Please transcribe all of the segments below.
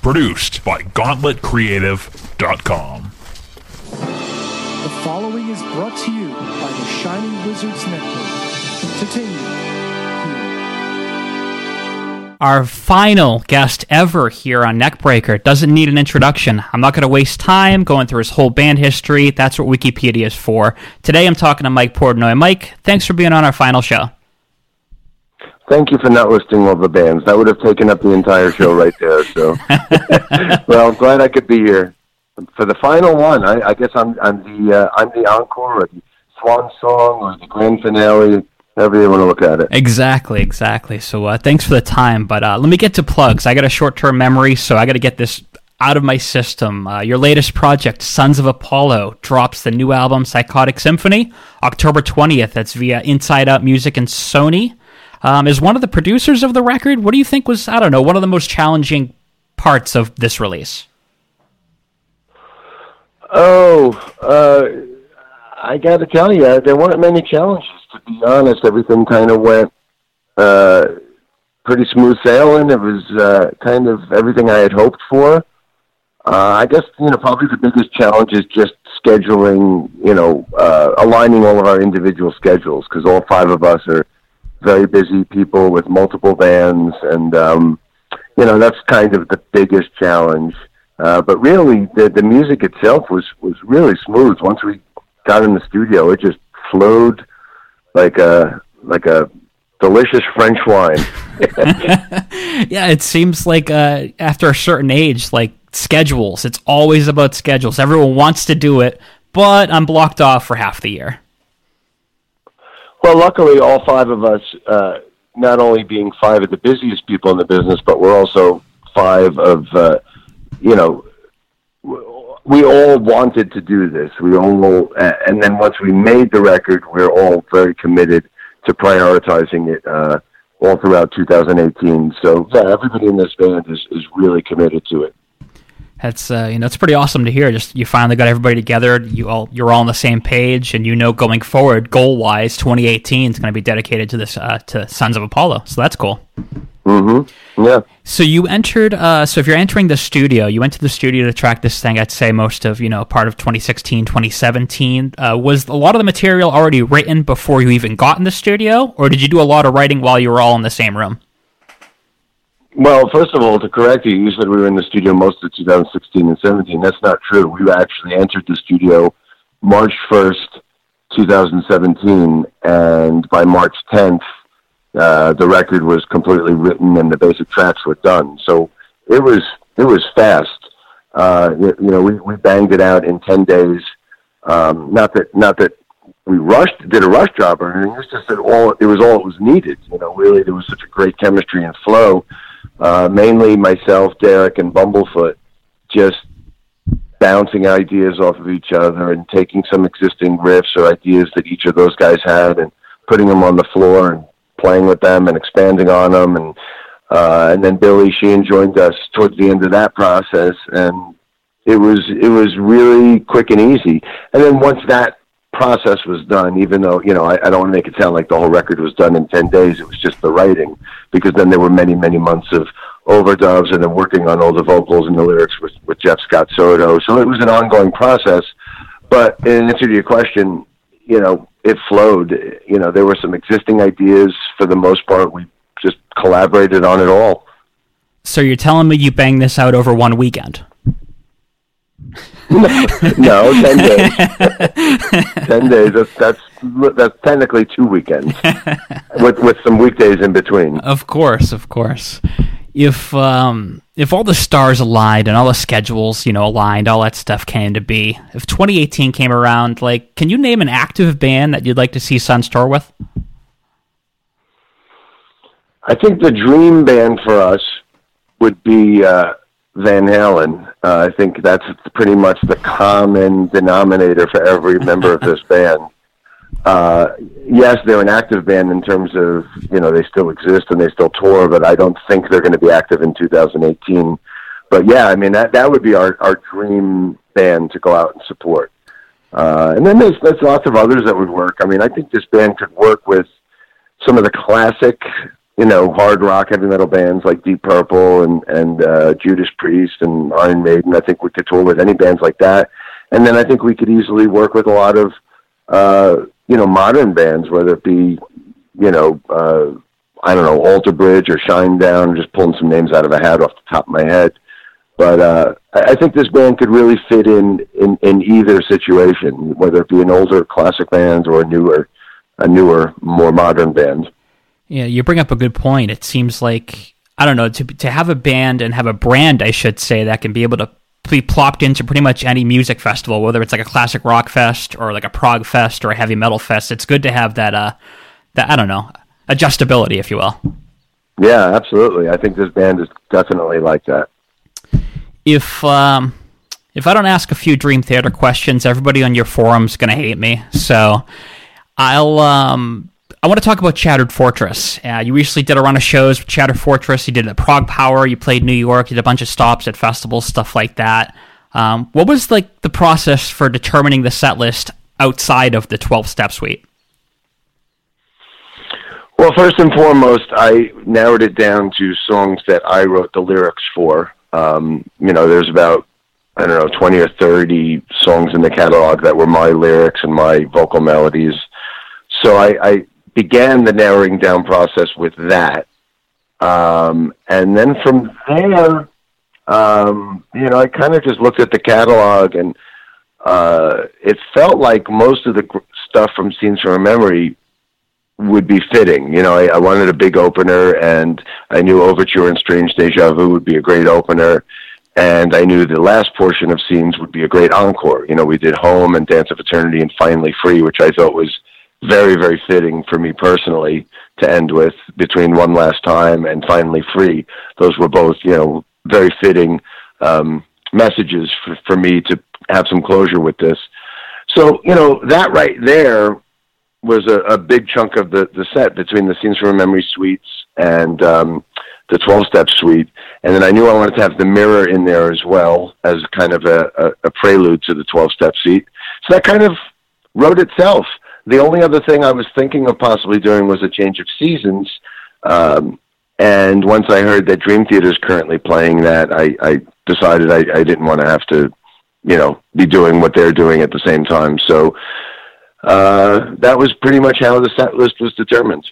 Produced by GauntletCreative.com. The following is brought to you by the Shining Wizards Network. Continue. Our final guest ever here on Neckbreaker doesn't need an introduction. I'm not going to waste time going through his whole band history. That's what Wikipedia is for. Today I'm talking to Mike Portnoy. Mike, thanks for being on our final show. Thank you for not listing all the bands. That would have taken up the entire show right there. So, well, I'm glad I could be here for the final one. I, I guess I'm, I'm the uh, I'm the encore or the swan song or the grand finale, however you want to look at it. Exactly, exactly. So uh, thanks for the time, but uh, let me get to plugs. I got a short-term memory, so I got to get this out of my system. Uh, your latest project, Sons of Apollo, drops the new album Psychotic Symphony October twentieth. That's via Inside Out Music and Sony. Um, is one of the producers of the record. What do you think was I don't know one of the most challenging parts of this release? Oh, uh, I got to tell you, there weren't many challenges. To be honest, everything kind of went uh, pretty smooth sailing. It was uh, kind of everything I had hoped for. Uh, I guess you know probably the biggest challenge is just scheduling. You know, uh, aligning all of our individual schedules because all five of us are very busy people with multiple bands, and um, you know that's kind of the biggest challenge. Uh, but really, the the music itself was was really smooth. Once we got in the studio, it just flowed like a like a delicious French wine. Yeah, it seems like uh, after a certain age, like schedules, it's always about schedules. Everyone wants to do it, but I'm blocked off for half the year. Well, luckily, all five of us, uh, not only being five of the busiest people in the business, but we're also five of, uh, you know, w- we all wanted to do this. We all, uh, and then once we made the record, we're all very committed to prioritizing it uh, all throughout 2018. So yeah, everybody in this band is, is really committed to it. That's uh, you know, it's pretty awesome to hear. Just you finally got everybody together. You all you're all on the same page, and you know going forward, goal wise, 2018 is going to be dedicated to this uh, to Sons of Apollo. So that's cool. Mm-hmm. Yeah. So you entered. Uh, so if you're entering the studio, you went to the studio to track this thing. I'd say most of you know part of 2016, 2017. Uh, was a lot of the material already written before you even got in the studio, or did you do a lot of writing while you were all in the same room? Well, first of all, to correct you, you said we were in the studio most of 2016 and 17. That's not true. We actually entered the studio March 1st, 2017, and by March 10th, uh, the record was completely written and the basic tracks were done. So it was it was fast. Uh, you, you know, we, we banged it out in 10 days. Um, not that not that we rushed did a rush job or anything. It's just that all it was all that was needed. You know, really there was such a great chemistry and flow. Uh, mainly myself, Derek, and Bumblefoot just bouncing ideas off of each other and taking some existing riffs or ideas that each of those guys had and putting them on the floor and playing with them and expanding on them and uh, and then Billy Sheehan joined us towards the end of that process and it was it was really quick and easy. And then once that process was done, even though you know I, I don't want to make it sound like the whole record was done in ten days, it was just the writing because then there were many many months of overdubs and then working on all the vocals and the lyrics with, with Jeff Scott Soto. So it was an ongoing process. But in answer to your question, you know it flowed. You know there were some existing ideas for the most part. We just collaborated on it all. So you're telling me you banged this out over one weekend? No, ten days. ten days. That's that's that's technically two weekends, with with some weekdays in between. Of course, of course. If um, if all the stars aligned and all the schedules, you know, aligned, all that stuff came to be. If 2018 came around, like, can you name an active band that you'd like to see Suns tour with? I think the dream band for us would be uh, Van Halen. Uh, I think that's pretty much the common denominator for every member of this band. Uh, yes, they're an active band in terms of you know they still exist and they still tour, but I don't think they're going to be active in 2018. But yeah, I mean that that would be our our dream band to go out and support. Uh, and then there's there's lots of others that would work. I mean, I think this band could work with some of the classic you know, hard rock, heavy metal bands like Deep Purple and and uh, Judas Priest and Iron Maiden. I think we could tour with any bands like that, and then I think we could easily work with a lot of uh, you know modern bands, whether it be you know uh, I don't know Alter Bridge or Shine Down. I'm just pulling some names out of a hat off the top of my head, but uh, I think this band could really fit in in in either situation, whether it be an older classic band or a newer a newer more modern band. Yeah, you bring up a good point. It seems like I don't know to to have a band and have a brand, I should say, that can be able to be plopped into pretty much any music festival, whether it's like a classic rock fest or like a prog fest or a heavy metal fest. It's good to have that uh that I don't know adjustability, if you will. Yeah, absolutely. I think this band is definitely like that. If um if I don't ask a few Dream Theater questions, everybody on your forum's gonna hate me. So I'll um I want to talk about Shattered Fortress. Uh, you recently did a run of shows with Shattered Fortress. You did it at Prague Power. You played New York. You did a bunch of stops at festivals, stuff like that. Um, what was like the process for determining the set list outside of the twelve step suite? Well, first and foremost, I narrowed it down to songs that I wrote the lyrics for. Um, you know, there's about I don't know twenty or thirty songs in the catalog that were my lyrics and my vocal melodies. So I, I began the narrowing down process with that. Um, and then from there, um, you know, I kind of just looked at the catalog and uh, it felt like most of the gr- stuff from Scenes from Memory would be fitting. You know, I, I wanted a big opener and I knew Overture and Strange Deja Vu would be a great opener. And I knew the last portion of Scenes would be a great encore. You know, we did Home and Dance of Eternity and Finally Free, which I thought was very, very fitting for me personally to end with between One Last Time and Finally Free. Those were both, you know, very fitting um, messages for, for me to have some closure with this. So, you know, that right there was a, a big chunk of the, the set between the Scenes from Memory suites and um, the 12 step suite. And then I knew I wanted to have the mirror in there as well as kind of a, a, a prelude to the 12 step suite. So that kind of wrote itself. The only other thing I was thinking of possibly doing was a change of seasons. Um, and once I heard that Dream Theater is currently playing that, I, I decided I, I didn't want to have to, you know, be doing what they're doing at the same time. So uh, that was pretty much how the set list was determined.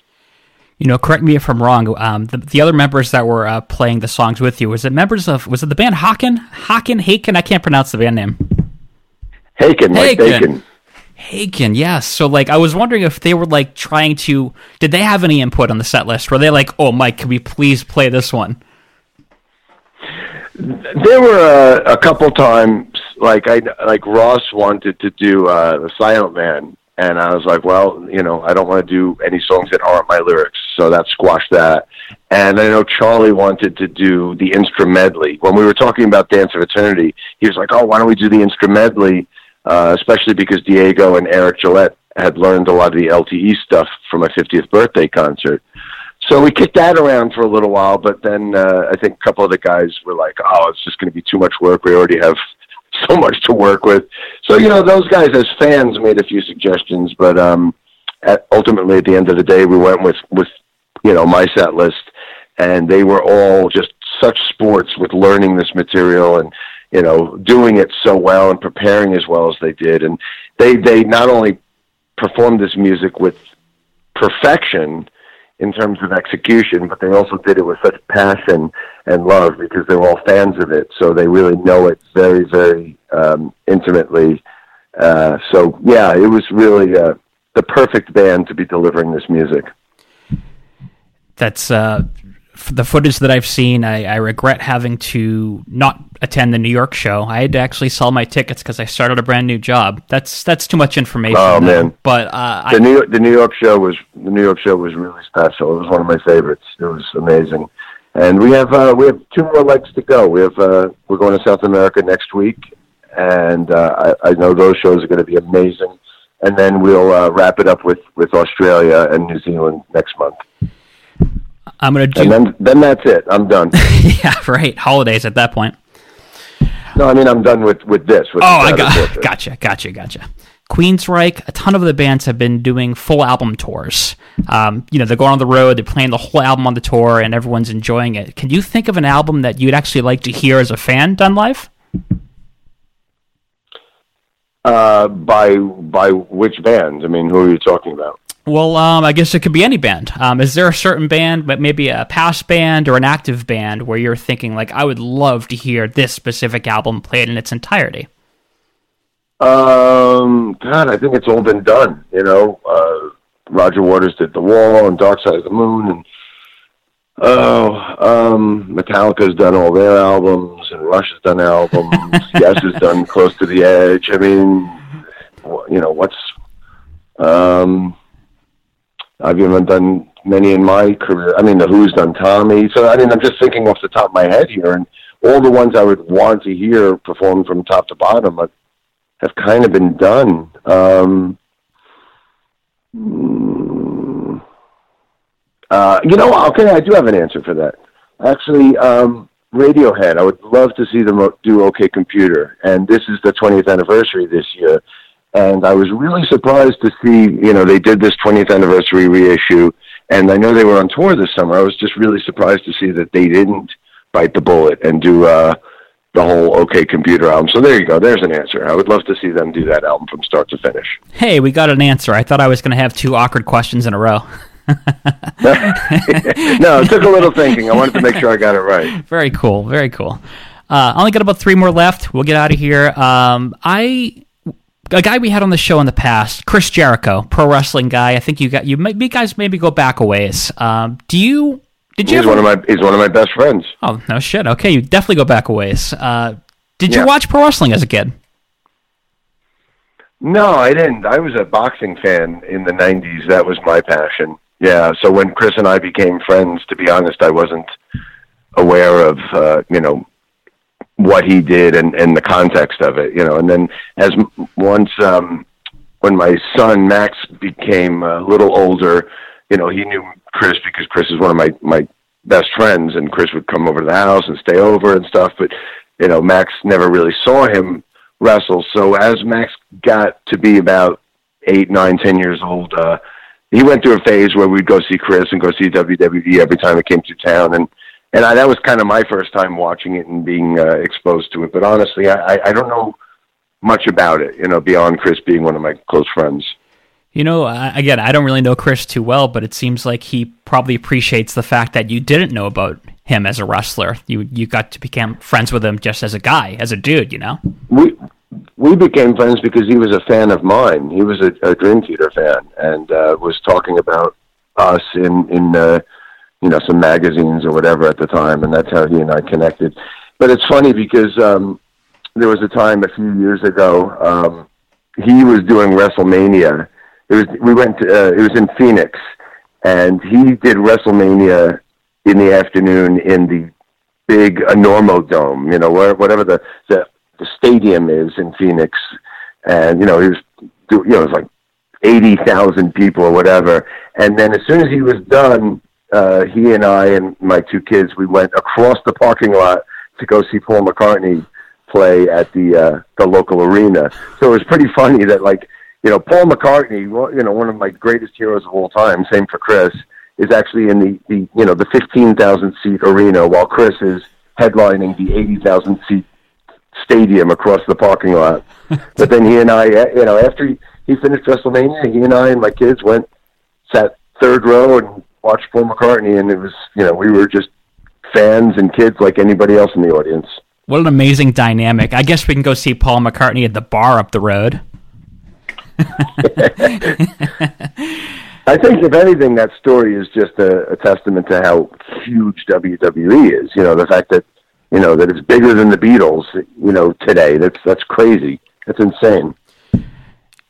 You know, correct me if I'm wrong. Um, the, the, other members that were uh, playing the songs with you was it members of was it the band Haken Haken Haken? I can't pronounce the band name. Haken, like Haken. Bacon. Hagen, yes. So like I was wondering if they were like trying to did they have any input on the set list? Were they like, "Oh, Mike, can we please play this one?" There were a, a couple times like I like Ross wanted to do uh The Silent Man and I was like, "Well, you know, I don't want to do any songs that aren't my lyrics." So that squashed that. And I know Charlie wanted to do the instrumentally. When we were talking about Dance of Eternity, he was like, "Oh, why don't we do the instrumentally?" Uh, especially because Diego and Eric Gillette had learned a lot of the LTE stuff from my 50th birthday concert. So we kicked that around for a little while, but then uh, I think a couple of the guys were like, "Oh, it's just going to be too much work. We already have so much to work with." So you know, those guys as fans made a few suggestions, but um, at, ultimately at the end of the day, we went with with you know my set list, and they were all just such sports with learning this material and you know, doing it so well and preparing as well as they did. And they, they not only performed this music with perfection in terms of execution, but they also did it with such passion and love because they're all fans of it. So they really know it very, very um, intimately. Uh, so, yeah, it was really uh, the perfect band to be delivering this music. That's uh, the footage that I've seen, I, I, regret having to not attend the New York show. I had to actually sell my tickets because I started a brand new job. That's that's too much information. Oh though. man! But uh, the I, New York, the New York show was the New York show was really special. It was one of my favorites. It was amazing, And we have uh, we have two more legs to go. We have uh, we're going to South America next week, and uh, I, I know those shows are going to be amazing. And then we'll uh, wrap it up with, with Australia and New Zealand next month. I'm gonna do. And then then that's it. I'm done. yeah, right. Holidays at that point. no, I mean I'm done with with this. With Oh, I Saturday got Portrait. gotcha, gotcha, gotcha. Queensryche, a ton of the bands have been doing full album tours. Um, you know, they're going on the road, they're playing the whole album on the tour, and everyone's enjoying it. Can you think of an album that you'd actually like to hear as a fan done live? Uh, by by which band? I mean, who are you talking about? Well, um, I guess it could be any band. Um, is there a certain band, but maybe a past band or an active band, where you're thinking like, I would love to hear this specific album played in its entirety? Um, God, I think it's all been done. You know, uh, Roger Waters did The Wall and Dark Side of the Moon, and oh, um, Metallica's done all their albums, and Rush has done albums. yes has done Close to the Edge. I mean, wh- you know, what's um, I've even done many in my career. I mean, The Who's done Tommy. So I mean, I'm just thinking off the top of my head here, and all the ones I would want to hear performed from top to bottom. I've have kind of been done. Um, mm, uh, you know, okay, I do have an answer for that. Actually, um, Radiohead, I would love to see them o- do OK Computer, and this is the 20th anniversary this year. And I was really surprised to see, you know, they did this 20th anniversary reissue, and I know they were on tour this summer. I was just really surprised to see that they didn't bite the bullet and do uh, the whole OK Computer album. So there you go. There's an answer. I would love to see them do that album from start to finish. Hey, we got an answer. I thought I was going to have two awkward questions in a row. no, it took a little thinking. I wanted to make sure I got it right. Very cool. Very cool. Uh, I only got about three more left. We'll get out of here. Um, I a guy we had on the show in the past, Chris Jericho, pro wrestling guy. I think you got you. Might, you guys maybe go back a ways. Um, do you? Did you? He's Ever, one of my he's one of my best friends. oh no shit. Okay, you definitely go back a ways. Uh, did Yeah. you watch pro wrestling as a kid? No, I didn't. I was a boxing fan in the '90s. That was my passion. Yeah. So when Chris and I became friends, to be honest, I wasn't aware of uh, you know what he did and and the context of it. You know, and then as m- once um, when my son Max became a little older, you know, he knew Chris because Chris is one of my my best friends, and Chris would come over to the house and stay over and stuff. But you know, Max never really saw him wrestle. So as Max got to be about eight, nine, ten years old, uh, he went through a phase where we'd go see Chris and go see WWE every time it came to town, and and I, that was kind of my first time watching it and being uh, exposed to it. But honestly, I, I I don't know much about it, you know, beyond Chris being one of my close friends. You know, I- again, I don't really know Chris too well, but it seems like he probably appreciates the fact that you didn't know about him as a wrestler. You you got to become friends with him just as a guy, as a dude. You know. we we became friends because he was a fan of mine. He was a, a Dream Theater fan and uh, was talking about us in in uh, you know some magazines or whatever at the time, and that's how he and I connected. But it's funny because um, there was a time a few years ago um, he was doing WrestleMania. It was we went. To, uh, it was in Phoenix, and he did WrestleMania in the afternoon in the big enormo dome, you know, where, whatever the, the the stadium is in Phoenix, and you know, he was do- you know, it was like eighty thousand people or whatever. And then as soon as he was done, uh, he and I and my two kids, we went across the parking lot to go see Paul McCartney play at the uh, the local arena. So it was pretty funny that like you know Paul McCartney, well, you know, one of my greatest heroes of all time. Same for Chris is actually in the, the you know the fifteen thousand seat arena while Chris is headlining the eighty thousand seat stadium across the parking lot. but then he and I, eh, you know, after he, he finished WrestleMania, he and I and my kids went sat third row and watched Paul McCartney, and it was you know we were just fans and kids like anybody else in the audience. What an amazing dynamic. I guess we can go see Paul McCartney at the bar up the road. I think, if anything, that story is just a, a testament to how huge WWE is. You know, the fact that you know that it's bigger than the Beatles. You know, today that's that's crazy. That's insane.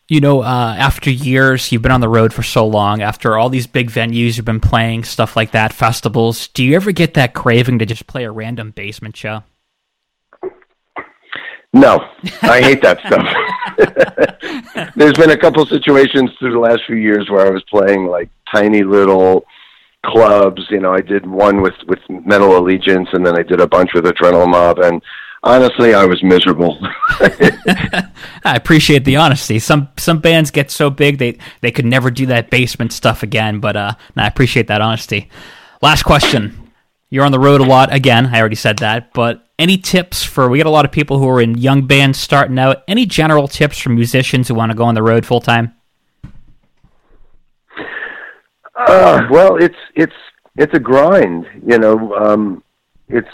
you know, uh, after years, you've been on the road for so long, after all these big venues you've been playing, stuff like that, festivals, do you ever get that craving to just play a random basement show? No, I hate that stuff. There's been a couple situations through the last few years where I was playing like tiny little clubs. You know, I did one with with Metal Allegiance, and then I did a bunch with Adrenaline Mob, and honestly, I was miserable. I appreciate the honesty. Some some bands get so big they they could never do that basement stuff again. But uh, no, I appreciate that honesty. Last question. You're on the road a lot again. I already said that, but any tips for? We got a lot of people who are in young bands starting out. Any general tips for musicians who want to go on the road full time? Uh, well, it's it's it's a grind. You know, um, it's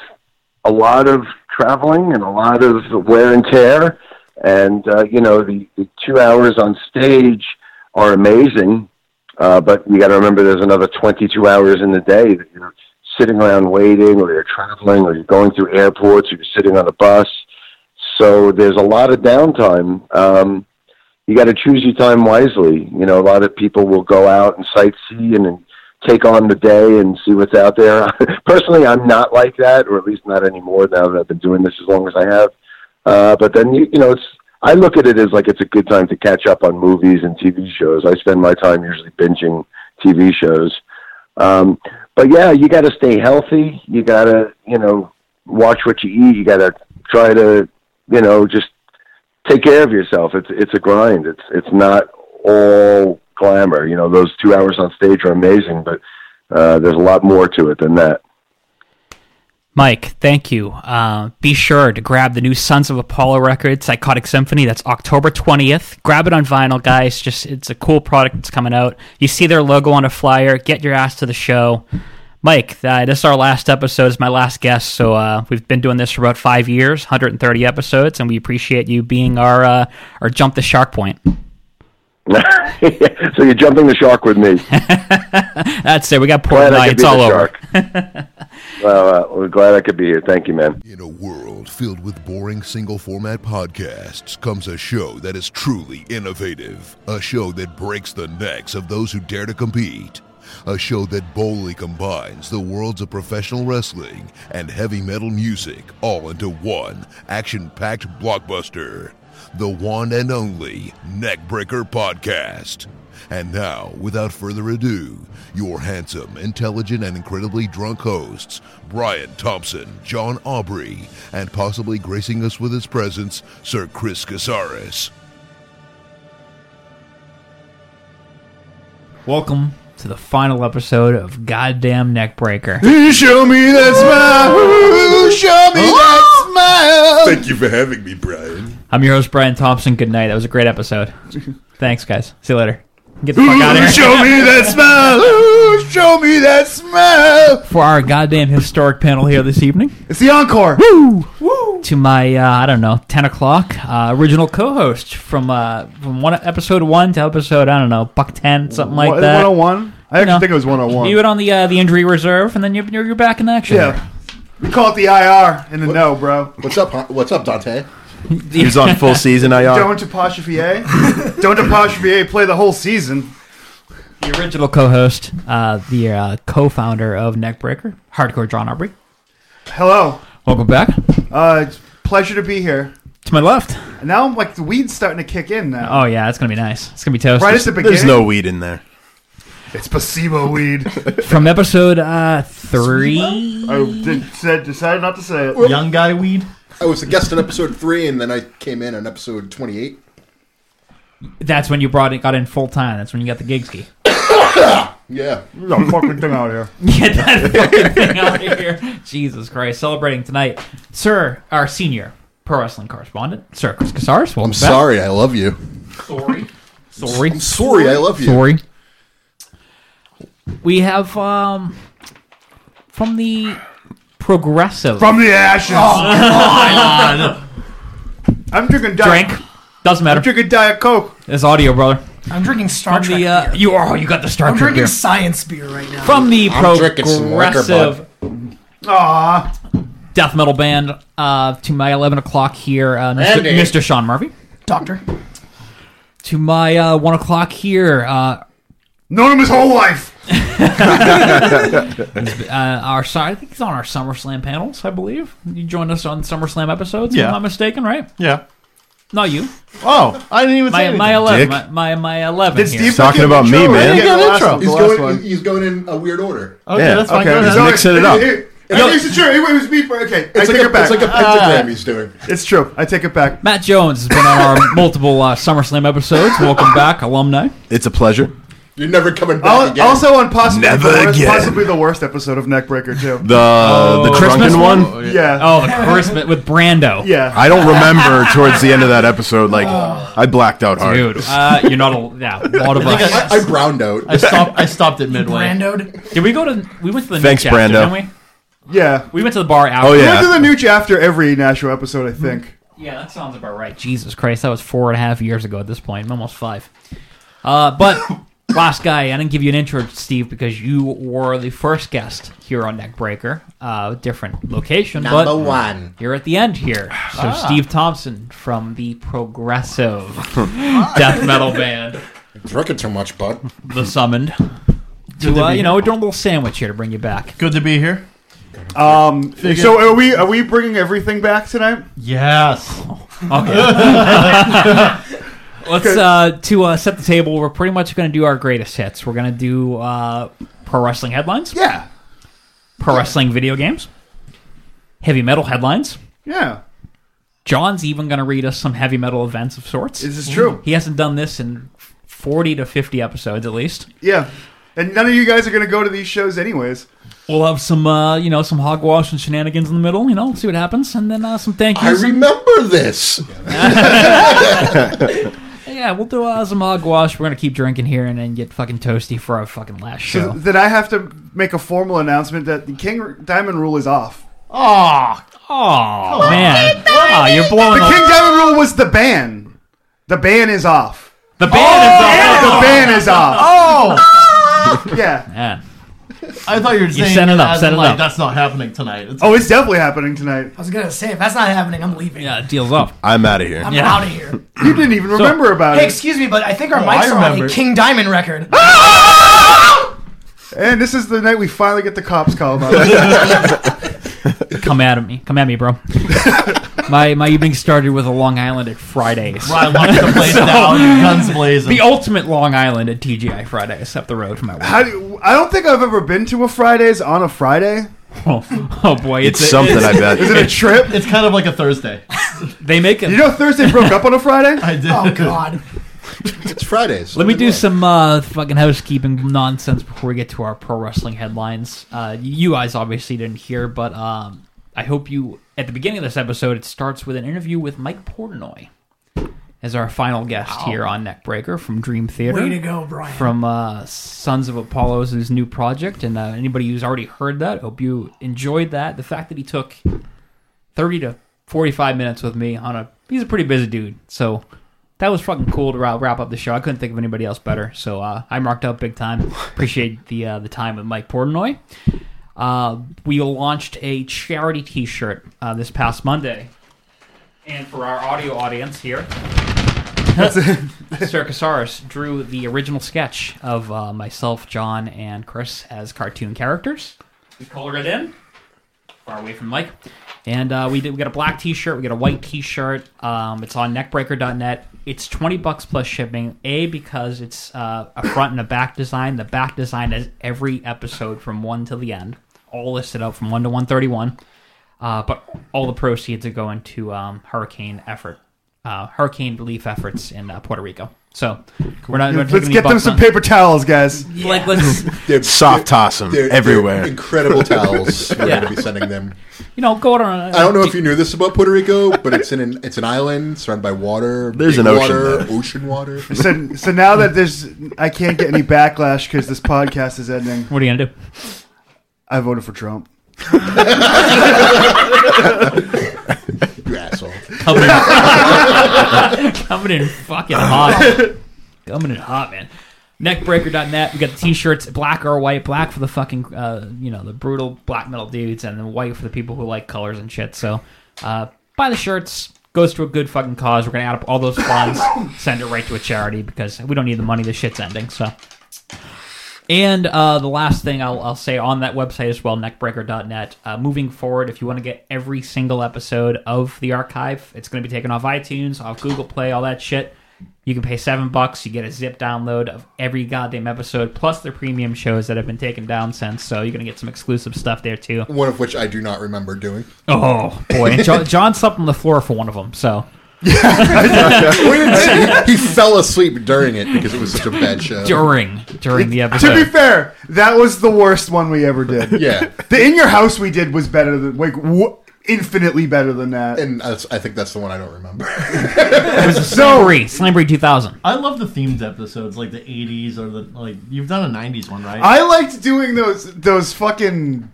a lot of traveling and a lot of wear and tear. And uh, you know, the, the two hours on stage are amazing, uh, but you got to remember there's another 22 hours in the day that you're sitting around waiting, or you're traveling, or you're going through airports, or you're sitting on a bus. So there's a lot of downtime. Um, you got to choose your time wisely. You know, a lot of people will go out and sightsee and, and take on the day and see what's out there. Personally, I'm not like that, or at least not anymore now that I've been doing this as long as I have. Uh, but then, you, you know, it's, I look at it as like it's a good time to catch up on movies and TV shows. I spend my time usually binging TV shows. Um, but yeah, you got to stay healthy. You got to, you know, watch what you eat. You got to try to, you know, just take care of yourself. It's, it's a grind. It's, it's not all glamour. You know, those two hours on stage are amazing, but uh, there's a lot more to it than that. Mike, thank you. Uh, be sure to grab the new Sons of Apollo record, Psychotic Symphony. That's October 20th. Grab it on vinyl, guys. Just It's a cool product that's coming out. You see their logo on a flyer. Get your ass to the show. Mike, uh, this is our last episode. It's my last guest. So uh, we've been doing this for about five years, 130 episodes, and we appreciate you being our, uh, our jump the shark point. so you're jumping the shark with me. That's it. We got Portnoy. It's all over. well, uh, we're glad I could be here. Thank you, man. In a world filled with boring single format podcasts comes a show that is truly innovative, a show that breaks the necks of those who dare to compete. A show that boldly combines the worlds of professional wrestling and heavy metal music all into one action packed blockbuster the one and only Neckbreaker Podcast. And now, without further ado, your handsome, intelligent, and incredibly drunk hosts, Brian Thompson, John Aubrey, and possibly gracing us with his presence, Sir Chris Casares. Welcome to the final episode of Goddamn Neckbreaker. Show me that smile. Show me that smile. Thank you for having me, Brian. I'm your host, Brian Thompson. Good night. That was a great episode. Thanks, guys. See you later. Get the fuck out of here. Show me that smile. Ooh, show me that smile. For our goddamn historic panel here this evening, It's the encore. Woo! Woo! To my, uh, I don't know, 10 o'clock uh, original co host from uh, from one episode 1 to episode, I don't know, buck 10, something like What- that. 101? I actually No. think it was 101. You went on the uh, the injury reserve, and then you're, you're, you're back in action. yeah. We call it the IR in the no, bro. What's up? hon- What's up, Dante? He was on full season IR. Don't apostrophe A. Don't apostrophe A play the whole season. The original co host, uh, the uh, co founder of Neckbreaker, Hardcore John Aubrey. Hello. Welcome back. Uh, it's a pleasure to be here. To my left. And now I'm like the weed's starting to kick in now. Oh, yeah, that's going to be nice. It's going to be toast. right at the beginning. There's no weed in there. It's placebo weed. From episode uh, three. I did, said, decided not to say it. Young guy weed. I was a guest on episode three, and then I came in on episode twenty-eight. That's when you brought it, got in full time. That's when you got the gig ski. Yeah, No fucking thing out here. Get that fucking thing out of here. Jesus Christ. Celebrating tonight, Sir, our senior pro wrestling correspondent, Sir Chris Casares. I'm sorry. I love you. Sorry. Sorry. I'm sorry. I love you. Sorry. We have um from the progressive Oh, From the ashes. Oh, I'm drinking diet. drink. Doesn't I'm matter. drinking diet coke. It's audio, brother. I'm drinking Star From Trek. the uh, beer. you are you got the Star I'm Trek drinking beer. science beer right now. From the I'm drinking some liquor, bud. progressive Aw, death metal band uh, to my 11 o'clock here, uh, Mr. Randy. Mr. Sean Murphy. Doctor. to my uh, one o'clock here. Uh, Known him his whole life. uh, our so- I think he's on our SummerSlam panels. I believe you joined us on SummerSlam episodes. If Yeah. I'm not mistaken, right? Yeah. Not you. Oh, I didn't even my, say anything. my eleven. Dick. My, my my eleven. Did here. Steve He's talking fucking about me, intro, man. right? Yeah, the last one, the He's last going, one. he's going in a weird order. Okay, Yeah, that's fine, okay, go ahead. just mixing it up. No. It's It's true. It was me. but Okay, I It's take like a- it back. it's like a Ah. pentagram he's doing. It's true. I take it back. Matt Jones has been on our multiple uh, SummerSlam episodes. Welcome back, alumni. It's a pleasure. You're never coming back Al- again. Also on possibly Never the worst, again. possibly the worst episode of Neckbreaker too. The the drunken one. Yeah. Oh, the Christmas with Brando. Yeah. I don't remember towards the end of that episode. Like I blacked out hard. Dude, uh, you're not a yeah. A lot of I us. think I- I browned out. I stopped. I stopped at midway. Brandoed. Did we go to? We went to the Thanks, next chapter, Brando. Oh, didn't Yeah. we? We went to the bar after. We went to the new chapter every Nashville episode, I think. Yeah, that sounds about right. Jesus Christ, that was four and a half years ago at this point. I'm almost five. Uh, but last guy, I didn't give you an intro, Steve, because you were the first guest here on Neckbreaker, uh, different location. Number but one. You're at the end here. So Ah. Steve Thompson from the progressive death metal band, Drinking too much, bud. The Summoned. Good To, to uh, be you know, we're doing a little sandwich here to bring you back. Good to be here. Um, Figure- so are we are we bringing everything back tonight? Yes. Okay. Let's uh, to uh, set the table. We're pretty much going to do our greatest hits. We're going to do uh, pro wrestling headlines. Yeah. Pro wrestling video games. Heavy metal headlines. Yeah. John's even going to read us some heavy metal events of sorts. This is true. He hasn't done this in forty to fifty episodes at least. Yeah. And none of you guys are going to go to these shows anyways. We'll have some, uh, you know, some hogwash and shenanigans in the middle. You know, see what happens, and then uh, some thank I yous. and- remember this. yeah, we'll do uh, some hogwash. We're gonna keep drinking here, and then get fucking toasty for our fucking last So show. then I have to make a formal announcement that the King Diamond rule is off. Oh, oh man, oh, you're The blowing the, King Diamond rule was the ban. The ban is off. the band is The off. ban is off. Oh, Yeah. Yeah. I thought you were saying set it up, as set in, it like, up. That's not happening tonight. It's Oh, it's definitely happening tonight. I was gonna say if that's not happening, I'm leaving. Yeah, deal's off. I'm out of here. I'm Yeah. out of here. You didn't even remember about Hey, it. excuse me, but I think our Oh, mics I are on remember. a King Diamond record. And this is the night we finally get the cops called on us. Come at me, come at me, bro. my my evening started with a Long Island at Fridays. I locked the place down, guns blazing. The ultimate Long Island at TGI Fridays up the road from my work. How do you- I don't think I've ever been to a Fridays on a Friday. Oh, oh boy, It's it's, a- something I bet. Is it a trip? it's kind of like a Thursday. they make it. You know Thursday broke up on a Friday? I did. Oh God. It's Fridays. Let me do some uh, fucking housekeeping nonsense before we get to our pro wrestling headlines. Uh, you guys obviously didn't hear, but um, I hope you at the beginning of this episode it starts with an interview with Mike Portnoy as our final guest here on Neckbreaker from Dream Theater. Way to go, Brian. From uh, Sons of Apollo's his new project, and uh, anybody who's already heard that, hope you enjoyed that. The fact that he took thirty to forty-five minutes with me on a he's a pretty busy dude, so that was fucking cool to wrap wrap up the show. I couldn't think of anybody else better, so uh, I marked up big time. Appreciate the uh, the time with Mike Portnoy. Uh, we launched a charity T-shirt uh, this past Monday, and for our audio audience here, Circusaurus drew the original sketch of uh, myself, John, and Chris as cartoon characters. We colored it in, far away from Mike. And uh, we did. We got a black T-shirt. We got a white T-shirt. Um, it's on neckbreaker.net. It's twenty bucks plus shipping. A because it's uh, a front and a back design. The back design has every episode from one till the end, all listed out from one to one thirty-one. Uh, but all the proceeds are going to um, hurricane effort, uh, hurricane relief efforts in uh, Puerto Rico. So we're not. we're not Let's taking any get them bucks some on- paper towels, guys. Like let's Soft toss them They're- they're everywhere. incredible towels. We're Yeah. going to be sending them. you know go out on. a- I don't know if you knew this about Puerto Rico, but it's in an it's an island surrounded by water. There's big an ocean water, there. ocean water. So, so now that there's, I can't get any backlash because this podcast is ending. What are you gonna do? I voted for Trump. You asshole. coming in, coming in fucking hot. Coming in hot, man. Neckbreaker.net. We got the t-shirts, black or white. Black for the fucking, uh, you know, the brutal black metal dudes, and then white for the people who like colors and shit. So, uh, buy the shirts. goes to a good fucking cause. We're gonna add up all those funds, send it right to a charity because we don't need the money. The shit's ending. So, and uh, the last thing I'll, I'll say on that website as well, neckbreaker.net. Uh, moving forward, if you want to get every single episode of the archive, it's going to be taken off iTunes, off Google Play, all that shit. You can pay seven bucks. You get a zip download of every goddamn episode, plus the premium shows that have been taken down since. So you're gonna get some exclusive stuff there too. One of which I do not remember doing. Oh boy, and John, John slept on the floor for one of them. So he, he fell asleep during it because it was such a bad show. during during the episode, To be fair, that was the worst one we ever did. Yeah. the in your house we did was better than like w- infinitely better than that. And that's, I think that's the one I don't remember. it was a Slambury, Slambury 2000. I love the themed episodes, like the '80s or the like. You've done a '90s one, right? I liked doing those those fucking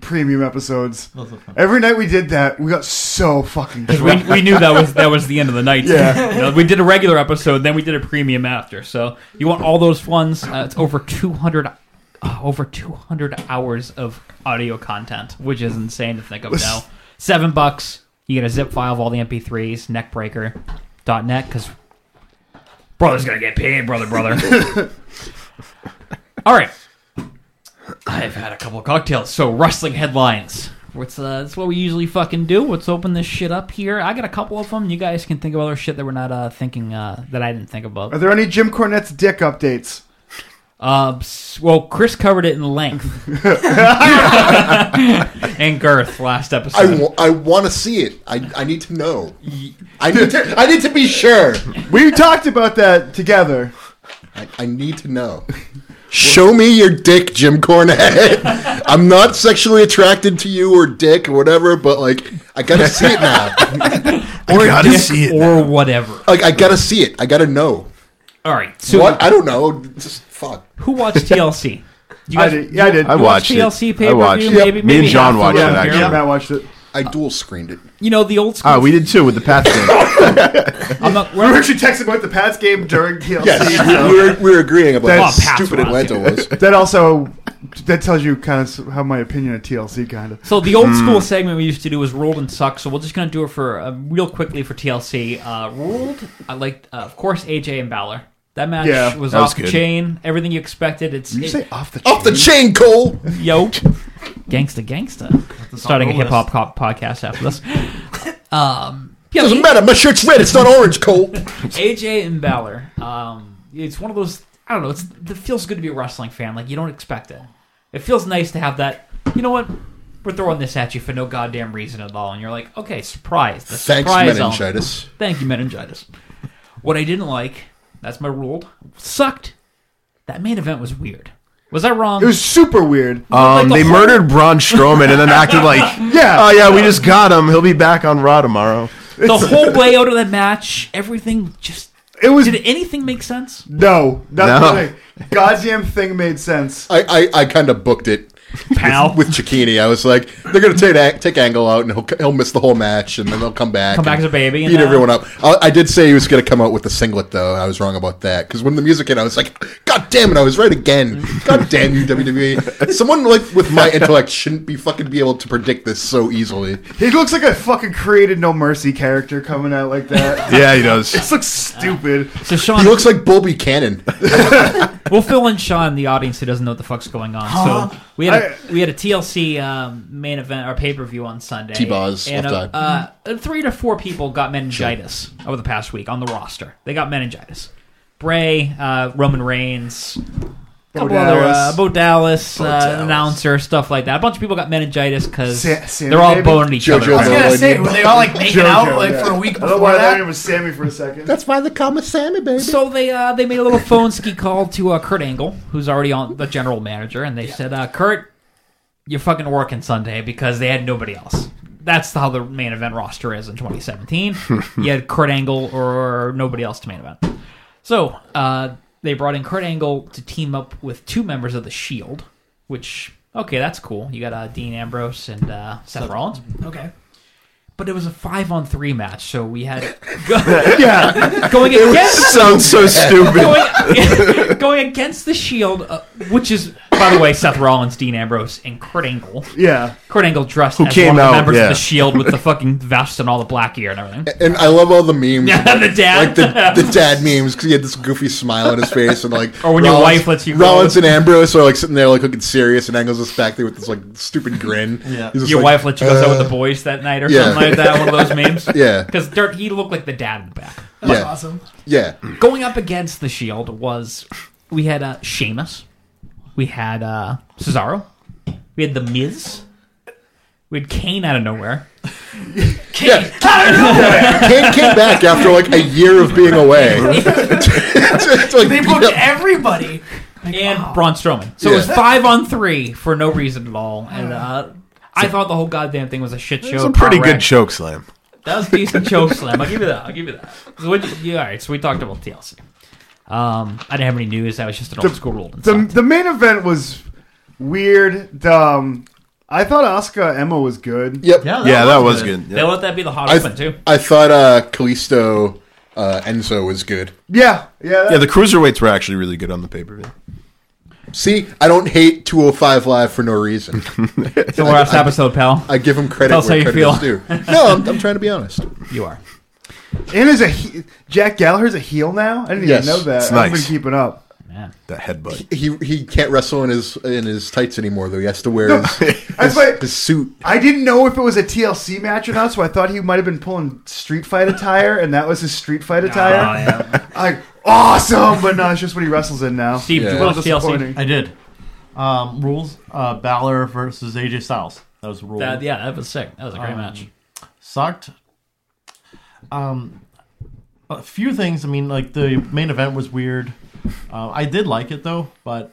premium episodes. Those are fun. Every night we did that, we got so fucking. Because we, drunk. we knew that was that was the end of the night. Yeah. You know, we did a regular episode, then we did a premium after. So you want all those ones? Uh, it's over two hundred, uh, over two hundred hours of audio content, which is insane to think of now. Seven bucks, you get a zip file of all the MP3s, neckbreaker.net, because brother's gonna get paid, brother, brother. all right. I've had a couple of cocktails. So wrestling headlines. What's uh, that's what we usually fucking do. Let's open this shit up here. I got a couple of them. You guys can think of other shit that we're not uh, thinking uh, that I didn't think about. Are there any Jim Cornette's dick updates? Uh, s- well, Chris covered it in length and girth last episode. I, wa- I want to see it. I, I need to know. I need to, I need to be sure. We talked about that together. I, I need to know. Show me your dick, Jim Cornette. I'm not sexually attracted to you or dick or whatever, but like I gotta see it now. or dick or whatever. Like I gotta see it. I gotta know. All right. So what? I don't know. Just fuck. who watched TLC? You I did- yeah, I did. I you watched it. TLC I pay-per-view? watched it. Maybe, Me and maybe John half watched it, the way Yeah, through. actually. Matt watched it. I dual screened it. You know the old school. Ah, we did too with the Pats game. I'm not, We were actually texting about the Pats game during TLC. Yes, we were, we were agreeing about how That's- Oh, pass stupid around, Atlanta was. that also that tells you kind of how my opinion of TLC kind of. So the old school Hmm. Hmm. segment we used to do was rolled and suck. So we're just gonna do it for uh, real quickly for TLC. Uh, rolled, I like, uh, of course, AJ and Balor. That match Yeah, was that was off the good. chain. Everything you expected. It's Did you it- Oh, say off the Off the chain, Cole. yo, gangsta gangsta. Starting a roll hip hop cop podcast after this. um, yeah, Doesn't matter. My shirt's red. It's not orange, Cole. AJ and Balor. Um, it's one of those. I don't know. It's it feels good to be a wrestling fan. Like you don't expect it. It feels nice to have that. You know what? We're throwing this at you for no goddamn reason at all, and you're like, okay, surprise. The Thanks, surprise element. meningitis. Thank you, meningitis. What I didn't like. That's my ruled. Sucked. That main event was weird. Was I wrong? It was super weird. Um, the they whole- murdered Braun Strowman and then acted like, Yeah. oh yeah, we just got him. He'll be back on Raw tomorrow. the whole way out of that match, everything just. It was Did anything make sense? no, not No. really. Goddamn thing made sense. I, I, I kind of booked it. Pal. With, with Cicchini. I was like, they're going to take, Ang- take Angle out and he'll, he'll miss the whole match and then they'll come back. Come back and as a baby and Beat then- everyone up. I, I did say he was going to come out with the singlet, though. I was wrong about that. Because when the music hit, I was like, God damn it, I was right again. God damn you, WWE. Someone like with my intellect shouldn't be fucking be able to predict this so easily. He looks like a fucking created no mercy character coming out like that. Yeah, he does. this looks stupid. So He Sean, looks like Bull Buchanan. We'll fill in Sean, the audience who doesn't know what the fuck's going on. So we had a, we had a TLC um, main event or pay per view on Sunday. T-Boz, and left uh, uh, three to four people got meningitis over the past week on the roster. They got meningitis. Bray, uh, Roman Reigns, a couple other uh, Dallas. Bo Dallas, uh, Dallas. announcer stuff like that. A bunch of people got meningitis because Sa- Sammy, they're all maybe? boning each Jojo other. I was Malloy. gonna say, were they all like making out like yeah. for a week I don't know before why that that? was Sammy for a second. That's why they call me Sammy, baby. So they uh, they made a little phone ski call to uh, Kurt Angle, who's already on the general manager, and they said, uh, "Kurt, you're fucking working Sunday because they had nobody else." That's how the main event roster is in 2017. you had Kurt Angle or nobody else to main event. So uh, they brought in Kurt Angle to team up with two members of the Shield, which okay, that's cool. You got uh, Dean Ambrose and uh, Seth Rollins, Okay. but it was a five on three match, so we had Yeah, going against Sounds so stupid. going, going against the shield, uh, which is By the way, Seth Rollins, Dean Ambrose, and Kurt Angle. Yeah. Kurt Angle dressed Who as came one of out, the members yeah. of the Shield with the fucking vest and all the black gear and everything. And I love all the memes. Yeah, the dad. Like the, the dad memes, because he had this goofy smile on his face. and like Or when your wife lets you roll. Rollins and Ambrose are like sitting there like looking serious, and Angle's just back there with this like stupid grin. Yeah. He's just Your like, wife let you go out with "Uh." the boys that night or yeah. something like that. One of those memes. Yeah. Because Dirt, he looked like the dad in the back. Yeah. awesome. Yeah. Going up against the Shield was we had uh, Sheamus, we had uh, Cesaro, we had the Miz, we had Kane out of nowhere. Kane out of nowhere. Kane came back after like a year of being away. they booked everybody. and Braun Strowman. So it was Yeah. five on three for no reason at all. And uh, I thought the whole goddamn thing was a shit show. It's a pretty car good wreck. choke slam. That was a decent choke slam. I'll give you that. I'll give you that. So what you, yeah, all right, so we talked about TLC. Um, I didn't have any news. That was just an old school rule. The, the main event was weird. Um, I thought Asuka Emma was good. Yep. Yeah, that was good. They let that be the I, hottest one too. I thought uh, Kalisto uh, Enzo was good. Yeah, yeah. Yeah, the cruiserweights were actually really good on the pay per view. See, I don't hate 205 Live for no reason. The last episode, pal. I give him credit Tell us where how you credit feel. is due. No, I'm, I'm trying to be honest. You are. Anna's a he- Jack Gallagher's a heel now. I didn't Yes. even know that. It's I've been nice. keeping up. That headbutt. He he can't wrestle in his in his tights anymore though. He has to wear his, That's his, why- his suit. I didn't know if it was a TLC match or not, so I thought he might have been pulling Street Fight attire, and that was his Street Fight Oh, attire. Like awesome, but no, it's just what he wrestles in now. Steve, did you A little watch TLC? disappointing. I did. Um, rules: uh, Balor versus AJ Styles. That was rule. That, yeah, that was sick. That was a great Um, match. Sucked. Um, a few things. I mean, like the main event was weird. Uh, I did like it though, but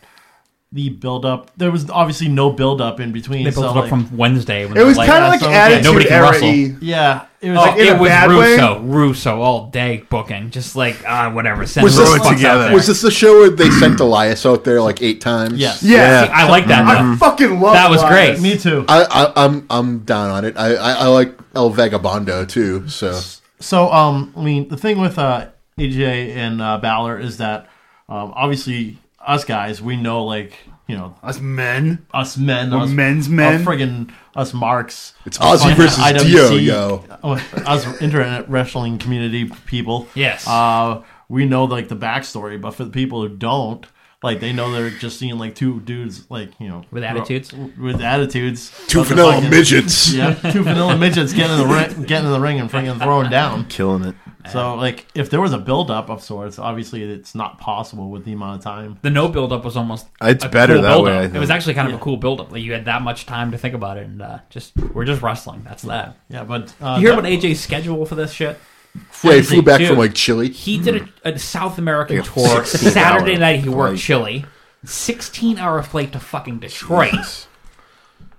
the build up. There was obviously no build up in between. They built it so, up like- from Wednesday. When It was kinda yeah, like "Ah, so- Attitude nobody can Era wrestle. E. Yeah, It it was, was oh, like- in it a was bad way? Russo, Russo all day booking, just like ah, whatever. Send Was Russo this, fucks out there. was this the show where they sent Elias out there like eight times? Yes. Yeah. See, I like that, I though. fucking love That was Elias. great. Me too. I, I, I'm I'm down on it. I, I, I like El Vagabondo too. So So, um, I mean, the thing with uh, AJ and uh, Balor is that um, obviously us guys, we know, like, you know, us men, us men, We're us, men's men. uh, friggin' us marks. It's Ozzy Us versus IWC, Dio, yo. uh, Us internet wrestling community people. Yes. uh, we know like the backstory, but for the people who don't. Like they know they're just seeing like two dudes like you know With attitudes? with attitudes Two But the vanilla midgets. yeah two vanilla midgets getting in the ring getting in the ring and freaking thrown down Killing it. so, like, if there was a buildup of sorts, obviously it's not possible with the amount of time. The no build-up was almost It's a better that build-up. way, I It was think. actually kind of a cool build-up. Like you had that much time to think about it, and uh, just we're just wrestling. That's that. Yeah, but uh, you hear that- about AJ's schedule for this shit? Yeah, he flew Crazy, back dude. from, like, Chile. He did a, a South American Like a tour. 16 Saturday hour night he worked flight. Chile. Sixteen-hour flight to fucking Detroit.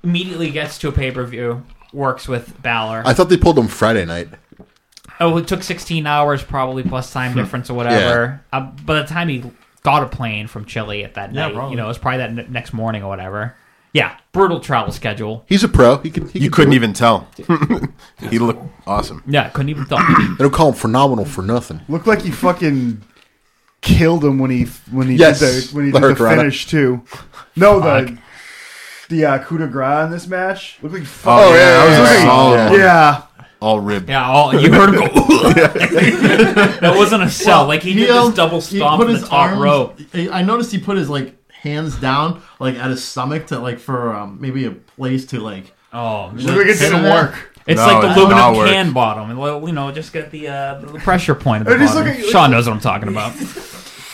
Immediately gets to a pay-per-view. Works with Balor. I thought they pulled him Friday night. Oh, it took 16 hours probably plus Hmm. time difference or whatever. Uh, by the time he got a plane from Chile at that Yeah, night, probably. you know, it was probably that n- next morning or whatever. Yeah, brutal travel schedule. He's a pro. He can. He You can couldn't do it. even tell. he looked awesome. Yeah, couldn't even tell. They don't call him phenomenal for nothing. Looked like he fucking killed him when he when he Yes, did the when he the did the Hurricane. finish too. No, the the uh, coup de grace in this match looked like he fucking Oh, yeah, that was a Looked like- solid one. yeah. All ribbed. Yeah, all, you heard him go. that wasn't a sell. like he, did um, this double he stomp put in the his top arms- rope. I I noticed he put his like hands down, like at his stomach, to like for um, maybe a place to like. Oh, Looked like it didn't work. It's No, like the it did aluminum not work. can bottom, and well, you know, just get the, uh, the pressure point. At the Or just bottom. look at- Sean knows what I'm talking about.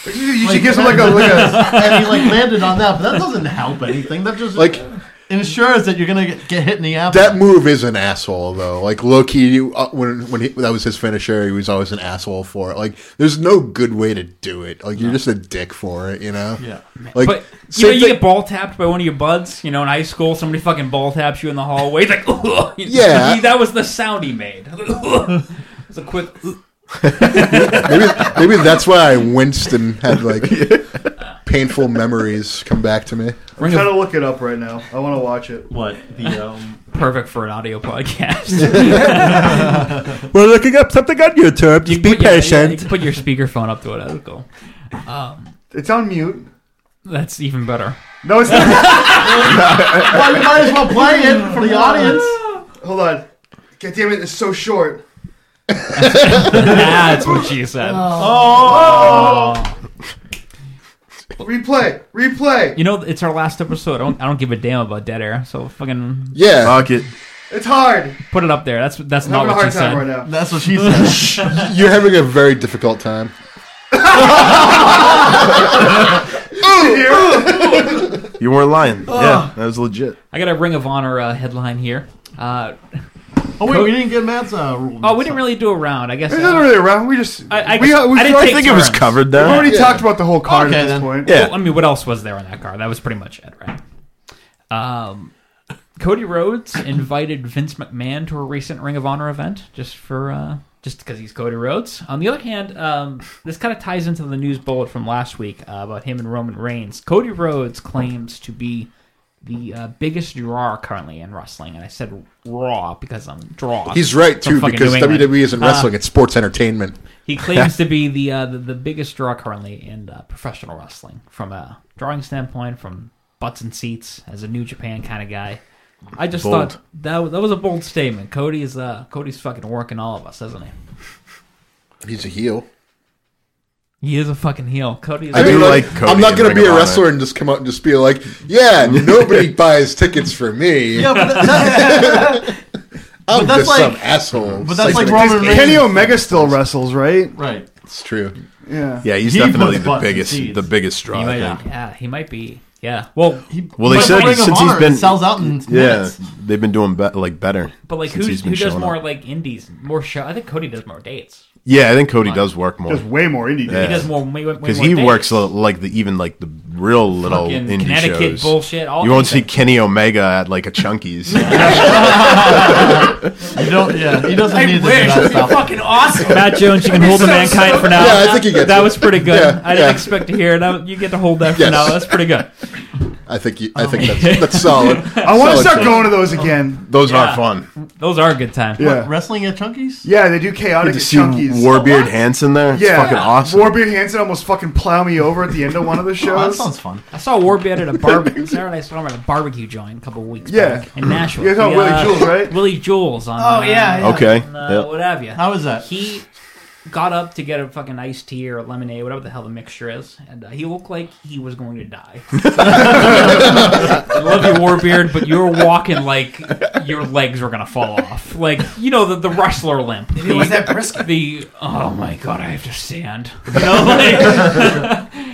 You should give him like a like a. and he like landed on that, but that doesn't help anything. That just Like- ensures that you're gonna get, get hit in the apple. That move is an asshole though. Like Loki, uh, when when he, that was his finisher, he was always an asshole for it. Like, there's no good way to do it. Like, you're just a dick for it. You know. Yeah. Like, but you, same know, you thing- get ball tapped by one of your buds, you know, in high school, somebody fucking ball taps you in the hallway. It's like, Ugh. Yeah. He- that was the sound he made. it's a quick. "Ugh." maybe maybe that's why I winced and had like painful memories come back to me. I'm trying to look it up right now. I want to watch it. what the um, Perfect for an audio podcast. We're looking up something on YouTube. Just be Put your- patient. Um, you put your speakerphone up to it. That's cool. It's on mute. That's even better. No, it's not. well, you might as well play it for the audience. Hold on. God damn it, it's so short. That's what she said. Oh. Replay. Replay. You know, it's our last episode. I don't, I don't give a damn about dead air. So fucking Yeah. Fuck it. It's hard. Put it up there. That's that's I'm not having a what she hard time said. right now. That's what she said. You're having a very difficult time. You weren't lying. Yeah, that was legit. I got a Ring of Honor uh, headline here. Uh, Oh wait, we didn't get Matt's uh, rule. oh, we didn't really do a round. I guess. uh, It's not really a round. We just. I, I, we, guess- we, I didn't I take think it was turns. covered We've there. already talked about the whole card Okay, at this then. point. Yeah. Well, I mean, what else was there on that card? That was pretty much it, right? Um, Cody Rhodes invited Vince McMahon to a recent Ring of Honor event just for uh, just because he's Cody Rhodes. On the other hand, um, this kind of ties into the news bullet from last week uh, about him and Roman Reigns. Cody Rhodes claims to be the uh, biggest draw currently in wrestling, and I said Raw because I'm draw. He's right from too, fucking because New England. WWE isn't Ah. Uh, wrestling; it's sports entertainment. he claims to be the, uh, the the biggest draw currently in uh, professional wrestling from a drawing standpoint, from butts and seats as a New Japan kind of guy. I just Bold. thought that was, that was a bold statement. Cody is uh, Cody's fucking working all of us, isn't he? He's a heel. He is a fucking heel. Cody is. I do mean, like Cody I'm not in going to Ring be of a Honor. wrestler and just come out and just be like, "Yeah, nobody buys tickets for me. Yeah, but, that, I'm but that's just some like asshole." but that's It's like Roman Reigns. Kenny Omega still wrestles, right? right. It's true. Yeah. Yeah, he's He definitely puts the butts in biggest, seats. the biggest draw. he might, I Oh, yeah. think. he might be. Yeah. Well, Well, they But said Ring of since he's Honor, it been sells out in yeah, minutes. they've been doing be- like better. but like since who he's been who does showing more up. like indies, more show? I think Cody does more dates. Yeah, I think Cody does work more There's way more indie. Yeah. He does more because because he works lo- like the even like the real little Fucking indie Connecticut shows. bullshit, all you won't see anything. Kenny Omega at like a Chunkies. You don't. Yeah, he doesn't I need wish. to do that stuff. fucking awesome. Matt Jones, you can hold the mankind for now. Yeah, I think he gets that it. was pretty good. Yeah, I didn't yeah. expect to hear it. That- You get to hold that for Yes. now. That's pretty good. I think Oh, you, I think that's, that's solid. I want to Solid start choice. going to those again. Those Yeah. are fun. Those are good times. Yeah. Wrestling at Chunkies. Yeah, they do chaotic To at see chunkies. Warbeard Hanson there, it's yeah, fucking awesome. Warbeard Hanson almost fucking plow me over at the end of one of the Oh, that shows. sounds fun. I saw Warbeard at a barbecue. Saturday I saw him at a barbecue joint a couple weeks Yeah. back in Nashville. You guys know The, Willie Jules, right? Willie Jules on. Oh, uh, yeah, yeah. okay, on, uh, Yep. What have you? How was that? He got up to get a fucking iced tea or a lemonade, whatever the hell the mixture is, and uh, he looked like he was going to die. I love you, Warbeard, but you were walking like your legs were gonna fall off, like you know the, the wrestler limp. The, was that brisket? The oh my god, I have to stand. You know, like-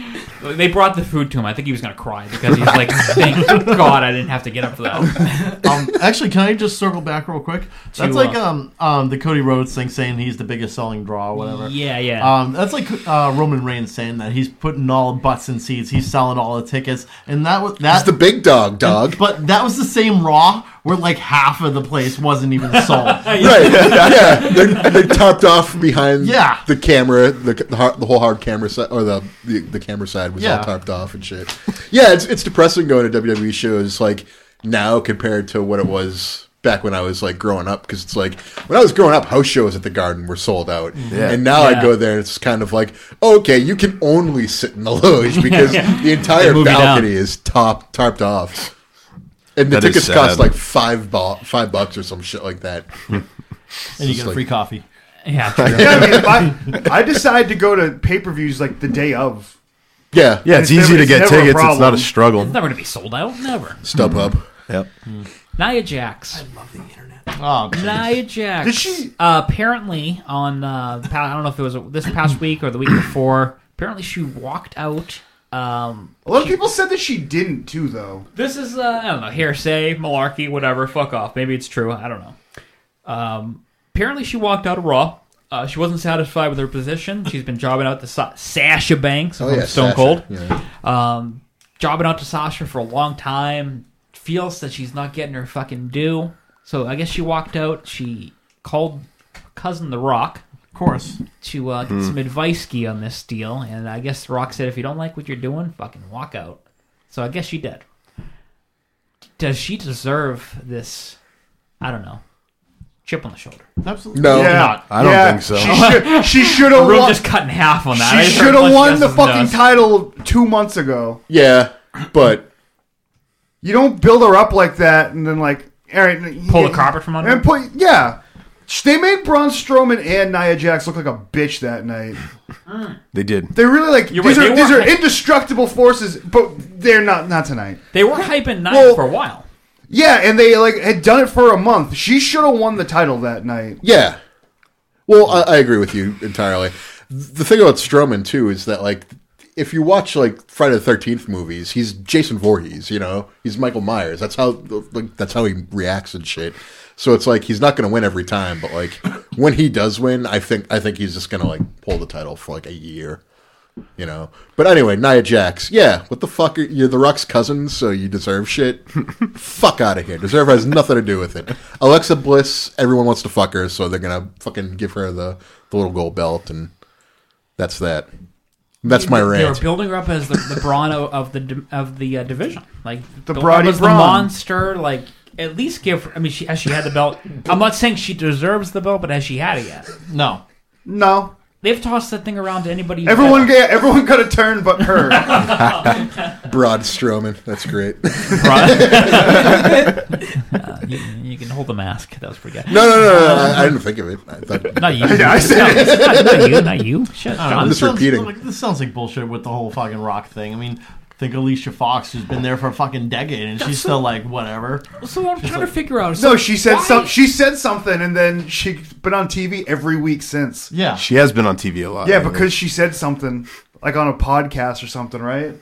they brought the food to him. I think he was gonna cry because he's like, thank God I didn't have to get up for that. um, actually, can I just circle back real quick? That's To, like uh, um, um, the Cody Rhodes thing, saying he's the biggest selling draw, or whatever. Yeah, yeah. Um, that's like uh, Roman Reigns saying that he's putting all butts in seats, he's selling all the tickets, and that was He's that. the big dog, dog. but that was the same Raw where like half of the place wasn't even sold. right? yeah, they're, they're topped off behind. Yeah. the camera, the the, hard, the whole hard camera side, or the, the the camera side was Yeah. all topped off and shit. Yeah, it's it's depressing going to WWE shows like now compared to what it was back when I was like growing up because it's like when I was growing up, house shows at the Garden were sold out, Yeah. and now Yeah. I go there and it's kind of like okay, you can only sit in the loge because the entire move you down. balcony is top topped off. And the That is tickets cost sad. like five bo- five bucks or some shit like that. and you Just get a like- free coffee. yeah, true. yeah, I mean, if I, I decide to go to pay per views like the day of. Yeah, Yeah, it's, It's easy never- to it's get never a tickets. It's not problem. a struggle. never gonna be sold out. Never. StubHub. Yep. Nia Jax. Oh, Nia Jax. Did she- Uh, apparently, on uh, pa- I don't know if it was this past week or the week before. Apparently, she walked out. Um, A lot of people said that she didn't too, though. this is uh, I don't know hearsay, malarkey, whatever. Fuck off. Maybe it's true. I don't know. Um, apparently, she walked out of Raw. Uh, she wasn't satisfied with her position. She's been jobbing out to Sa- Sasha Banks Oh, from Stone Sasha. Cold. Yeah. um, jobbing out to Sasha for a long time. Feels that she's not getting her fucking due. So I guess she walked out. She called her cousin The Rock of course. to uh, Hmm. get some advice key on this deal, and I guess The Rock said, "If you don't like what you're doing, fucking walk out." So I guess she did. Does she deserve this? I don't know. Chip on the shoulder. Absolutely. No, You're not. I don't think so. She should. She should have Rue won. just cut in half on that. I She just should heard have won Fletch the Justice fucking does. title two months ago. Yeah, but you don't build her up like that and then like all right, Pull you- the carpet from under And pull, yeah, they made Braun Strowman and Nia Jax look like a bitch that night. Mm. They did. They really like You're these right, are they these are weren't- indestructible forces, but they're not not tonight. They were hyping Nia Well- for a while. Yeah, and they like had done it for a month. She should have won the title that night. Yeah. Well, I, I agree with you entirely. The thing about Strowman too is that like if you watch like Friday the Thirteenth movies, he's Jason Voorhees. You know, he's Michael Myers. That's how like that's how he reacts and shit. So it's like he's not going to win every time, but like when he does win, I think I think he's just going to like pull the title for like a year. You know, but anyway, Nia Jax. Yeah, what the fuck? Are, you're The Rock's cousin, so you deserve shit. fuck out of here. Deserve has nothing to do with it. Alexa Bliss. Everyone wants to fuck her, so they're gonna fucking give her the, the little gold belt, and that's that. That's my They- They rant. were building her up as the, the brawn of, of the di- of the uh, division, like The build her up Brody as Braun. the monster. Like at least give. her- I mean, she has she had the belt. I'm not saying she deserves the belt, but has she had it yet? No. No. They've tossed that thing around to anybody. who's Everyone, had got, everyone got a turn, but her. Broad Strowman. That's great. it. Uh, you, you can hold the mask. That was pretty good. no, no, no, no. I, I didn't think of it. I thought, Not you. I said- No, not, not you. Not you. Shit, I don't know, John. this, sounds, repeating. like, this sounds like bullshit with the whole fucking rock thing. I mean, think Alicia Fox who's been there for a fucking decade and she's That's so- still like whatever. So I'm trying to figure out. No, she said why- some. She said something, and then she's been on TV every week since. Yeah. She has been on TV a lot. Yeah, lately. because she said something like on a podcast or something, right?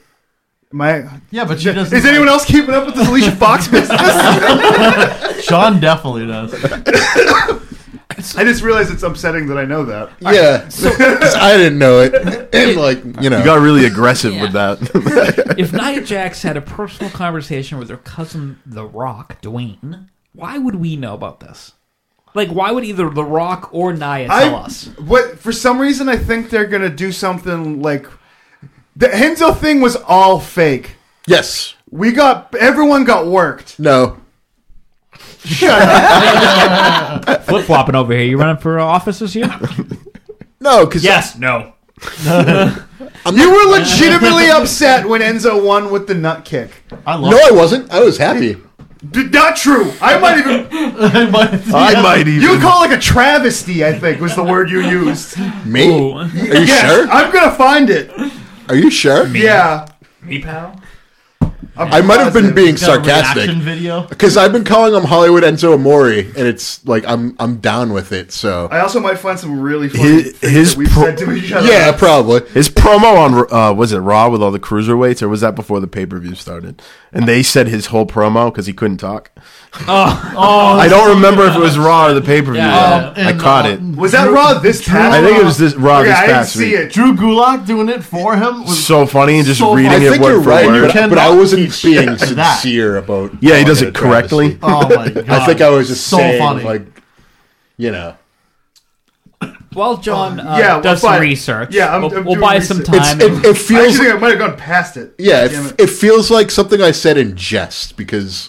Am I? Yeah, but she doesn't. Is anyone else keeping up with this Alicia Fox business? Sean definitely does. I just realized it's upsetting that I know that. yeah, I didn't know it. And like you know, you got really aggressive with that. if Nia Jax had a personal conversation with her cousin The Rock, Dwayne, why would we know about this? Like, why would either The Rock or Nia tell I, us? what for some reason I think they're gonna do something like the Henzo thing was all fake. yes, We got everyone got worked. no. Flip flopping over here. You running for uh, office this year? No, because no. You were legitimately upset when Enzo won with the nut kick. I love no, I wasn't. I was happy. D- not true. I might even I might even. you would call it like a travesty. I think was the word you used. Me? Are you Yes, sure? I'm gonna find it. Are you sure? Yeah, Me, pal? I might have been being Got a sarcastic. reaction video. Because I've been calling him Hollywood Enzo Amore, and it's like I'm I'm down with it. So I also might find some really funny His- things his that we've pro- said to each other. yeah, probably. His promo on uh, was it Raw with all the cruiserweights, or was that before the pay per view started? And they said his whole promo because he couldn't talk. Oh, I don't remember if it was Raw or the pay per view. Yeah. I Um, uh, caught and, it. Was that Raw this past? I think it was this Raw Okay, this I didn't past see week. it. Drew Gulak doing it for him was So funny and just So reading I funny. it think word you're for right, word. but, You but I cannot wasn't teach being shit like that. sincere about. Yeah, he calling does a it correctly. travesty. Oh my god! I think I was just so saying, funny. like, you know, Well, John uh, Oh, yeah, well, does some fine. research. Yeah, I'm- we'll, I'm we'll doing buy some research. it's, time. and- it, it I feels actually think I might have gone past it. yeah, Damn it, it feels like something I said in jest because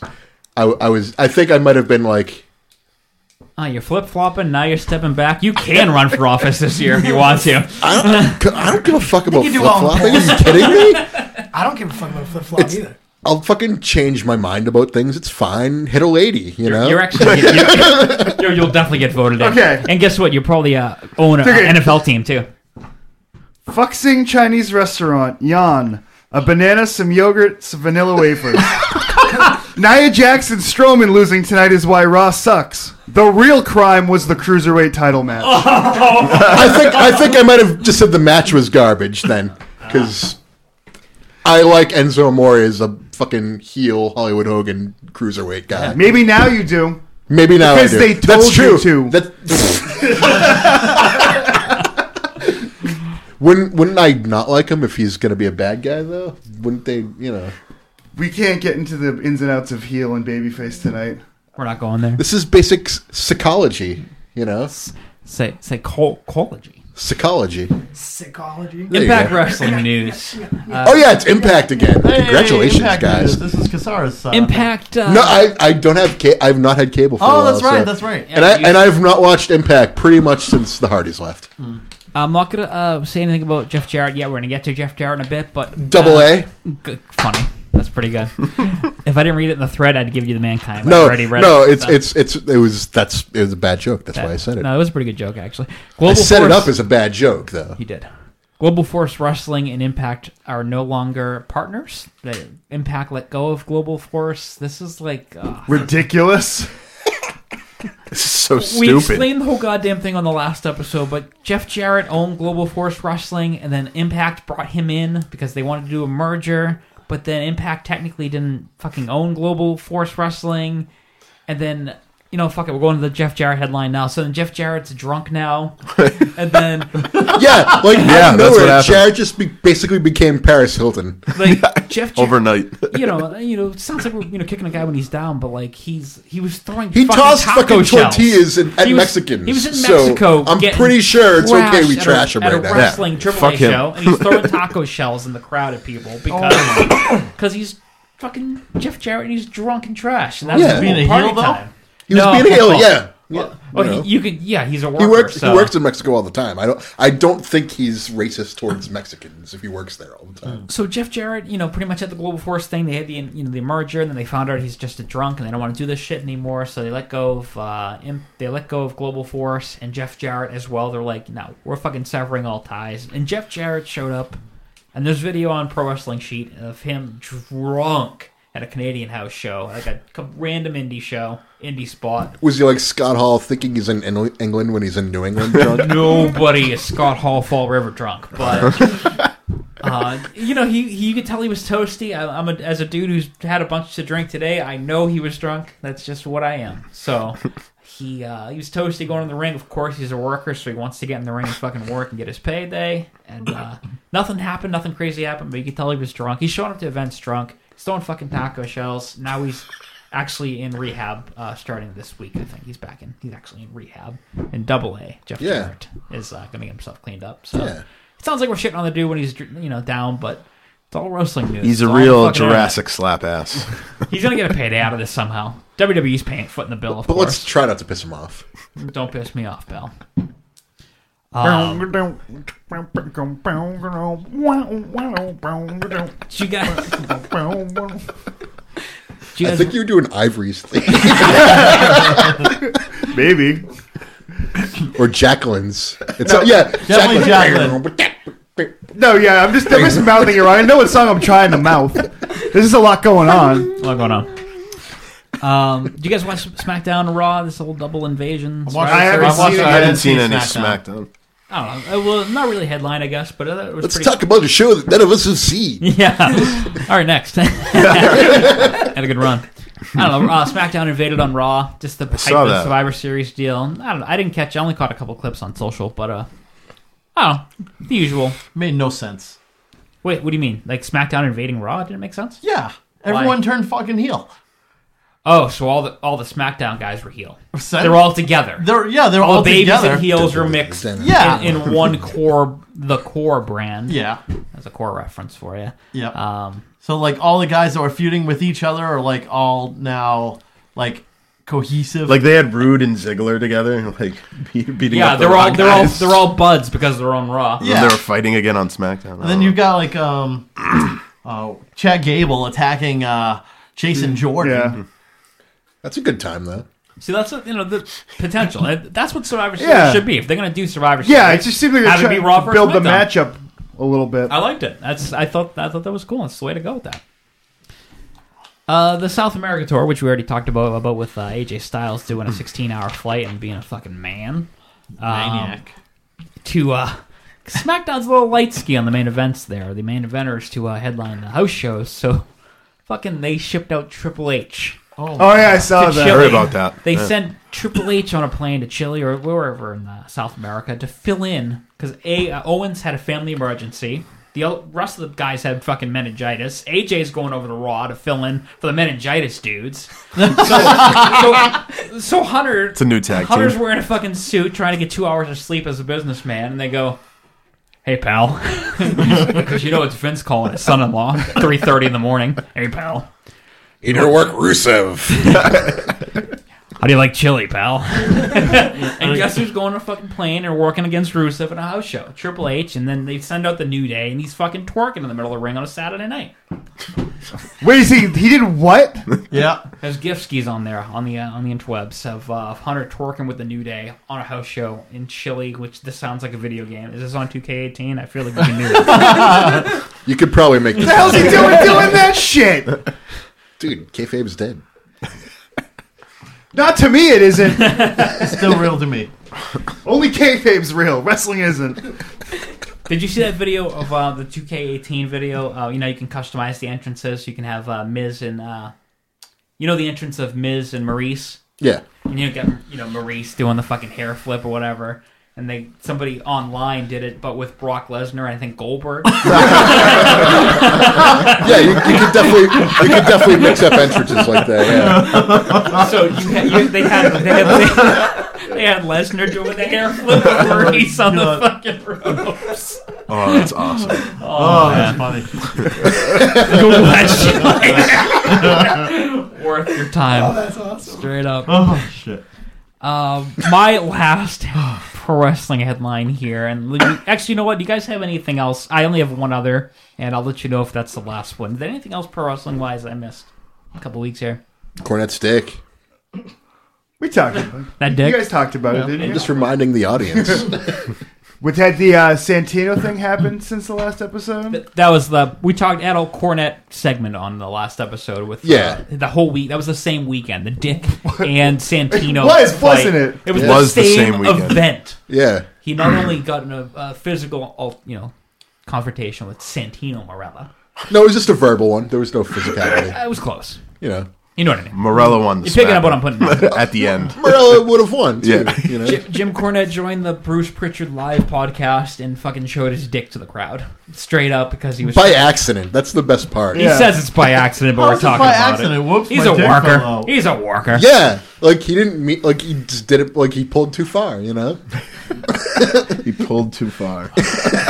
I, I was I think I might have been like oh, you're flip flopping. Now you're stepping back. You can run for office this year if you want to. I don't I don't give a fuck about you flip do well in flopping. Are you kidding me? I don't give a fuck about flip flop either. I'll fucking change my mind about things. It's fine. Hit a lady, you know. You're actually you, you, will definitely get voted in. Okay. And guess what? You're probably uh, own an Okay. NFL team too. Fuxing Chinese restaurant, Yan. A banana, some yogurt, some vanilla wafers. Nia Jackson Strowman losing tonight is why Raw sucks. The real crime was the cruiserweight title match. I think I think I might have just said the match was garbage then, because I like Enzo Amore as a fucking heel Hollywood Hogan cruiserweight guy. Maybe now you do. Maybe now Because I do. they told That's true. you to. That, wouldn't wouldn't I not like him if he's gonna be a bad guy though? Wouldn't they? You know, We can't get into the ins and outs of heel and babyface tonight. We're not going there. this is basic s- psychology. You know, Say say psychology. Psychology. Psychology. There you Impact go. Wrestling news. oh yeah, it's Impact again. Hey, Congratulations, Impact guys. news. This is Kasara's side. Impact. Uh, no, I, I don't have ca- I've not had cable for a Oh, while, that's right, so- that's right. and Yeah, I you- and I've not watched Impact pretty much since the Hardys left. I'm not gonna uh, say anything about Jeff Jarrett yet. We're gonna get to Jeff Jarrett in a bit, but Double uh, A? G- funny. That's pretty good. if I didn't read it in the thread, I'd give you the mankind. I No, already read no, it, it's so- it's it's it was that's it was a bad joke. That's why I said it. No, it was a pretty good joke actually. I set it Force- up as a bad joke though. You did. Global Force Wrestling and Impact are no longer partners. The Impact let go of Global Force. This is like uh, Ridiculous. this is so we explained the whole goddamn thing on the last episode. But Jeff Jarrett owned Global Force Wrestling, and then Impact brought him in because they wanted to do a merger. But then Impact technically didn't fucking own Global Force Wrestling, and then. You know, fuck it. We're going to the Jeff Jarrett headline now. So then Jeff Jarrett's drunk now, and then yeah, like Yeah, out of that's what nowhere, happened. Jared just be- basically became Paris Hilton. like Jeff Jarrett, Overnight. you know, you know, it sounds like we're you know kicking a guy when he's down, but like he's he was throwing. He fucking tossed taco fucking shells. tortillas in- at He was- Mexicans, He was in so Mexico. I'm getting pretty sure it's okay we trashed trash at him right a, at now. a wrestling Yeah. triple Fuck A him. show, and he's throwing taco shells in the crowd at people because Oh. because he's fucking Jeff Jarrett and he's drunk and trash, and that's Yeah. cool Being a party heel, though? time. He was being a heel, yeah. Well, Yeah, well, you know. he, you could, yeah, he's a worker. He works. so- He works in Mexico all the time. I don't. I don't think he's racist towards Mexicans if he works there all the time. So Jeff Jarrett, you know, pretty much at the Global Force thing, they had the you know the merger, and then they found out he's just a drunk, and they don't want to do this shit anymore. So they let go of uh, Im- they let go of Global Force and Jeff Jarrett as well. They're like, no, we're fucking severing all ties. And Jeff Jarrett showed up, and there's video on Pro Wrestling Sheet of him drunk at a Canadian house show, like a co- random indie show, indie spot. Was he like Scott Hall thinking he's in Eng- England when he's in New England? drunk? Nobody is Scott Hall Fall River drunk, but uh, you know he, he you could tell he was toasty. I, I'm a, as a dude who's had a bunch to drink today. I know he was drunk. That's just what I am. So he uh, he was toasty going in the ring. Of course, he's a worker, so he wants to get in the ring and fucking work and get his payday. And uh, nothing happened. Nothing crazy happened. But you could tell he was drunk. He's showing up to events drunk. He's throwing fucking taco shells. Now he's actually in rehab uh, starting this week. I think he's back in. He's actually in rehab in Double A. Jeff Yeah. Jarrett is uh, going to get himself cleaned up. So Yeah. it sounds like we're shitting on the dude when he's dr- you know down, but it's all wrestling news. He's It's a all real fucking internet. Jurassic slap ass. He's going to get a payday out of this somehow. WWE's paying foot in the bill, of But let's course. try not to piss him off. Don't piss me off, pal. Um, Um. Did you guys? I think you're doing Ivory's thing Maybe. or Jacqueline's. It's yeah, definitely No, yeah, I'm just, I'm just mouthing it wrong. I know what song I'm trying to mouth. There's just a lot going on. a lot going on. Um, do you guys watch SmackDown and Raw? This whole double invasion. watched Survivor it. I haven't Series? seen it. I haven't seen any SmackDown. I don't know. Uh, Well, not really headline, I guess, but uh, it was Let's pretty. talk about a show that none of us have seen. Yeah. All right, next. Had a good run. I don't know. Uh, SmackDown invaded on Raw. Just the hype saw of the that. Survivor Series deal. I don't know. I didn't catch. I only caught a couple clips on social, but uh, I don't know. The usual. Made no sense. Wait, what do you mean? Like SmackDown invading Raw? Didn't it make sense? Yeah. Why? Everyone turned fucking heel. Oh, so all the all the SmackDown guys were heel. So- They're all together. They're- yeah, they're all the babies together. and heels are mixed. Yeah. in, in one core, the core brand. Yeah. that's a core reference for you. Yeah. Um, So like all the guys that were feuding with each other are like all now like cohesive. Like they had Rude and Ziggler together, like be- beating. yeah, up the they're Raw all they're all guys. they're all buds because they're on Raw. And then They were fighting again on SmackDown. and then you got like um uh, Chad Gable attacking uh Hmm. Jason Jordan. Hmm. That's a good time though. See, that's what, you know the potential. That- That's what Survivor Series Yeah. should be. If they're gonna do Survivor Series, Yeah, it just seems like have it they're be Raw trying to versus build the SmackDown. matchup a little bit. I liked it. That's I thought I thought that was cool. That's the way to go with that. Uh, the South America tour, which we already talked about, about with uh, AJ Styles doing a Hmm. 16-hour flight and being a fucking man. Um, Maniac. To uh, SmackDown's a little light ski on the main events there. The main eventers to uh, headline the house shows, so fucking they shipped out Triple H. Oh, yeah, I saw to that. Chile. Heard about that. They Yeah. sent Triple H on a plane to Chile or wherever in uh, South America to fill in because a uh, Owens had a family emergency. The o- rest of the guys had fucking meningitis. AJ's going over the Raw to fill in for the meningitis dudes. So, so, so Hunter, It's a new tag Hunter's team. wearing a fucking suit, trying to get two hours of sleep as a businessman, and they go, "Hey pal," because you know it's Vince calling his son-in-law, three thirty in the morning. Hey pal, In her work, Rusev. How do you like chili, pal? and guess who's going on a fucking plane and working against Rusev in a house show? Triple H, and then they send out the New Day, and he's fucking twerking in the middle of the ring on a Saturday night. Wait, is he? He did what? Yeah, there's gift skis on there on the uh, on the interwebs of, uh, of Hunter twerking with the New Day on a house show in Chile, which this sounds like a video game. Is this on 2K18? I feel like we can do this. You could probably make The hell's he doing doing that shit? Dude, kayfabe's dead. Not to me, it isn't. it's still real to me. Only kayfabe's real. Wrestling isn't. Did you see that video of uh, the 2K18 video? Uh, you know, you can customize the entrances. You can have uh, Miz and uh, you know the entrance of Miz and Maurice. Yeah. And you get you know Maurice doing the fucking hair flip or whatever. And they somebody online did it, but with Brock Lesnar and I think Goldberg. Yeah, you, you could definitely you could definitely mix up entrances like that. Yeah. so you had, you, they had they had, they, had Lesnar doing the hair flip and Maurice on the fucking ropes. Oh, that's awesome. Oh, Oh, that's man. funny. Google that shit later. Worth your time. Oh, that's awesome. Straight up. Oh, shit. Um, my last pro wrestling headline here, and actually, you know what? Do you guys have anything else? I only have one other, and I'll let you know if that's the last one. Is there anything else pro wrestling wise I missed? A couple weeks here. Cornet stick. We talked about it. That dick? You guys talked about Yeah. it, didn't I'm you? just reminding the audience. With had the uh, Santino thing happened since the last episode? That was the we talked adult cornet segment on the last episode with uh, Yeah. the whole week. That was the same weekend. The Dick and Santino It was, fight. wasn't it? It was, It the, was same the same weekend. event. Yeah. he not only got in a, a physical, al- you know, confrontation with Santino Morella. No, it was just a verbal one. There was no physicality. It was close. You know. You know what I mean. Morella won the You're picking smack. up what I'm putting down. at the end. Morella would have won. Too, Yeah. You know. Jim, Jim Cornette joined the Bruce Pritchard live podcast and fucking showed his dick to the crowd straight up because he was By accident. That's the best part. He says it's by accident, but How's we're it talking by about accident? it. Whoops, my He's a dick worker. fell out. He's a worker. Yeah, like he didn't mean, like he just did it, like he pulled too far, you know. he pulled too far.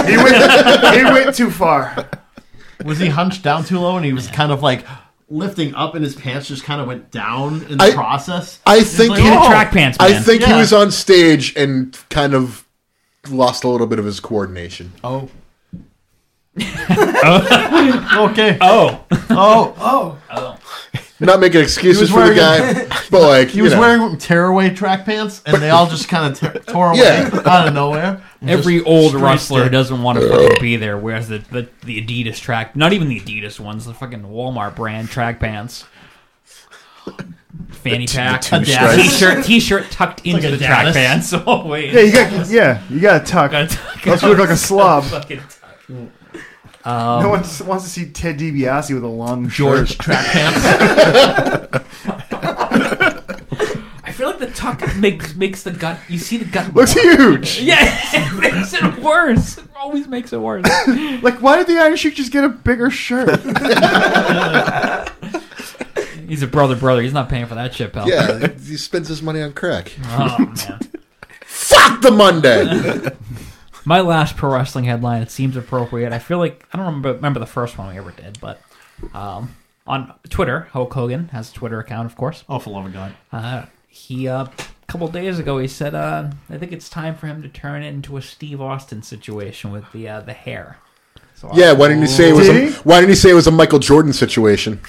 he, went, he went too far. Was he hunched down too low, and he was kind of like lifting up, and his pants just kind of went down in the I- process? I It's think like, he, oh. I think he was on stage and kind of lost a little bit of his coordination. Oh. okay. Oh. Oh. Oh. Oh. Not making excuses for the guy, but like he was you know. wearing tearaway track pants, and they all just kind of te- tore away Yeah. out of nowhere. Every Just old straight wrestler stick. doesn't want to fucking be there, whereas the, the, the Adidas track, not even the Adidas ones, the fucking Walmart brand track pants. Fanny The t- pack, the two stripes. t-shirt, t-shirt tucked It's like into a the track Dallas. pants. Always. Yeah, you got yeah, you got to tuck. Else you look like a slob. Fucking tuck. no Um, one s- wants to see Ted DiBiase with a long George shirt. track pants. I feel like the tuck makes makes the gut. You see the gut Looks huge. Yeah, it makes it worse. It always makes it worse. like, why did the Iron Sheik just get a bigger shirt? He's a brother, brother. He's not paying for that shit, pal. yeah, he spends his money on crack. Oh, man. Fuck the Monday. My last pro wrestling headline. It seems appropriate. I feel like I don't remember, remember the first one we ever did, but um, on Twitter, Hulk Hogan has a Twitter account, of course. Oh, for love of God! Uh, he uh, a couple days ago he said, uh, "I think it's time for him to turn it into a Steve Austin situation with the uh, the hair." So Oh, yeah, why didn't he say it was? A, why didn't he say it was a Michael Jordan situation?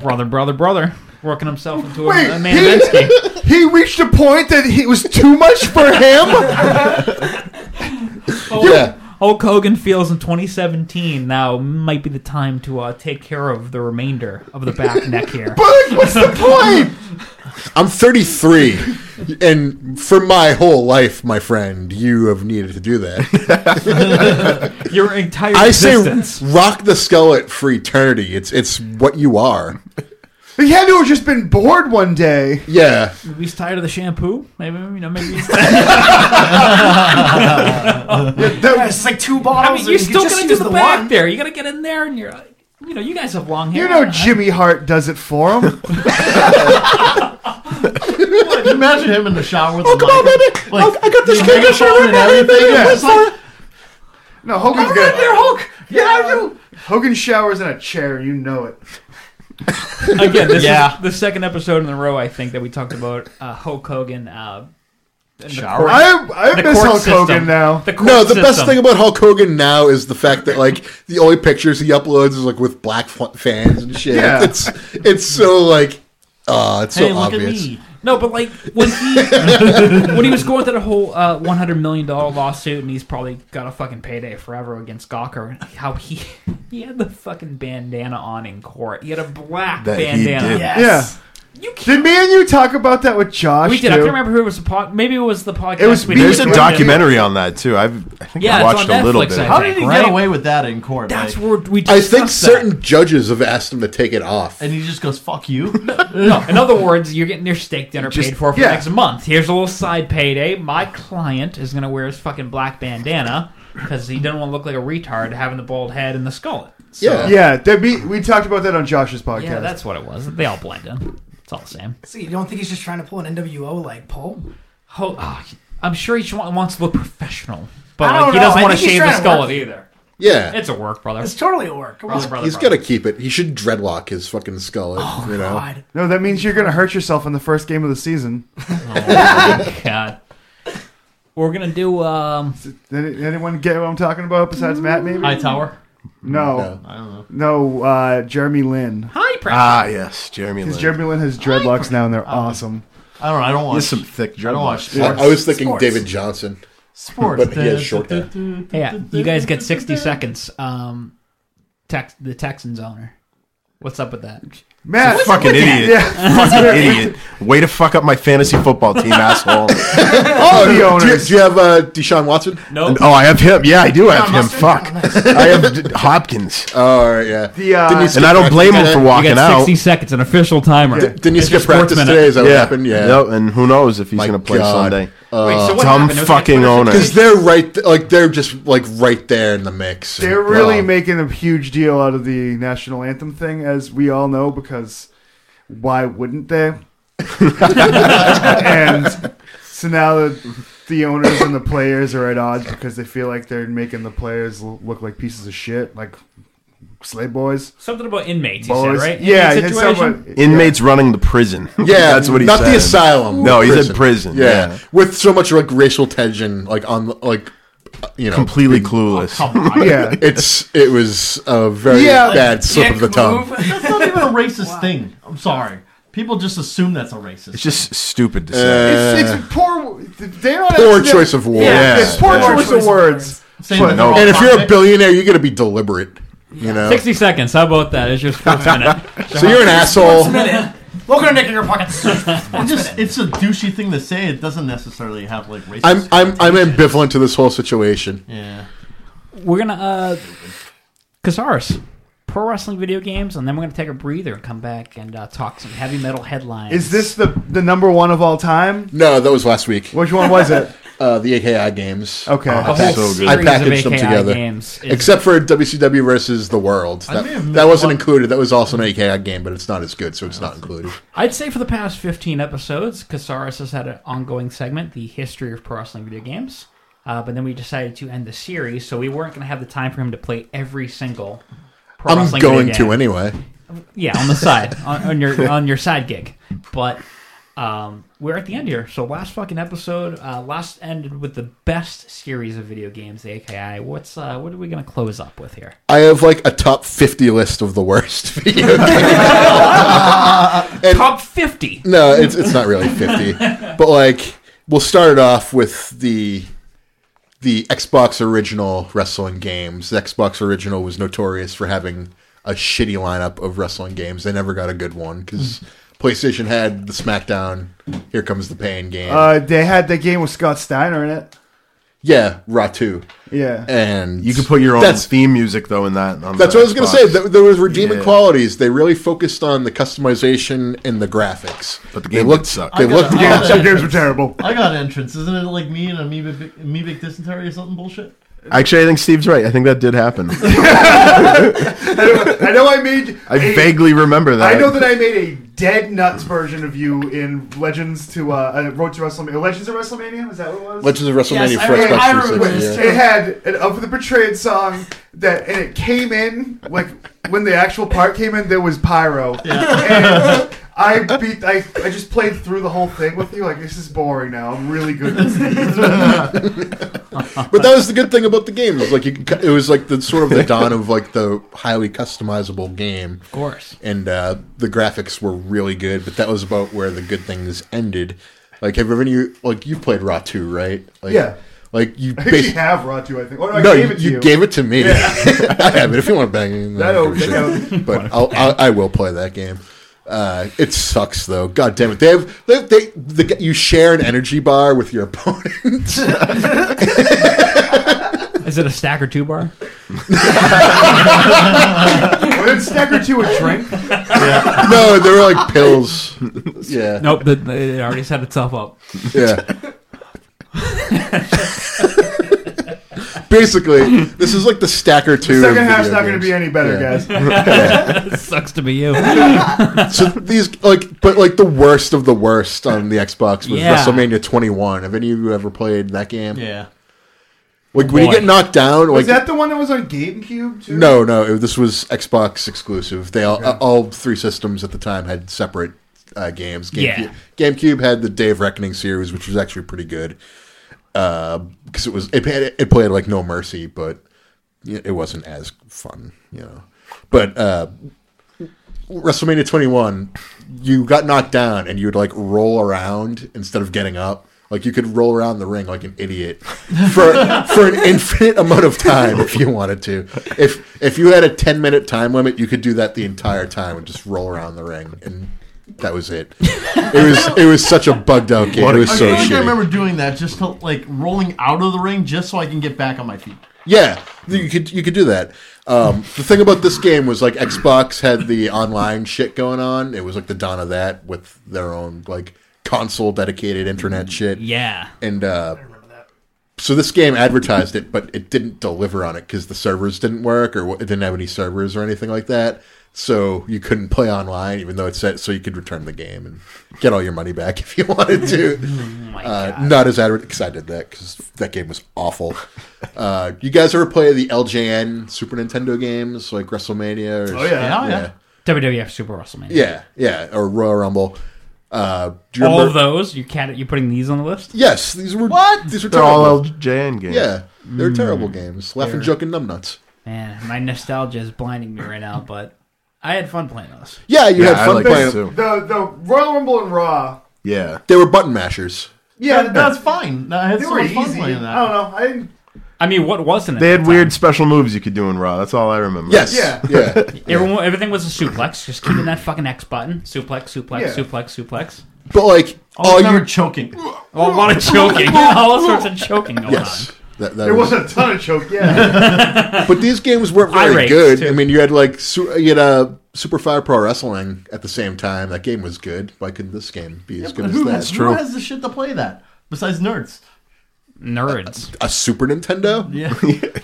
brother, brother, brother, working himself into a, Wait, a man he, he reached a point that he- it was too much for him. yeah. Hulk Hogan feels in 2017 now might be the time to uh, take care of the remainder of the back neck here. But what's the point? I'm 33, and for my whole life, my friend, you have needed to do that. Your entire I existence. say, rock the skeleton for eternity. It's it's what you are. he had to have just been bored one day. Yeah. Maybe he's tired of the shampoo. Maybe you know. Maybe he's Yeah, it's like two bottles. I mean, and you're you still just gonna do use the, the back one. there. You gotta get in there, and you're, you know, you guys have long hair. You know Jimmy Hart does it for him. Can you imagine him in the shower with Oh, the come on, mic? baby. Like, I- I got this the cake, I shall megaphone and remember everything. everything. Yeah. It's like, No, Hogan's Get out there, Hulk. Get out you. Hogan showers in a chair. You know it. Again, this Yeah. is the second episode in a row I think that we talked about uh, Hulk Hogan. Uh, and the court- I, the I miss court Hulk system. Hogan now. The court no, the best system. thing about Hulk Hogan now is the fact that like the only pictures he uploads is like with black f- fans and shit. Yeah. It's it's so like uh it's so obvious. No, but like when he when he was going through the whole uh, one hundred million dollar lawsuit, and he's probably got a fucking payday forever against Gawker. How he he had the fucking bandana on in court. He had a black That he bandana. did. Yes. Did me and you talk about that with Josh? we did. I too? can't remember who it was the pod. Maybe it was the podcast. was we did There's a with Brendan. documentary on that too. I've I think Yeah, I it's watched on a little Netflix, bit. I How did he Right? get away with that in court? That's like, where we. I Discussed think that. certain judges have asked him to take it off. and he just goes, "Fuck you." no, in other words, you're getting your steak dinner Just- paid for for yeah. the next month. Here's a little side payday. My client is going to wear his fucking black bandana because he doesn't want to look like a retard having the bald head and the skull. So- yeah, yeah. That be, we talked about that on Josh's podcast. Yeah, that's what it was. They all blend in. It's all the same. See, you don't think he's just trying to pull an NWO like pull? Ho- ah, I'm sure he wa- wants to look professional, I but don't like, he know. doesn't I want to think he's shave the trying to skull work. either. Yeah. it's a work, brother. It's totally a work. Brother, brother, He's got to keep it. He should dreadlock his fucking skull. Oh, you know? No, that means you're gonna hurt yourself in the first game of the season. Oh, God. We're gonna do. Um, Did anyone get what I'm talking about besides Matt? Maybe Hightower? No, No. I don't know. No, uh, Jeremy Lin. Hi, Ah, yes, Jeremy Because Lin. Jeremy Lin has dreadlocks now, and they're awesome. Oh. I don't know. I don't He watch has some thick I don't watch dreadlocks. sports. I, I was thinking Sports. David Johnson. Sports. But he has short hair. yeah, you guys get 60 seconds. Um, Tex- the Texans owner. What's up with that? Matt, You fucking idiot. Fucking idiot. Way to fuck up my fantasy football team, asshole. oh, do you, do you have uh, Deshaun Watson? No. And- oh, I have him. Yeah, I do have him. Fuck. I have D- Hopkins. Oh, all right, yeah. The, uh, Didn't you skip and I don't practice blame him today? for You walking got 60 out. seconds, an official timer. Did- didn't you It's your skip practice sports minute. today? Is that what happened? Yeah. Yep, and who knows if he's going to play God. Sunday. Uh, Wait, so what Dumb happened? fucking owner. Because they're right, th- like they're just like right there in the mix. They're really making a huge deal out of the national anthem thing, as we all know, because why wouldn't they? and so now the, the owners and the players are at odds because they feel like they're making the players l- look like pieces of shit, like slave boys. Something about inmates, he said, Boys. right? Yeah, Inmate he said situation? something- Inmates running the prison. Yeah, that's what he not said. the asylum. No, the he's in prison. Yeah, with so much like racial tension, like on like uh, you know, completely clueless. yeah, it's it was a very Yeah. bad slip of the Dick tongue. That's not even a racist thing. I'm sorry. People just assume that's a racist. It's just stupid to Uh, say. It's, it's poor. They don't Poor have- choice of words. Yeah, it's poor Yeah. choice of words. But- and if you're a billionaire, you got to be deliberate. You know, 60 seconds. How about that? It's your sports minute. so you're an asshole. Welcome to Nick in Your Pockets. It's just it's a douchey thing to say. It doesn't necessarily have like racist. I'm I'm I'm ambivalent to this whole situation. yeah. We're going to, uh, Casares, pro wrestling video games, and then we're going to take a breather and come back and uh, talk some heavy metal headlines. Is this the the number one of all time? No, that was last week. Which one was it? Uh, the AKI games. Okay. I Oh, The whole packaged- series I of packaged them AKI together, games is- except for WCW versus the World. I That, may have missed Oh, that wasn't included. That was also an AKI game, but it's not as good, so it's not included. I'd say for the past 15 episodes, Casares has had an ongoing segment, the history of pro wrestling video games. Uh, but then we decided to end the series, so we weren't going to have the time for him to play every single pro I'm wrestling going video to game. anyway. Yeah, on the side, on, on your on your side gig. But um, we're at the end here. So last fucking episode, uh, last ended with the best series of video games, the AKI. What's uh, what are we going to close up with here? I have like a top 50 list of the worst video Top fifty. No, it's it's not really fifty, but like we'll start it off with the the Xbox original wrestling games. The Xbox original was notorious for having a shitty lineup of wrestling games. They never got a good one Hmm. because PlayStation had the SmackDown, Here Comes the Pain game. Uh, they had that game with Scott Steiner in it. yeah, Raw two. Yeah. and You could put your own That's- theme music though in that. on That's the what I was going to Xbox. say. There, there was redeeming Yeah. qualities. They really focused on the customization and the graphics. But the game they looked, did suck. They I got looked. it. I got it. were terrible. I got entrance. Isn't it like me and amoebic, amoebic dysentery or something bullshit? Actually, I think Steve's right. I think that did happen. I know I made. I a- vaguely remember that. I know that I made a dead nuts version of you in Legends to uh, uh, Road to WrestleMania. Legends of WrestleMania is that what it was? Legends of WrestleMania Yes, I for remember- Xbox I remember 360, this yeah. It had an of the betrayed song that, and it came in like when the actual part came in. There was pyro, and I beat. I, I just played through the whole thing with you. Like this is boring now. I'm really good. At this. but that was the good thing about the game. It was like you could, cu- it was like the sort of the dawn of like the highly customizable game. Of course. And uh, the graphics were really good, but that was about where the good things ended. Like have ever you like you played Raw 2, right? Like, Yeah. Like you I actually basi- have Ratu. I think. Oh, no, I no, gave it to you, you. gave it to me. Yeah. I have it. If you want to bang it, That I don't give a don't- shit. but I'll, I'll, I will play that game. Uh, it sucks though. God damn it! They have they, they the, you share an energy bar with your opponent. Is it a stack or two bar? Would Stacker Two a drink? no, they were like pills. Yeah. Nope. The, it already set itself up. Yeah. Basically, this is like the stacker two. second of half's video not gonna games. be any better, guys. Sucks to be you. so these like, but like the worst of the worst on the Xbox was Yeah. WrestleMania 21. Have any of you ever played that game? Yeah. Like when Boy. you get knocked down, was like that the one that was on GameCube too? no, no, it- this was Xbox exclusive. They all all three systems at the time had separate uh, games. GameCube, Yeah. GameCube had the Day of Reckoning series, which was actually pretty good because it was it, had- it played like No Mercy, but y- it wasn't as fun, you know. But uh, WrestleMania 21, you got knocked down and you would like roll around instead of getting up. Like you could roll around the ring like an idiot for for an infinite amount of time if you wanted to. If if you had a 10 minute time limit, you could do that the entire time and just roll around the ring and that was it. It was it was such a bugged out game. It was I so feel like I shitty. remember doing that just to, like rolling out of the ring just so I can get back on my feet. Yeah, you could you could do that. Um, the thing about this game was like Xbox had the online shit going on. It was like the dawn of that with their own like console dedicated internet shit. Yeah. and uh, so this game advertised it, but it didn't deliver on it because the servers didn't work or it didn't have any servers or anything like that. So you couldn't play online, even though it said so you could return the game and get all your money back if you wanted to. Oh uh, not as advert because I did that because that game was awful. uh, you guys ever play the LJN Super Nintendo games like WrestleMania? Or Oh, yeah. Yeah, yeah. WWF Super WrestleMania. yeah, yeah, or Royal Rumble. Uh, do you All remember- of those. You can't. You putting these on the list? Yes, these were what? These were They're terrible. all LJN games. Yeah, they're Mm. terrible games. Laughing, They're- joking, numbnuts. Man, my nostalgia is blinding me right now, but I had fun playing those. Yeah, you had fun playing. The the Royal Rumble and Raw. Yeah, they were button mashers. Yeah, That- that's fine. I had they so were much fun easy. playing that. I don't know. I didn't. I mean, what wasn't it? They had weird special moves you could do in Raw. That's all I remember. Yes. Yeah. yeah. Everyone, everything was a suplex. Just keeping that fucking X button. Suplex, suplex, Yeah. suplex, suplex. But like, Oh, all you you were choking. Oh, a lot of choking. all sorts of choking going Yes. That, that There was a ton of choke. Yeah. but these games weren't very Irate, good. I mean, you had like su- you had uh, Super Fire Pro Wrestling at the same time. That game was good. Why couldn't this game be as good But as who, that? who has the shit to play that besides nerds? Nerds. A Super Nintendo? Yeah.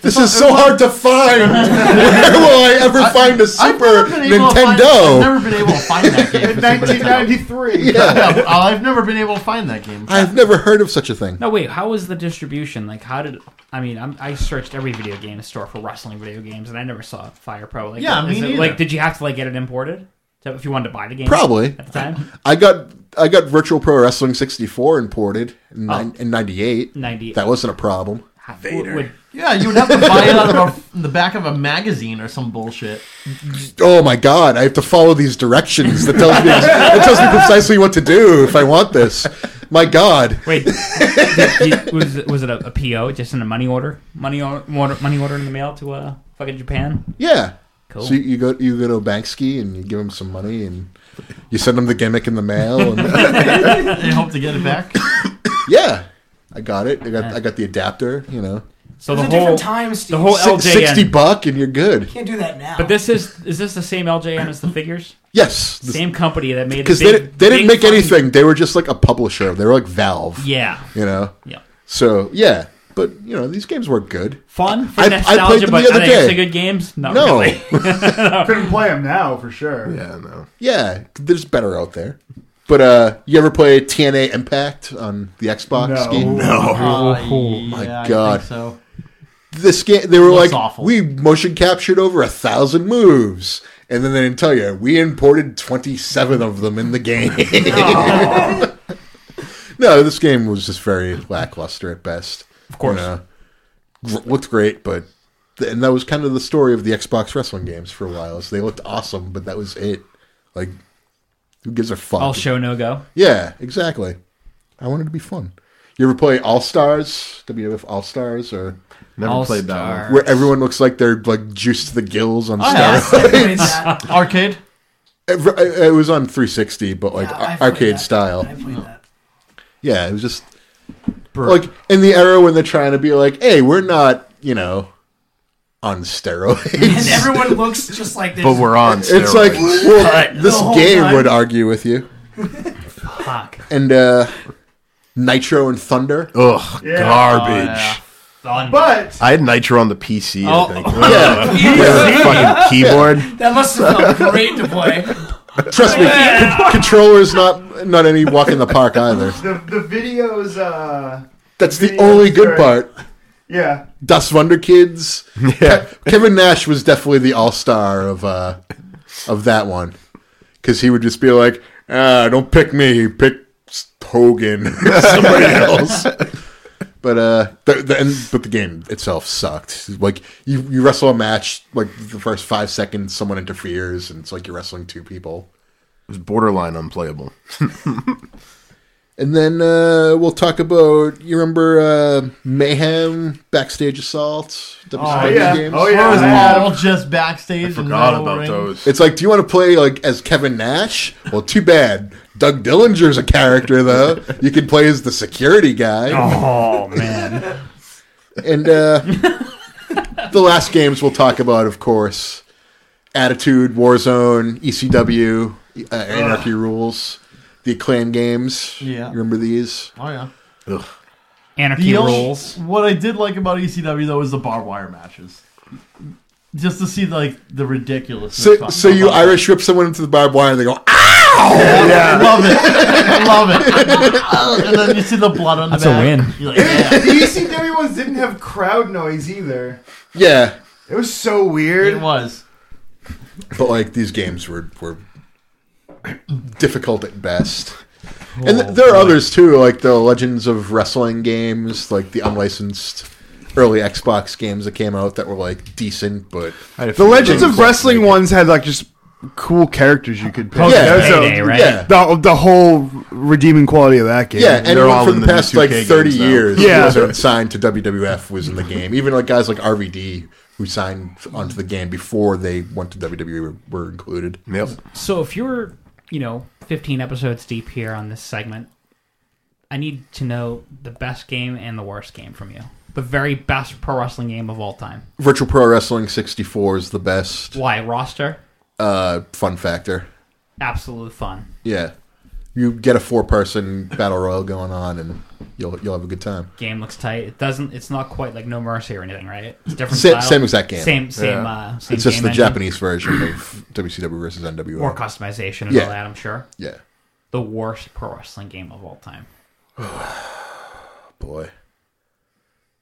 this is so hard to find. Where will I ever find a Super been able to find- Nintendo? I've never been able to find that game. In 1993. Yeah. yeah, I've never been able to find that game. I've never heard of such a thing. No, wait. How was the distribution? Like, how did? I mean, I'm, I searched every video game store for wrestling video games, and I never saw Fire Pro. Like, Yeah, is me it, neither. Like, did you have to like get it imported? So If you wanted to buy the game, Probably at the time, I got I got Virtual Pro Wrestling '64 imported in, Oh. nine in '98. 98. That wasn't a problem. Vader. yeah, you would have to buy it out of a, the back of a magazine or some bullshit. Oh my god! I have to follow these directions that tells me that tells me precisely what to do if I want this. My god! Wait, did, did, was it, was it a, a PO just in a money order, money or- order, money order in the mail to uh, fucking Japan? Yeah. Cool. So you, you go you go to Banksy and you give him some money and you send him the gimmick in the mail. And they hope to get it back. yeah, I got it. I got I got the adapter. You know. So It was the whole a different time, Steve. the whole Six- LJN. sixty buck and you're good. Can't do that now. But this is is this the same LJN as the figures? Yes. Same company that made because the they, big, didn't- they big didn't make fucking- anything. They were just like a publisher. They were like Valve. Yeah. You know. Yeah. So yeah, But you know, these games were good. Fun for I, nostalgia, I played them but the are other they day. actually good games? Not no, really. Couldn't play them now for sure. Yeah, no. yeah, there's better out there. But uh, you ever play TNA Impact on the Xbox No. game? No. Uh, oh my yeah, I god. think so. This game, they were Looks like, awful. we motion captured over a thousand moves, and then they didn't tell you we imported twenty seven of them in the game. no, this game was just very lackluster at best. Of course. looked great, but and that was kind of the story of the Xbox wrestling games for a while. Is they looked awesome, but that was it. Like, who gives a fuck? All Oh, show no go. Yeah, exactly. I wanted to be fun. You ever play All Stars? WWF All Stars or Never All played that one. Stars. Where everyone looks like they're like juiced to the gills on Oh, yeah. steroids. Arcade. Every- it was on 360, but like Yeah, ar- I played arcade that. style. I played that. Yeah, it was just like in the era when they're trying to be like, "Hey, we're not, you know, on steroids." And everyone looks just like this. It's like, well, Cut. this The whole game time. would argue with you. And uh Nitro and Thunder. Ugh, Yeah. garbage. But I had Nitro on the PC. Oh. I think. Yeah. With a fucking keyboard. That must have felt great to play. Trust me, con- controller's not not any walk in the park either. The the videos. Uh, That's the videos only good are- part. Yeah. Dust Wonder Kids. Ke- Kevin Nash was definitely the all star of uh, of that one because he would just be like, ah, "Don't pick me, pick S- Hogan, or somebody else." But uh, the, the and, but the game itself sucked. Like you, you wrestle a match, like the first five seconds, someone interferes, and it's like you're wrestling two people. It was borderline unplayable. And then uh, we'll talk about you remember uh, Mayhem Backstage Assault? Oh, WCW yeah. games? Oh, yeah. It was all just backstage. and no ring. It's like, do you want to play like as Kevin Nash? Well, too bad. Doug Dillinger's a character though. You can play as the security guy. Oh man. and uh, the last games we'll talk about, of course, Attitude, Warzone, ECW, uh, Anarchy Rules, the Acclaim games. Yeah. you remember these? Oh, yeah. Ugh. The only- What I did like about ECW though is the barbed wire matches. Just to see like the ridiculous. So, so you Irish whip someone into the barbed wire and they go, ow! I love it. I love it. and then you see the blood on the That's a back. win. You're like, the ECW ones didn't have crowd noise either. Yeah. It was so weird. It was. But like these games were were difficult at best. and th- there are others too, like the Legends of Wrestling games, like the unlicensed early Xbox games that came out that were like decent, but The Legends of Wrestling ones had like just cool characters you could pick. Yeah, Payday, right? yeah. The, the whole redeeming quality of that game. Yeah, and anyone from the, past like 30 years who Yeah. wasn't signed to WWF was in the game. Even like guys like RVD who signed onto the game before they went to WWE were, were included. Yep. So if you're, you know, 15 episodes deep here on this segment, I need to know the best game and the worst game from you. The very best pro wrestling game of all time. Virtual Pro Wrestling 64 is the best Why roster? uh, fun factor. Absolute fun. Yeah. You get a four person battle royal going on and you'll you'll have a good time. Game looks tight. It doesn't. It's not quite like No Mercy or anything, right? It's different. Same, style. same exact game. Same same. Uh, same it's just game the engine. Japanese version of WCW versus NWO. More customization and all that. I'm sure. Yeah. The worst pro wrestling game of all time. Boy.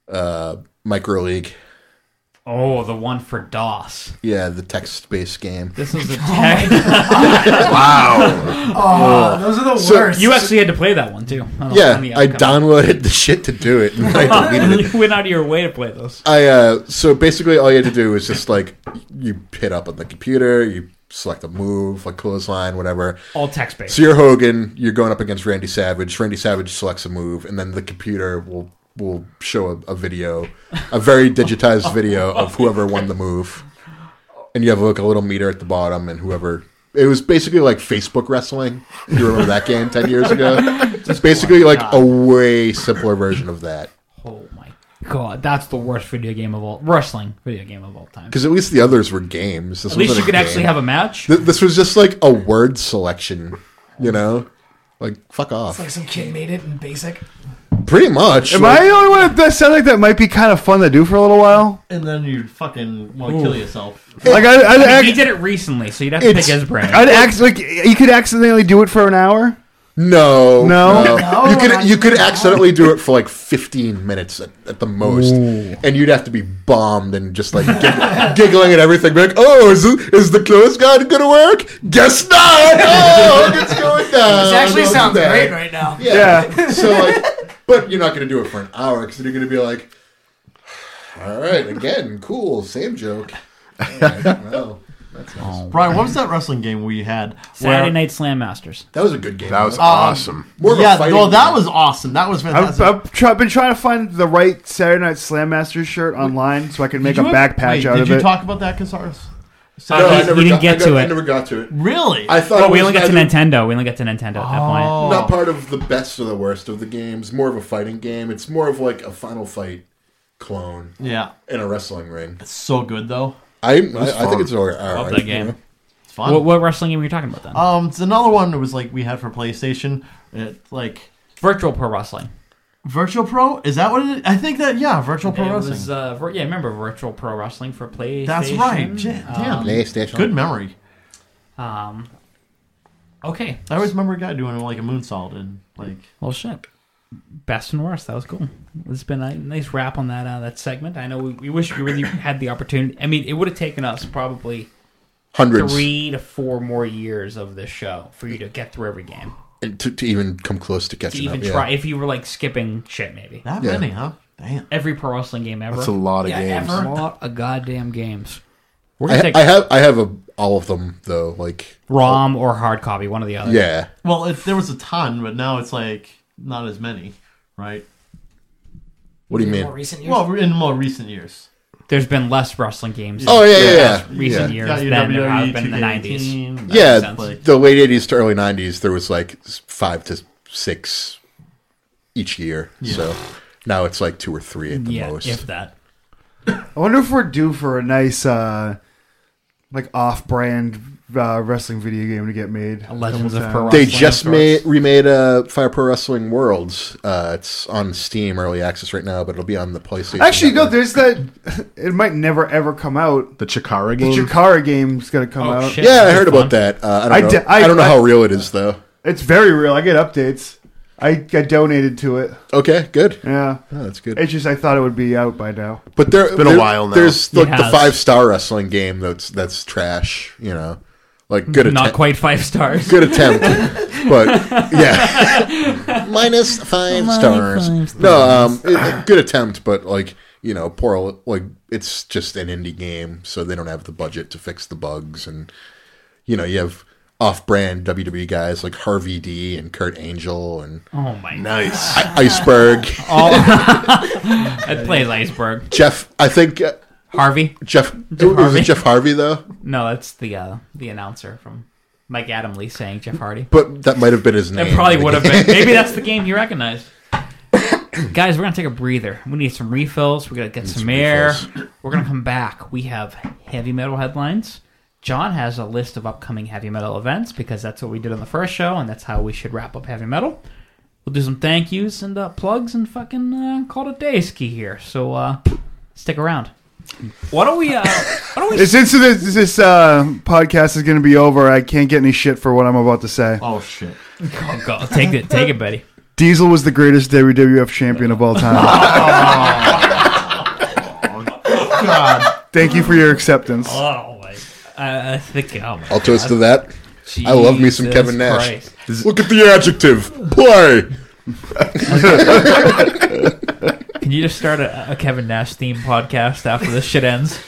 Uh, Micro League. Oh, the one for DOS. Yeah, the text based game. This is a tech. wow. Oh, those are the So- worst. You actually had to play that one too. on- Yeah, on the I outcome. downloaded the shit to do it. And I deleted it. you went out of your way to play those. I uh, so basically all you had to do was just like you hit up on the computer, you select a move, like clothesline, whatever. All text-based. So you're Hogan, you're going up against Randy Savage. Randy Savage selects a move, and then the computer will will show a, a video, a very digitized video of whoever won the move. And you have like a little meter at the bottom, and whoever. It was basically like Facebook wrestling. If you remember that game ten years ago? It's basically like a way simpler version of that. God, that's the worst video game of all wrestling video game of all time. Because at least the others were games. This At least wasn't you could actually have a match. Th- this was just like a word selection, you know? Like, fuck It's off. like some kid made it in basic. Pretty much. Am like- I the only one that sounds like that might be kind of fun to do for a little while? and then you fucking want to kill yourself. Like I, I'd I mean, act- he did it recently, so you'd have to pick It's- his brain. I'd act like you could accidentally do it for an hour. Oh, No, No? Oh, You could you could accidentally do it for like 15 minutes at, at the most, and you'd have to be bombed and just like gig- giggling at everything. Be like, oh, is, it, is the clothes guide gonna work? Guess not. Oh, it's going down. This actually I'll do sounds that. great right now. Yeah. so like, but you're not gonna do it for an hour because then you're gonna be like, all right, again, cool, same joke. All right, well, that's nice. Brian, what was that wrestling game we had? Saturday where- Night Slam Masters. That was a good game. That was Um, yeah, no, that was awesome. That was I've, fantastic. I've try, been trying to find the right Saturday Night Slam Master shirt online so I can make Did a you have- back patch wait, out did of you it. talk about that, Casares? No, I never you got- didn't get I got- to I it. never got to it. Really? I thought Well, it we was only got to either- Nintendo. We only got to Nintendo at that point. Not part of the best or the worst of the games. More of a fighting game. It's more of like a Final Fight clone. Yeah. In a wrestling ring. It's so good though. I I, I think it's all right. Love that game. It's fun. What, what wrestling game were you talking about then? Um, it's another one that was like we had for PlayStation. It like Virtual Pro Wrestling. Virtual Pro is that what it is? I think that yeah, Virtual Pro it Wrestling. was, uh, vir- yeah, remember Virtual Pro Wrestling for PlayStation? That's right. Ja- damn. Good memory. Um, okay. I always remember a guy doing like a moonsault and like Well, shit. Best and worst. That was cool. It's been a nice wrap on that uh, that segment. I know we, we wish we really had the opportunity. I mean, it would have taken us probably Hundreds. three to four more years of this show for you to get through every game And to, to even come close to to catching even up. yeah. try. If you were like skipping shit, maybe that Yeah. many, huh? Damn. Every pro wrestling game ever. That's a lot of Yeah, games. Ever. A lot of goddamn games. I, We're gonna ha- take I have I have a, all of them though. Like ROM or hard copy, one or the other. yeah. Well, it, there was a ton, but now it's like not as many, right? What do you In mean? more recent years? Well, in more recent years. There's been less wrestling games. Oh, yeah, in yeah, the yeah. past Recent Yeah. years Got your than there WWE have been in the 2K18, 90s. yeah, That makes sense. the late '80s to early '90s, there was like s- five to six each year. Yeah. So now it's like two or three at the Yeah, most. if that. I wonder if we're due for a nice, uh, like off-brand uh, wrestling video game to get made. Legends of Pro They just made remade uh, Fire Pro Wrestling Worlds. Uh, it's on Steam early access right now, but it'll be on the PlayStation. Actually, no. There's that. It might never ever come out. The Chikara The game? Chikara game's gonna come Oh, out. yeah, I heard about that. Uh, I I don't know. I, di- I- don't know I- how real it is though. It's very real. I get updates. I, I donated to it. Okay, good. Oh, Yeah, that's good. It's just I thought it would be out by now. But there, It's been a there- while now. There's It like the has. five star wrestling game that's that's trash. You know, like good Not attempt- quite five stars. Good attempt, but yeah, minus five Minus stars. five No, um, it- good attempt, but like you know, poor like it's just an indie game, so they don't have the budget to fix the bugs, and you know you have off-brand WWE guys like Harvey D and Kurt Angel and Oh my nice I- Iceberg. it plays Iceberg. Jeff, I think uh, Harvey. Jeff, Jeff was Harvey. it Jeff Harvey though? No, that's the uh, the announcer from Mike Adam Lee saying Jeff Hardy. But that might have been his name. That probably would have been. Maybe that's the game you recognize. Guys, we're gonna take a breather. We need some refills. We gotta get some, air. We're gonna come back. We have heavy metal headlines. John has a list of upcoming heavy metal events because that's what we did on the first show, and that's how we should wrap up heavy metal. We'll do some thank yous and uh, plugs and fucking uh, call it a day ski here. So uh, stick around. Why don't we? Uh, why don't we? Since this, this uh, podcast is going to be over, I can't get any shit for what I'm about to say. Oh shit! Oh, God, take it, take it, Betty. Diesel was the greatest WWF champion of all time. Oh, Oh, God. Thank you for your acceptance. Oh my! I I think. Oh my I'll toast to God. that. I love me some Jesus Kevin Nash. Christ. Look at the adjective play. Can you just start a, a Kevin Nash theme podcast after this shit ends?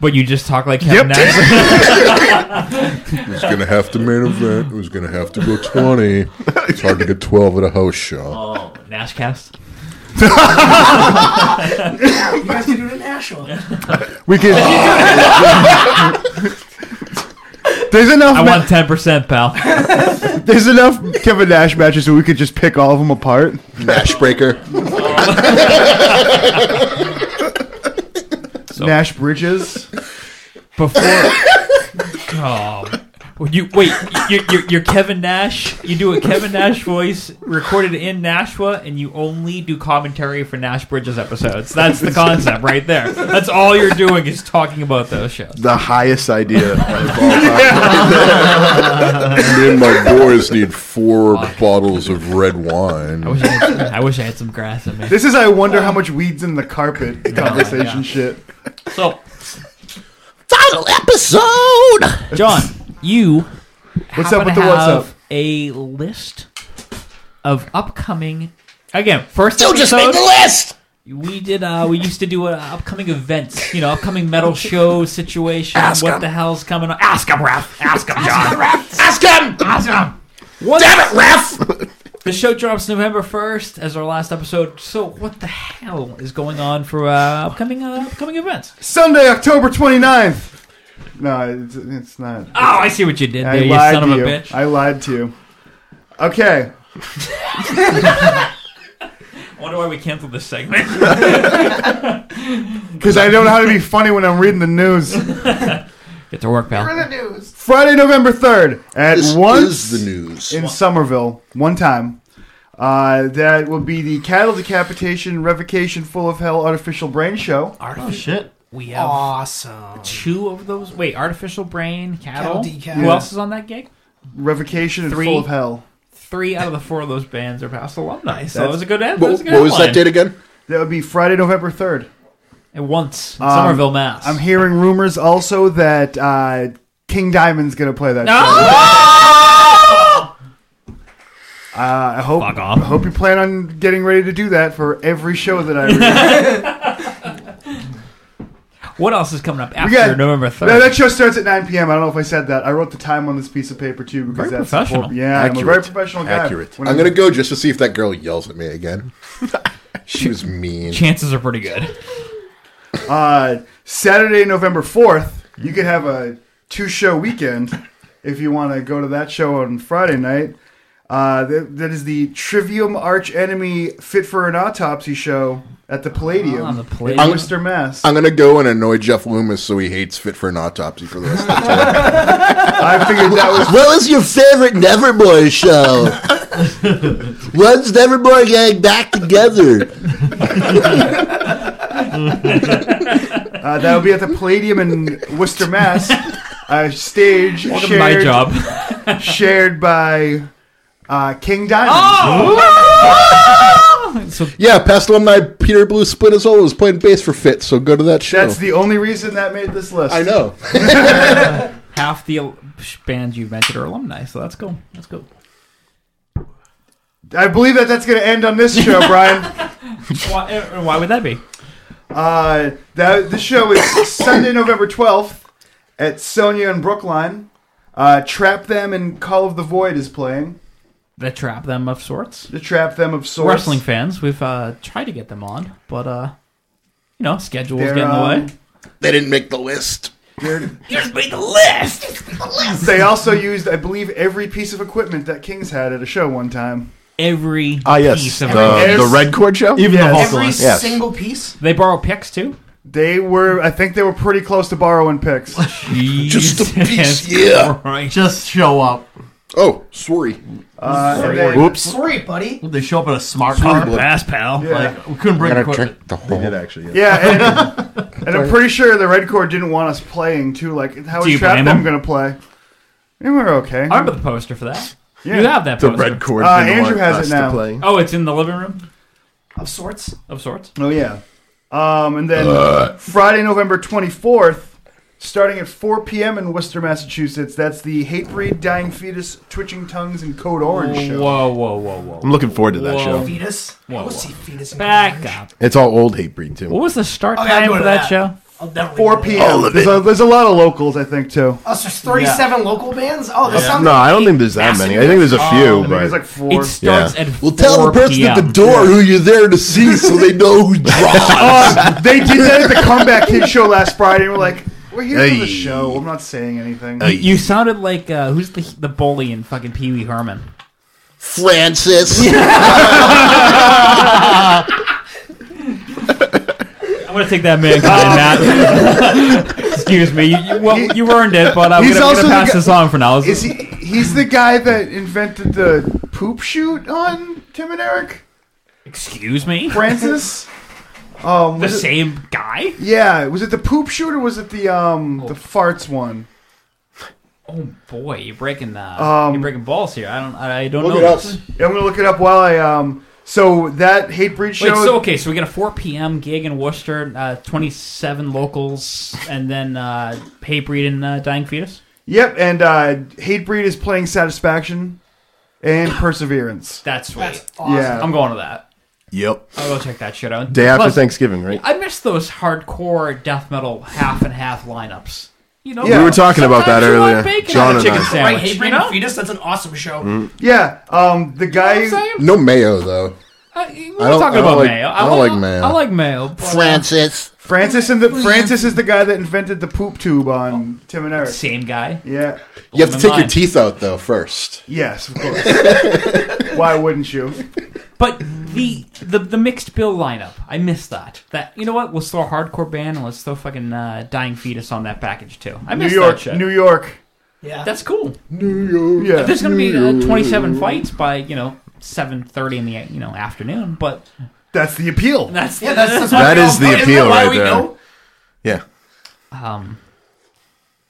But you just talk like Kevin Yep. Nash. Who's gonna have to main event? Who's gonna have to go twenty? It's hard to get twelve at a house show. oh, Nashcast. You guys can do it in Nashville. We can. There's enough. I ma- want ten percent, pal. There's enough Kevin Nash matches where we could just pick all of them apart. Nash breaker. Nash Bridges. Before. Oh. When you wait, you're, you're, you're Kevin Nash. You do a Kevin Nash voice recorded in Nashua, and you only do commentary for Nash Bridges episodes. That's the concept right there. That's all you're doing is talking about those shows. The highest idea. Me and my boys need four bottles of red wine. I wish I had, I wish I had some grass in me. This is I wonder how much weeds in the carpet conversation shit. So, Title episode. John, you What's happen up with to the what's have up? A list of upcoming. Again, first You just made the episode, list! We did. Uh, we used to do uh, upcoming events. You know, upcoming metal show situation. what the hell's coming? on. Ask him, Raph. Ask him, John. Ask him. Ask him. What? Damn it, Raph. The show drops November first as our last episode. So, what the hell is going on for uh, upcoming uh, upcoming events? Sunday, October 29th. No, it's, it's not. Oh, I see what you did there, you son to of a you. bitch. I lied to you. Okay. I wonder why we canceled this segment. Because I don't know how to be funny when I'm reading the news. Get to work, pal. Friday, November 3rd at This once is the news. in Somerville, one time. Uh, that will be the cattle decapitation, revocation, full of hell, artificial brain show. Oh shit. We have awesome two of those. Wait, artificial brain cattle. Cattle decal. Who else is on that gig? Revocation and Three. full of hell. Three out of the four of those bands are past alumni. So that That's- was a good end. What- that was a good what was headline. that date again? That would be Friday, November 3rd. At once, in Um, Somerville, Mass. I'm hearing rumors also that uh, King Diamond's going to play that show. Uh, I hope I hope you plan on getting ready to do that for every show that I read. What else is coming up We after got- November No, that third? show starts at 9 p.m. I don't know if I said that. I wrote the time on this piece of paper too Very because that's professional. important. yeah, I'm a very Accurate. professional guy. Accurate. When I'm gonna go just to see if that girl yells at me again. She was mean. Chances are pretty good. Uh, Saturday, November 4th, you could have a two show weekend if you want to go to that show on Friday night. Uh, that, that is the Trivium Arch Enemy Fit for an Autopsy show at the Palladium. Ah, the in Palladium. Worcester, Mass. I'm gonna go and annoy Jeff Loomis so he hates fit for an autopsy for the rest of the time. I figured that was. What was your favorite Nevermore show? When's Nevermore getting back together? Uh, that will be at the Palladium in Worcester, Mass. Uh, stage Welcome to shared, my job. shared by uh, King Diamond. Oh! yeah, past alumni Peter Blue split his hole was playing bass for Fit, so go to that show. That's the only reason that made this list. I know. Half the al- bands you mentioned are alumni, so that's cool. That's cool. I believe that that's going to end on this show, Brian. why, uh, why would that be? Uh, that the show is Sunday, November twelfth, at Sonia and Brookline. Uh, Trap Them and Call of the Void is playing. The trap them of sorts. The Trap Them of sorts. Wrestling fans, we've uh, tried to get them on, but uh, you know, schedules They're, get in the um, way. They didn't make the list. They're- You just made the list. they also used, I believe, every piece of equipment that Kings had at a show one time. Every Ah, yes, piece the, of the red cord show. Even the Yes. Hulk Every one. Yes. single piece. They borrow picks too. They were, I think, they were pretty close to borrowing picks. Just a piece, yeah. Just show up. Oh, sorry. Uh, and Sorry. then- Sorry, buddy. They show up in a smart Sorry, car. bud. Bass pal. Yeah. Like we couldn't bring Gotta equipment. check the whole. Did actually. Yeah. Yeah, and, and I'm pretty sure the Red Corps didn't want us playing too. Like, how Do is you Trap blame them? Them going to play? And we're okay. I remember the poster for that. uh, Yeah. You have that The poster. red cord. Uh, didn't Andrew want has us it to now. play. Oh, it's in the living room Of sorts. of sorts. Oh yeah. Um, and then Uh. Friday, November twenty fourth, starting at four p.m. in Worcester, Massachusetts. That's the Hatebreed, Dying Fetus, Twitching Tongues, and Code Orange show. Whoa, whoa, whoa, whoa. I'm looking forward to that Whoa. show. Fetus. I will see fetus. in Back college. up. It's all old hate breed too. What was the start Oh, yeah, I'm time going for to that, that. show? I'll definitely. do Four that. p.m. All of it. There's, a, there's a lot of locals, I think, too. Oh, so there's 37 local bands? Oh, that sounds No, I don't think there's that many. I think there's a I few, think but there's like four. It starts Yeah. at Well, tell the 4 person p.m. at the door who you're there to see so they know who draws. Uh, they did that at the Comeback Kid show last Friday. and We're like, we're here for Hey. the show. I'm not saying anything. You sounded like uh, who's the the bully in fucking Pee Wee Herman? Francis. I'm gonna take that man, Matt. excuse me. You, you- well, you earned it, but I'm He's going to also the pass guy- this on for now. Is he? He's the guy that invented the poop shoot on Tim and Eric. Excuse me, Francis. Um, The was it- same guy? Yeah. Was it the poop shoot or was it the um the farts one? Oh boy, you're breaking uh, Um, you're breaking balls here. I don't I don't Look know. it up. this. Yeah, I'm gonna look it up while I um. So that hate breed show. Wait, so okay, so we got a 4 p.m. gig in Worcester, uh, 27 locals, and then uh, Hey Breed and uh, Dying Fetus. Yep, and uh, Hatebreed is playing Satisfaction and Perseverance. That's sweet. awesome. Yeah. I'm going to that. Yep. I'll go check that shit out. Day after Plus, Thanksgiving, right? I miss those hardcore death metal half and half lineups. You know, We were talking about that sometimes you want earlier, bacon John on a and chicken I. Mm. sandwich. Right, Hatebreed and Fetus, that's an awesome show. Yeah, um, the guy. No mayo though. we're talking about like, mayo. I I don't wanna- like mayo. I like mayo. but, uh, Francis. Francis and the Francis is the guy that invented the poop tube on Tim and Eric. Same guy. Yeah. you have to take your teeth out though first. Yes, of course. Why wouldn't you? But the, the the mixed bill lineup, I miss that. That you know what? Let's throw a hardcore band and let's throw fucking uh, dying fetus on that package too. I New miss York, that shit. New York. Yeah, that's cool. New York. Yeah. There's gonna be uh, 27 fights by you know 7:30 in the you know afternoon, but that's the appeal. That's Yeah, that's- that's That is the appeal right there. Yeah. Um,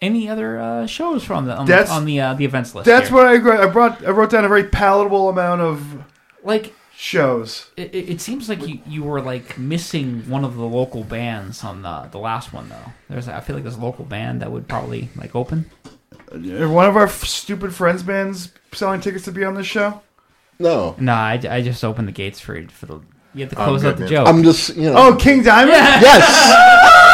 any other uh, shows from the on, That's- on the uh, the events list? That's here? what I gr- I brought. I wrote down a very palatable amount of like shows. It, it, it seems like you, you were like missing one of the local bands on the the last one though. There's I feel like there's a local band that would probably like open. Are Uh, one of our f- stupid friends bands selling tickets to be on this show? Oh. No. No, I, I just opened the gates for for the. You have to I'm close good, out the man. joke. I'm just, you know. Oh, King Diamond. Yeah. yes.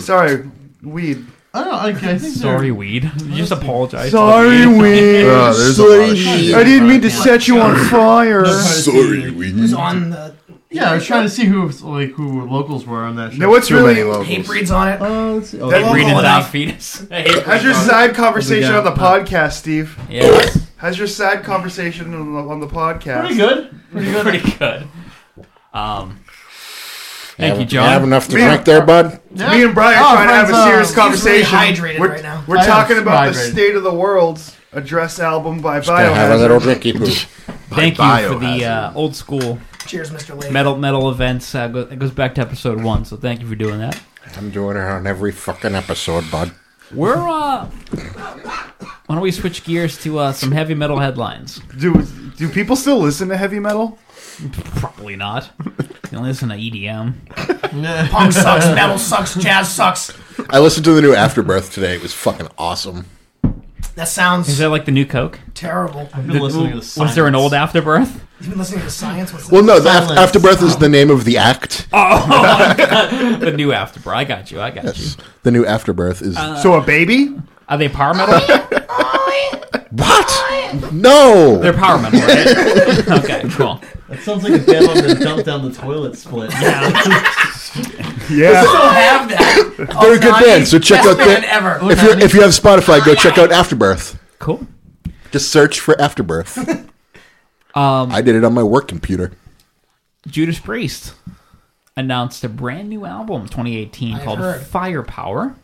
Sorry, weed. I don't know. I, I think Sorry, weed. You just apologize. Sorry, weed. Oh, there's a lot of Sorry, shit. weed. I didn't mean to set you on fire. Sorry, weed. on the? Yeah, I was trying to see who was, like who locals were on that show. Now, what's Too really many locals. Hatebreed's on it. Oh, let's see. That- fetus. How's your side conversation on the podcast, Steve? Yes. How's your side conversation on the, on the podcast? Pretty good. Pretty good. Pretty good. Um, thank Have- you, John. Have enough to Me and- drink there, bud. Me and Brian Oh, are trying to have a Brian's, uh, serious he's really conversation. hydrated we're right now. we're I am talking about the hydrated. state of the world's address album by Gonna have a little Biohazard. drinky poo. Thank By you for the uh, Biohazard. old school Cheers, Mr. Lake. metal metal events. Uh, go, it goes back to episode one, so thank you for doing that. I'm doing it on every fucking episode, bud. We're uh, why don't we switch gears to uh, some heavy metal headlines? Do do people still listen to heavy metal? Probably not. They only listen to E EDM. Punk sucks, metal sucks, jazz sucks. I listened to the new Afterbirth today. It was fucking awesome. That sounds Is that like the new Coke? terrible. I've The- was there an old afterbirth? You've been listening to science? What's Well, no, the Silence. af- Afterbirth is the name of the act. Oh, the new afterbirth. I got you. I got you. The new Afterbirth is. Uh, So a baby? Are they power metal? what? No! They're power metal, right? okay, cool. That sounds like a band on the dump down the toilet split. Yeah. I still have that. They're a good band, so check Best out band that. ever. If, you if you have Spotify, go check out Afterbirth. Cool. Just search for Afterbirth. Um, I did it on my work computer. Judas Priest announced a brand new album 2018 called heard. Firepower.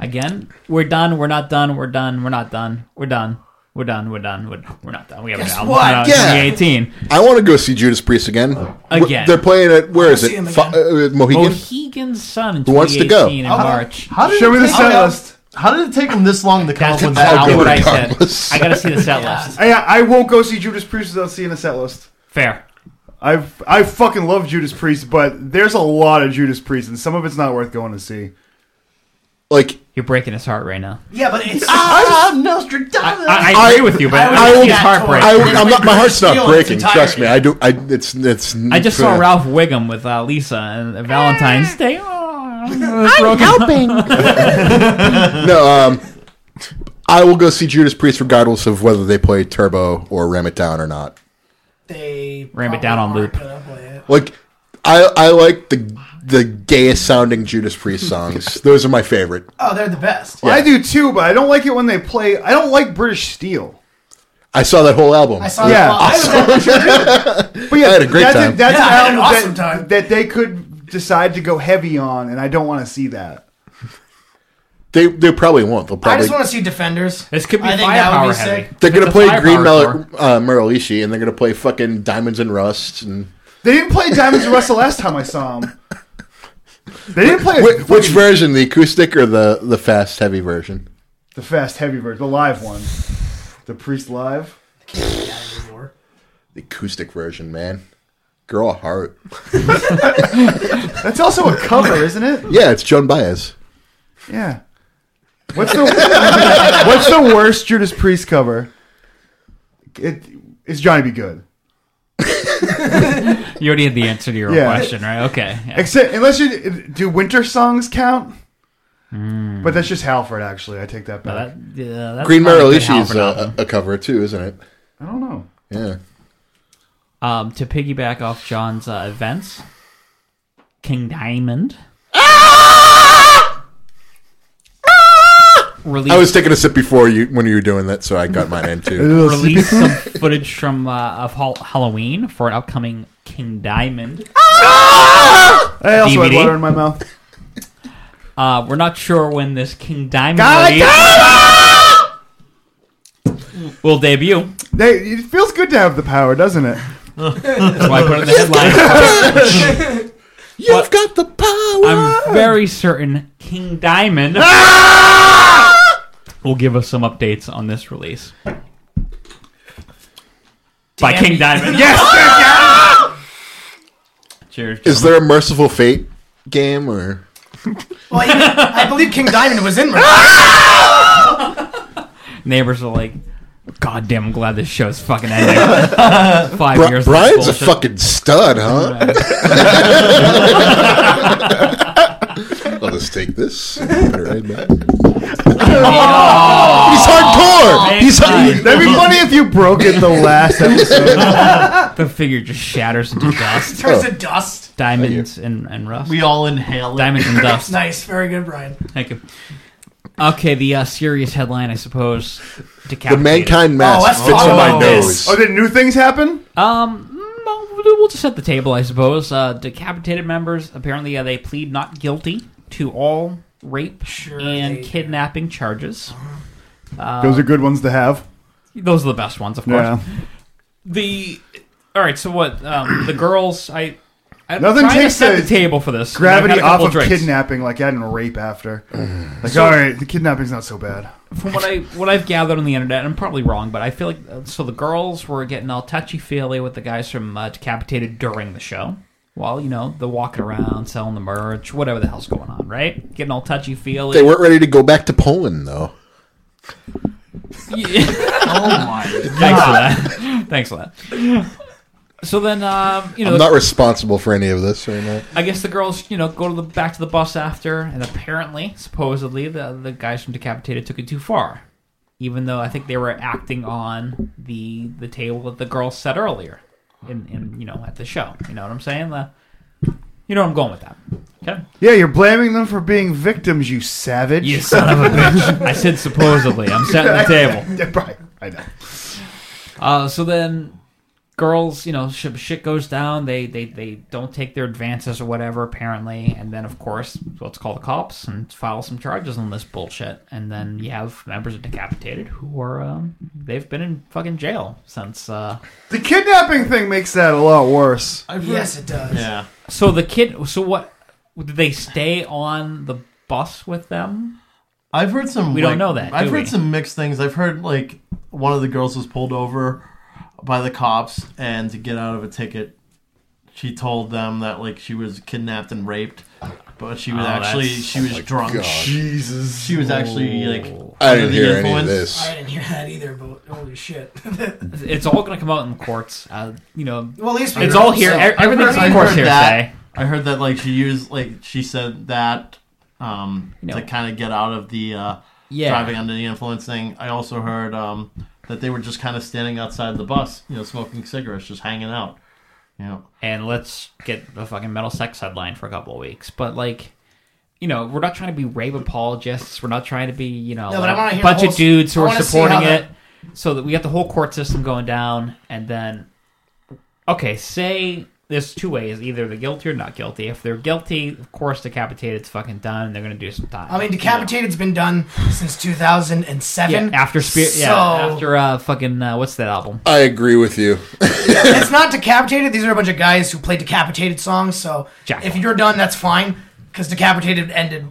Again, we're done, we're not done, we're done, we're not done, we're done, we're done, we're done, we're, we're not done. We have an Guess album what? coming out in Yeah. 2018. I want to go see Judas Priest again. Wh- Again. They're playing at, where is see him it? Fi uh, Mohegan? Mohegan's Son in Who wants to go? 2018 in March. How did Show it me the take set them- list. How did it take them this long to come up That's with exactly that? what I said. regardless. I gotta see the set list. I, I won't go see Judas Priest without seeing a set list. Fair. I've I fucking love Judas Priest, but there's a lot of Judas Priest, and some of it's not worth going to see. Like, You're breaking his heart right now. Yeah, but it's. Ah, Nostradamus. I, I agree with you, but I would I, think do it's that heartbreak. I, I'm not, my heart's Feel not its breaking. entirety. Trust me. I do. I it's it's. I just saw Ralph Wiggum with uh, Lisa and Valentine's Day. I'm No, um, I will go see Judas Priest regardless of whether they play Turbo or Ram It Down or not. They Ram it down on loop. Like, I I like the the gayest sounding Judas Priest songs. Those are my favorite. Oh, they're the best. I do too, but I don't like it when they play. I don't like British Steel. I saw that whole album. I saw Yeah. that. I was at the church. But yeah, I had a great that's time. that's Yeah, I had an an album awesome that, time. that they could decide to go heavy on, and I don't want to see that. They they probably won't. They'll I probably just want to see defenders. This could be I think that would be sick. they're gonna play Green Mel- uh, Merlishi, and they're gonna play fucking Diamonds and Rust and. They didn't play Diamonds and Rust the last time I saw them. They didn't play Wh- Which, version, the acoustic or the the fast heavy version? the fast heavy version, the live one, the Priest live. The acoustic version, man. Girl a heart. That's also a cover, isn't it? Yeah, it's Joan Baez. Yeah. What's the What's the worst Judas Priest cover? It is Johnny Be Good. You already had the answer to your Yeah. question, right? Okay. yeah. Except unless you do winter songs count. But that's just Halford. Actually, I take that back. Hmm. yeah, Green Merlishi is a, a cover too, isn't it? I don't know. Yeah. Um, to piggyback off John's uh, events, King Diamond. Ah! Released, I was taking a sip before you when you were doing that, so I got mine in too. released some footage from uh, of Hall- Halloween for an upcoming King Diamond. Ah! I also had DVD. water in my mouth. Uh, we're not sure when this King Diamond God release will debut. They, it feels good to have the power, doesn't it? That's why I put it in the headline. You've got the power. I'm very certain King Diamond Ah! will give us some updates on this release. By Damn King you. Diamond. Yes, Cheers. Is there a Merciful Fate game or? Well, even, I believe King Diamond was in. Neighbors are like, God damn, I'm glad this show's fucking ending. Five Bri- years. of Brian's a bullshit. fucking stud, huh? Let us take this. Better add Oh. that. He's hardcore. He's hard- That'd be funny if you broke it the last Oh, episode. the figure just shatters into dust. Turns to dust. Diamonds and, and rust. We all inhale it. Diamonds and uh, dust. nice, very good, Brian. Thank you. Okay, the uh, serious headline, I suppose. The Decapitated. mankind mask fits in my nose. oh, did new things happen? Um, no, we'll we'll just set the table, I suppose. Uh, decapitated members apparently uh, they plead not guilty to all rape and kidnapping charges. Uh, Those are good ones to have. Those are the best ones, of course. Yeah. The all right. So what? Um, the girls. I. I'm Nothing trying to takes set the the table for this. Gravity I've had a off couple of drinks. kidnapping, like adding rape after. like, So- all right, the kidnapping's not so bad. From what I what I've gathered on the internet, I'm probably wrong, but I feel like uh, so the girls were getting all touchy feely with the guys from uh, Decapitated during the show. While you know they're walking around selling the merch, whatever the hell's going on, right? Getting all touchy feely. They weren't ready to go back to Poland though. oh my! Thanks for that. Thanks for that. So then, um, you know, I'm not responsible for any of this right now. I guess the girls, you know, go to the back to the bus after, and apparently, supposedly, the the guys from Decapitated took it too far. Even though I think they were acting on the the table that the girls set earlier, in, in you know at the show. You know what I'm saying? The, you know where I'm going with that. Okay. Yeah, you're blaming them for being victims, you savage. You son of a bitch. I said supposedly. I'm setting the table. Yeah, right. I know. Uh, so then, girls, you know, sh- shit goes down. They, they they don't take their advances or whatever, apparently. And then, of course, let's call the cops and file some charges on this bullshit. And then you have members of Decapitated who are um, they've been in fucking jail since. Uh, The kidnapping thing makes that a lot worse. yes, it does. So the kid. So what? Did they stay on the bus with them? I've heard some. We don't like- know that, do I've heard we? some mixed things. I've heard like one of the girls was pulled over by the cops, and to get out of a ticket, she told them that like she was kidnapped and raped, but she was Oh, actually that's- she Oh was my drunk. God. Jesus, she was actually like I under didn't the hear any of influence. this. I didn't hear that either, but holy shit. It's all going to come out in the courts. Uh, you know, Well, at least we it's know. all here. So- e- Everything's I of course heard hearsay. that. I heard that like she used like she said that um, to kind of get out of the uh, Yeah. driving under the influence thing. I also heard um, that they were just kind of standing outside the bus, you know, smoking cigarettes, just hanging out. You know, and let's get the fucking metal sex headline for a couple of weeks. But like, you know, we're not trying to be rave apologists. We're not trying to be, you know, No, but I wanna a hear bunch the of whole- dudes who I are wanna see supporting how that- it. So that we got the whole court system going down, and then okay, say there's two ways: either they're guilty or not guilty. If they're guilty, of course, decapited's fucking done. They're gonna do some time. I mean, Decapitated's been done since 2007. yeah, after spirit, yeah, so after uh, fucking uh, what's that album? I agree with you. it's not Decapitated. These are a bunch of guys who play Decapitated songs. So if you're done, that's fine because Decapitated ended.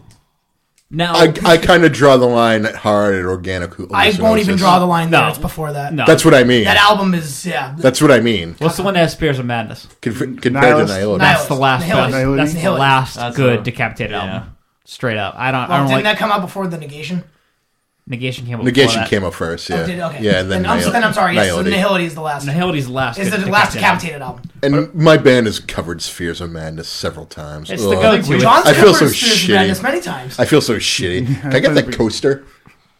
No, I, I kind of draw the line at hard at organic. hallucinosis. I won't even draw the line there. It's before that. No. That's what I mean. That album is yeah. That's what I mean. What's the one that has Spears of Madness? Conf- compared to Nihilist. That's the last. Nihilist. Best, Nihilist. that's the Nihilist. last That's good the- decapitated album. Straight up, I don't. Well, I don't didn't like that come out before the negation? negation came up. Negation before that. came up first, yeah. Oh, did, okay. Yeah, and then, I'm, Nihil- then I'm sorry. Yes, so Nihility. Nihility is the last. Nihility's last. Is the good last Decapitated Decapitated album. And my band has covered Spheres of Madness several times. It's the Ugh. go-to. John's I feel covered so Spheres of shitty. Madness many times. I feel so shitty. Can I get that coaster?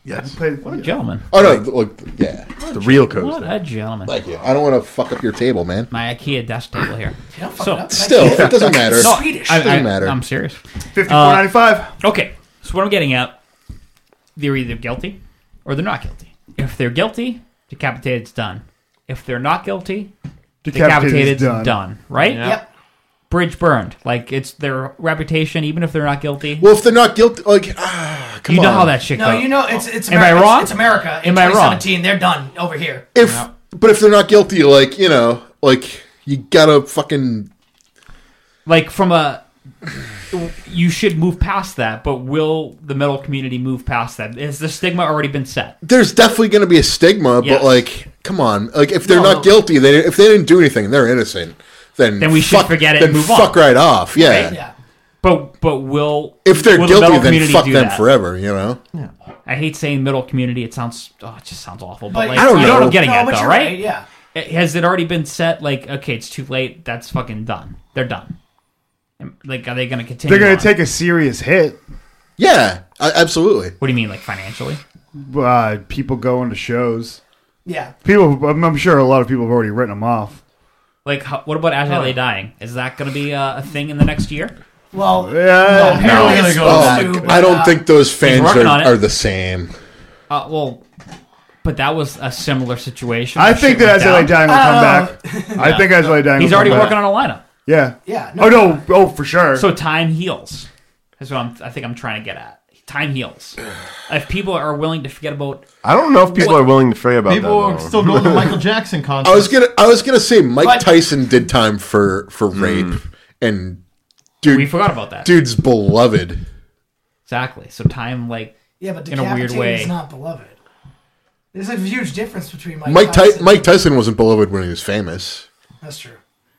Yes. What a gentleman. Oh no! Look, yeah, The real coaster. What a gentleman. Thank you. I don't want to fuck up your table, man. My IKEA desk table here. So Still, it doesn't matter. No, Swedish. I, Doesn't I- matter. I'm serious. Uh, Fifty-four ninety-five. Okay, so what I'm getting at, they're either guilty or they're not guilty. If they're guilty, decapitated's done. If they're not guilty, decapitated's Decapitated's done. done. Right? Yep. Yep. Bridge burned. Like it's their reputation, even if they're not guilty. Well, if they're not guilty, like ah, come you know on. how that shit No, goes. you know it's it's Am I America. wrong? It's, it's America. In Am I wrong? 2017, they're done over here. If but if they're not guilty, like you know, like you gotta fucking like from a you should move past that but will the metal community move past that is the stigma already been set there's definitely going to be a stigma, Yes. but like, come on, like if they're No, not no. guilty, they if they didn't do anything, they're innocent. Then Then we should fuck- forget it Then and move on. fuck right off. Yeah. Right? but but will If they're will the guilty, metal then community fuck do them that? forever. You know. i hate saying metal community it sounds oh it just sounds awful but, But- like I don't you know what know. i'm getting No, at but though you're right? right, yeah. It- has it already been set like okay it's too late that's fucking done they're done Am- like are they gonna continue They're going on? to take a serious hit. Yeah, absolutely. what do you mean like financially Uh, people going to shows. Yeah. People, I'm, I'm sure a lot of people have already written them off. like how, what about as Oh. they dying is that gonna be uh, a thing in the next year Well, yeah, apparently it's supposed to, but, Oh, I don't uh, think those He's fans working are, on it. are the same. Uh, well, but that was a similar situation. I That think shit that went Azalea down. Oh. Dying will come back. I think Azalea Dying He's will already come back. working on a lineup. Yeah. Yeah, oh, no. Oh, for sure. So time heals. That's what I'm, I think I'm trying to get at. Time heals. If people are willing to forget about, I don't know if people are willing to forget about People that. are still Go to Michael Jackson concert. I was gonna, I was gonna say Mike But- Tyson did time for for Hmm. rape, and dude, We forgot about that. Dude's beloved. exactly. So time, like, Yeah, but in a weird Decapitated's way. not beloved. There's a huge difference between Mike, Mike Ty- Tyson. Mike Tyson wasn't beloved when he was famous. That's true.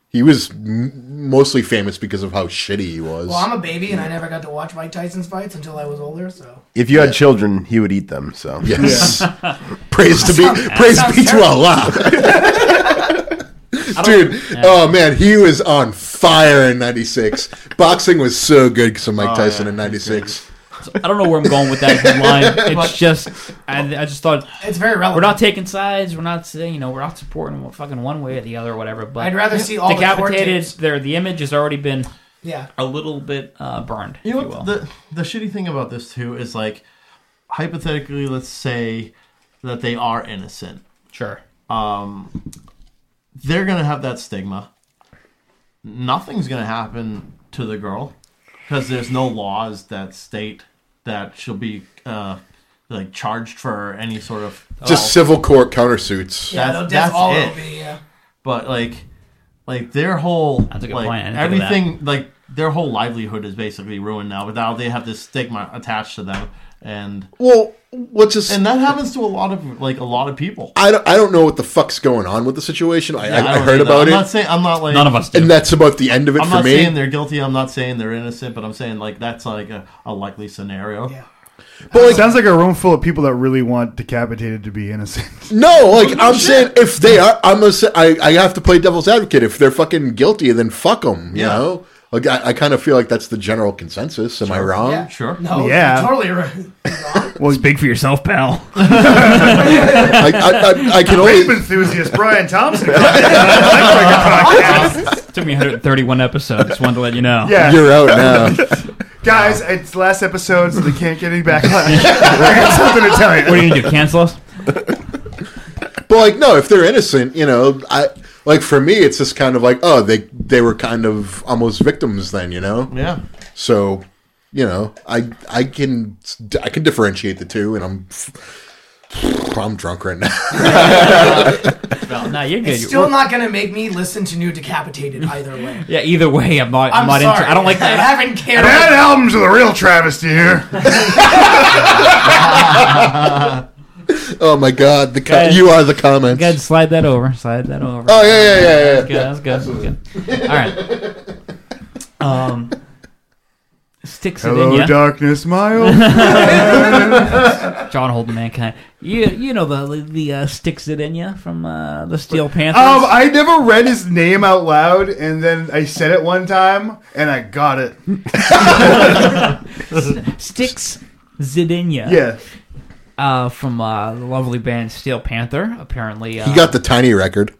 He was m- mostly famous because of how shitty he was. Well, I'm a baby and I never got to watch Mike Tyson's fights until I was older. So If you had children, he would eat them. So Yes. praise to be praise be to Allah. Dude, oh man, he was on fire in '96. Boxing was so good because of Oh, Mike Tyson in '96. I don't know where I'm going with that headline. But- It's just, I, I just thought it's very relevant. We're not taking sides. We're not saying you know we're not supporting one- fucking one way or the other or whatever. But I'd rather see all the court decapitated. tapes. their the image has already been Yeah. a little bit uh, burned. You know if you will. what the the shitty thing about this too is like hypothetically let's say that they are innocent. Sure. Um they're going to have that stigma. Nothing's going to happen to the girl because there's no laws that state that she'll be uh like charged for any sort of Just civil court countersuits. Yeah, that's, no, that's that's all it. it'll be, yeah. But like, like their whole a good like point. I didn't think of everything like their whole livelihood is basically ruined now. Without they have this stigma attached to them, and well, what's just and that happens to a lot of like a lot of people. I don't, I don't know what the fuck's going on with the situation. I, Yeah, I, I I don't heard either. about I'm it. not saying- I'm not, like- None of us do. And that's about the end of it I'm for not me. saying they're guilty. I'm not saying they're innocent, but I'm saying like that's like a, a likely scenario. Yeah. sounds like a room full of people that really want decapitated to be innocent. No, like I'm saying, if they are, I'm gonna say, I, I have to play devil's advocate. If they're fucking guilty, then fuck them. You Yeah. know, like I, I kind of feel like that's the general consensus. Am I wrong? Yeah. Sure. No, Yeah. you're totally right. Well, speak for yourself, pal. I, I, I, I can only Rape enthusiast Brian Thompson. Took me 131 episodes. Just wanted to let you know. Yeah. You're out now. Guys, it's the last episode, so they can't get any backlash. I got something to tell you. What are you gonna do? Cancel us? But like, no, if they're innocent, you know, I like for me, it's just kind of like, oh, they they were kind of almost victims then, you know? Yeah. So, you know, I I can I can differentiate the two, and I'm I'm drunk right now. well, no, you're It's still not going to make me listen to New Decapitated either way. Yeah, either way, I'm not. I'm, I'm not sorry. into. I don't like that. I haven't cared. That album's the real travesty here. oh my god, the co- you are the comments. Good, slide that over. Slide that over. Oh, yeah, yeah, yeah, yeah, yeah. That's good. That's good. That's good. All right. Um, sticks it in Hello, ya. darkness, my old friend. John Holden, mankind. You you know the the uh, sticks it in ya from uh, the Steel Panthers. Um, I never read his name out loud, and then I said it one time, and I got it. Sticks Zidinia. Yeah. Uh, from uh, the lovely band Steel Panther, apparently. Uh, He got the tiny record.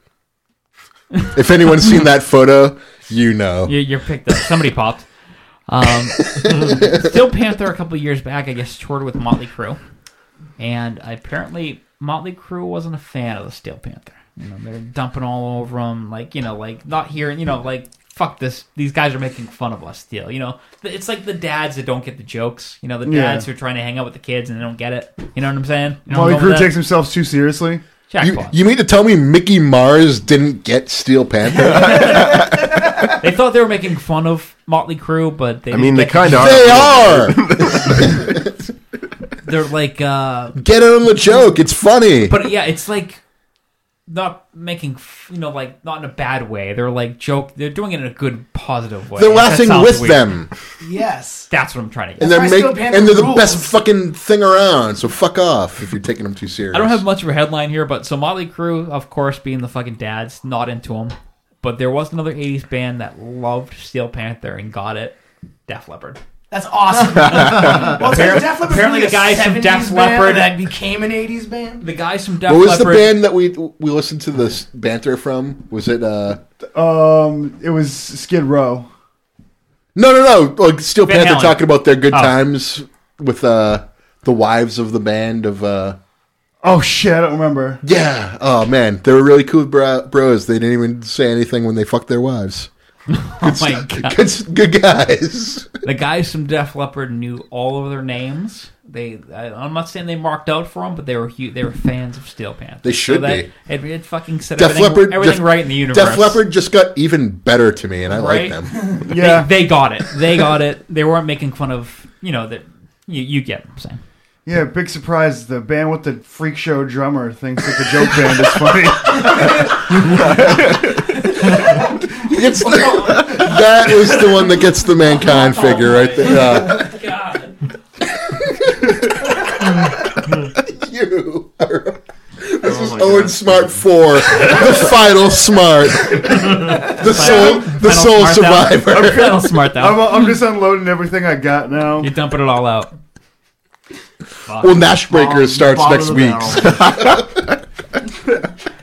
if anyone's seen that photo, you know. You, you're picked up. Somebody popped. Um, Steel Panther a couple years back, I guess, toured with Motley Crue, and apparently Motley Crue wasn't a fan of the Steel Panther. You know, they're dumping all over him, like you know, like not hearing, you know, like fuck this. These guys are making fun of us, Steel. You know, it's like the dads that don't get the jokes. You know, the Yeah. dads who are trying to hang out with the kids and they don't get it. You know what I'm saying? You know Molly what I'm going Crew with takes that? himself too seriously. You, you mean to tell me Mickey Mars didn't get Steel Panther? they thought they were making fun of Motley Crue, but they I mean, didn't they get- kinda are. They're like uh, Get in on the joke. It's funny. But yeah, it's like not making f- you know like not in a bad way. They're like joke. They're doing it in a good positive way. They're That laughing sounds with them. Yes, that's what I'm trying to get. and they're make, and they're the best fucking thing around. So fuck off if you're taking them too serious. I don't have much of a headline here, but so Motley Crue, of course, being the fucking dads, not into them. But there was another '80s band that loved Steel Panther and got it. Def Leppard. That's awesome. well, it's Appar- like Def Leppard apparently was the guys a 70s from Def band Leppard- that became an '80s band. The guys from Def What was the Leppard- band that we we listened to this banter from? Was it uh Um, it was Skid Row. no no no like Steel Van Panther Halen. talking about their good Oh. times with uh the wives of the band of uh Oh shit, I don't remember. yeah oh man they were really cool bro- bros they didn't even say anything when they fucked their wives Oh my god! good, good guys. The guys from Def Leppard knew all of their names. They, I, I'm not saying they marked out for them, but they were huge, they were fans of Steel Panther. They should that- be. It, it fucking set Def everything, Leppard everything Def- right in the universe. Def Leppard just got even better to me and I right? like them Yeah. they, they got it. They got it. They weren't making fun of you know that you, you get what I'm saying. Yeah, big surprise. The band with the freak show drummer thinks that the joke band is funny. It's the- that is the one that gets the mankind figure right there Uh, you are- This Oh is Owen Smart 4, the final smart. The soul, the soul survivor. I'm, I'm just unloading everything I got now. You're dumping it all out. Well, Nash Breakers starts next week.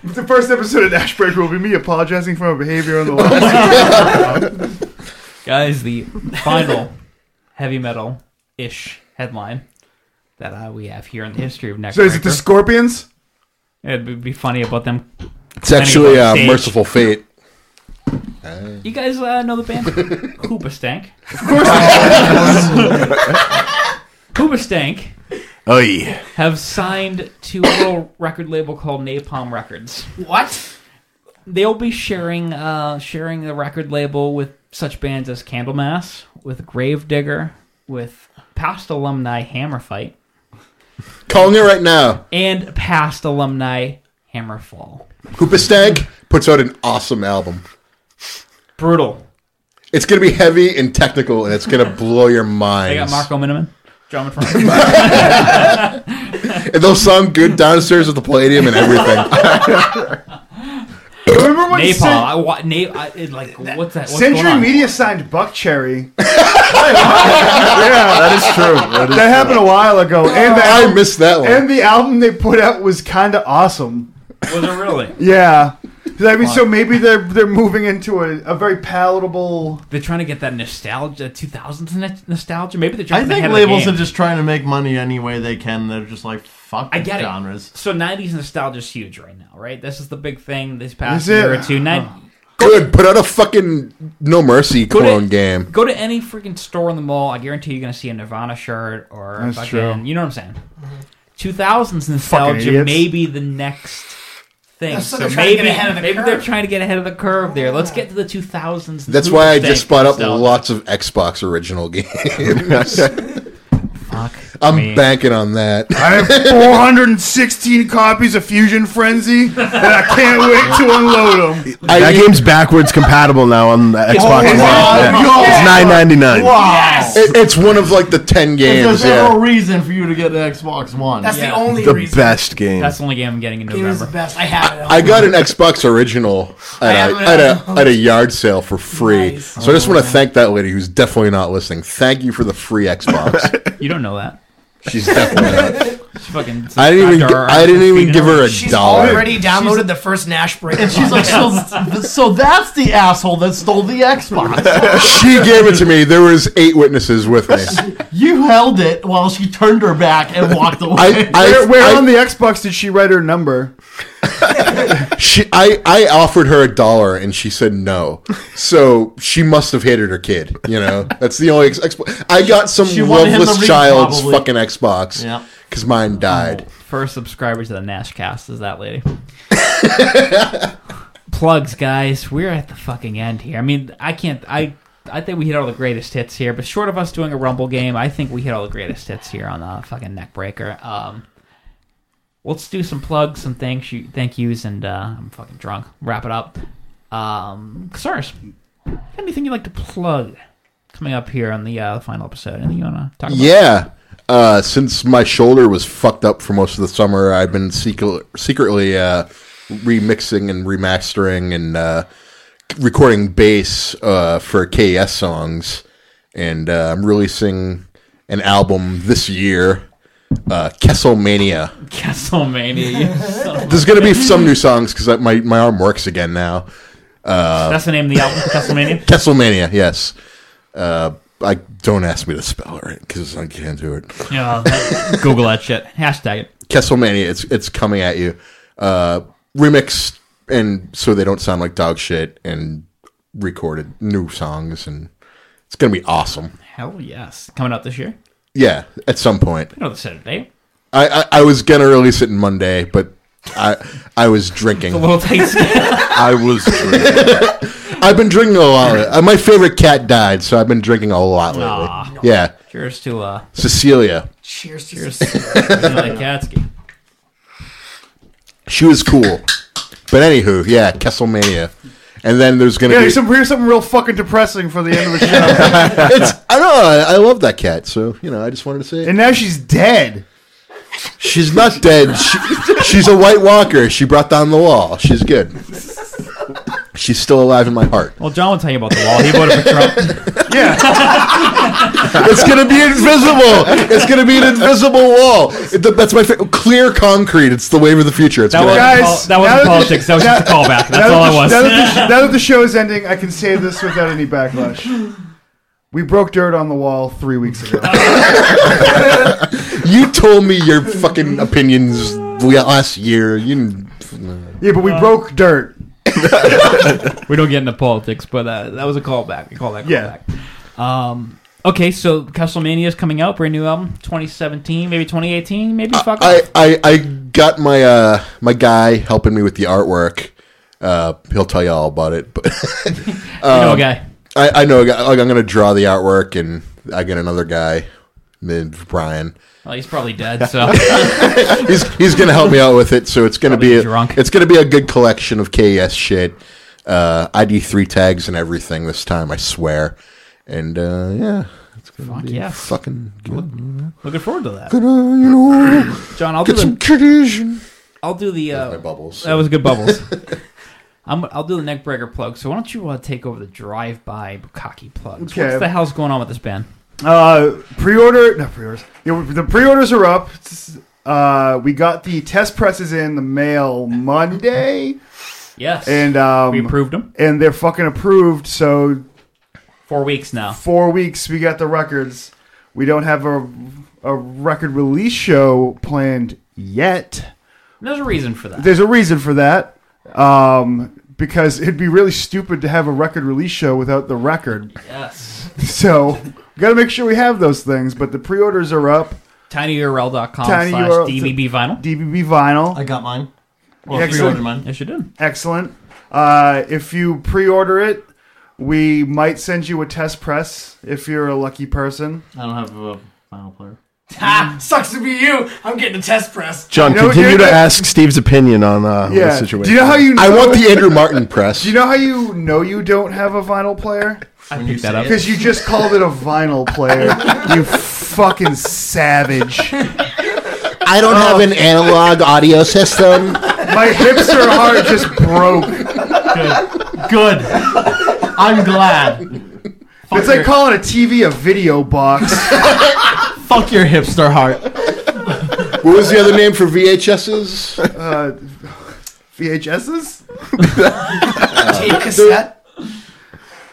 the first episode of Nash Breaker will be me apologizing for my behavior on the last. Guys, the final heavy metal ish headline that uh, we have here in the history of Neck. So is it the Scorpions? It would be funny about them. It's actually uh, Stage. Merciful Fate. You guys uh, know the band Hoobastank? Of course. Hoobastank Oy. have signed to a little record label called Napalm Records. What? They'll be sharing uh, sharing the record label with such bands as Candlemass, with Gravedigger, with past alumni Hammerfight, Calling it right now. and past alumni Hammerfall. Hoopastag puts out an awesome album. Brutal. It's going to be heavy and technical, and it's going to blow your They mind. got Marco Miniman drumming for And they'll sound good downstairs at the Palladium and everything. Remember when Napalm? Cen- I, wa- na- I, it, like what's that? What's going Century on? Media signed Buckcherry. yeah, that is true. That, That is happened a while ago, and the I missed that one. And the album they put out was kind of awesome. Was it Oh, really? Yeah, I mean, so maybe they're they're moving into a, a very palatable. They're trying to get that nostalgia, 2000s no- nostalgia. Maybe they're I jumping think ahead labels of the are game. just trying to make money any way they can. They're just like fuck I get genres. it. So 90s nostalgia is huge right now, right? This is the big thing this past Is it? Oh. year or two. Nin- Good. Put out a fucking No Mercy Go to- clone game. Go to any freaking store in the mall. I guarantee you're gonna see a Nirvana shirt or a That's fucking. true. You know what I'm saying? Two thousands nostalgia idiots. may be the next thing. That's so So they're trying to maybe get ahead of the maybe curve. they're trying to get ahead of the curve there. Let's get to the two thousands. That's why I just bought up lots of Xbox original games. Fuck. I'm me. banking on that. I have 416 copies of Fusion Frenzy, and I can't wait to unload them. that game's backwards compatible now on the Xbox. Oh, One. wow. Yeah. Wow. It's nine ninety nine. It- it's one of like the ten There's games. no Yeah. reason for you to get an Xbox One. That's the only The reason. best game. That's the only game I'm getting in It was the November. best. I have it. at I home. got an Xbox original at a, at a, at a yard sale for free. So I just Oh. want to thank that lady who's definitely not listening. Thank you for the free Xbox. You don't know that. She's definitely not. She fucking. I didn't even. subscribed gi- to our I didn't even feed give her a She's dollar. already downloaded the first Nash break. And she's like, so, so that's the asshole that stole the Xbox. she gave it to me. There was eight witnesses with me. you held it while she turned her back and walked away. where where on the Xbox did she write her number? She, I, I offered her a dollar and she said no. So she must have hated her kid. You know, that's the only. Ex- exp- I got some She wanted him to loveless read, child's probably. fucking Xbox. Yeah. Because mine died. First subscriber to the Nashcast is that lady. Plugs, guys. We're at the fucking end here. I mean, I can't. I I think we hit all the greatest hits here. But short of us doing a Rumble game, I think we hit all the greatest hits here on the fucking Neckbreaker. Um, let's do some plugs, some thank you, thank yous, and uh, I'm fucking drunk. Wrap it up. Um, Cyrus, anything you'd like to plug coming up here on the uh, final episode? Anything you want to talk about? Yeah. Uh, since my shoulder was fucked up for most of the summer, I've been secret- secretly uh, remixing and remastering and uh, recording bass uh, for KS songs. And uh, I'm releasing an album this year, uh, Kesselmania. Castlemania. you son of a- There's going to be some new songs because my, my arm works again now. Uh, That's the name of the album, Castlemania? Kesselmania, yes. Uh, I don't ask me to spell it right because I can't do it. Yeah, that- Google that shit. Hashtag it. Kesselmania, it's it's coming at you. Uh, remixed and so they don't sound like dog shit, and recorded new songs, and it's gonna be awesome. Hell yes. Coming out this year? Yeah, at some point. You know, the Saturday. I, I, I was gonna release it on Monday, but I I was drinking. It's a little tight schedule. I was. drinking. I've been drinking a lot. Uh, My favorite cat died, so I've been drinking a lot lately. Aw. Yeah, Cheers to, uh, Cecilia. Cheers to Cheers. Like Gatsky. She was cool. But anywho, yeah, Kesselmania. And then there's gonna Yeah, be some, here's something real fucking depressing for the end of the show. it's I don't know. I, I love that cat. So you know, I just wanted to say. It. And now she's dead. She's not dead. She, she's a White Walker. She brought down the wall. She's good. She's still alive in my heart. Well, John will tell you about the wall. He voted for Trump. It's gonna be invisible. It's gonna be an invisible wall. It- that's my fa- clear concrete. It's the wave of the future. It's That gonna, wasn't pol- that wasn't now that- politics. That was just a callback. Now That's that all it the- was. Now that, the, now that the show is ending, I can say this without any backlash. We broke dirt on the wall three weeks ago. you told me your fucking opinions last year. You yeah, but we Uh, broke dirt. we don't get into politics, but uh, that was a callback. We call that Yeah. callback. Um, okay, so Castlemania is coming out. Brand new album. 2017, maybe 2018, maybe. Fuck off. Uh, I, I, I got my uh my guy helping me with the artwork. Uh, he'll tell you all about it. But know a Um, guy. I, I know a guy. Like, I'm gonna draw the artwork, and I get another guy, then Brian. Well, he's probably dead, so. he's he's gonna help me out with it. So it's gonna be a, it's gonna be a good collection of KES shit, uh, ID three tags and everything this time. I swear. And uh, yeah, it's gonna Fuck be yes. fucking good. Looking forward to that. Gonna you know John, I'll get do some the, kitties. and- I'll do the uh, my bubbles. That was good bubbles. I'm, I'll do the neckbreaker plug. So why don't you uh, take over the drive-by Bukaki plugs? Okay. What the hell's going on with this band? Uh, pre-order, not pre-orders. Yeah, the pre-orders are up. It's, Uh, we got the test presses in the mail Monday, Yes, and um, we approved them. and they're fucking approved. So Four weeks now. four weeks we got the records. We don't have a a record release show planned yet. There's a reason for that. There's a reason for that. Um, because it'd be really stupid to have a record release show without the record. Yes. So we got to make sure we have those things. But the pre-orders are up. tinyurl.com Tiny slash URL DVB vinyl. DBB vinyl. I got mine. Well, pre-ordered mine. Yes, you did. Excellent. Uh, if you pre-order it, we might send you a test press if you're a lucky person. I don't have a final player. Ha! Sucks to be you. I'm getting a test press. John, You know, continue dude, to that- ask Steve's opinion on uh, Yeah. the situation. Do you know how you I know- want the Andrew Martin press. Do you know how you know you don't have a vinyl player? I picked that up. Because you just called it a vinyl player. you fucking savage. I don't have an analog audio system. My hipster heart just broke. Good. I'm glad. it's like calling a TV a video box. Fuck your hipster heart. what was the other name for VHSs? Uh, VHSs? Tape cassette?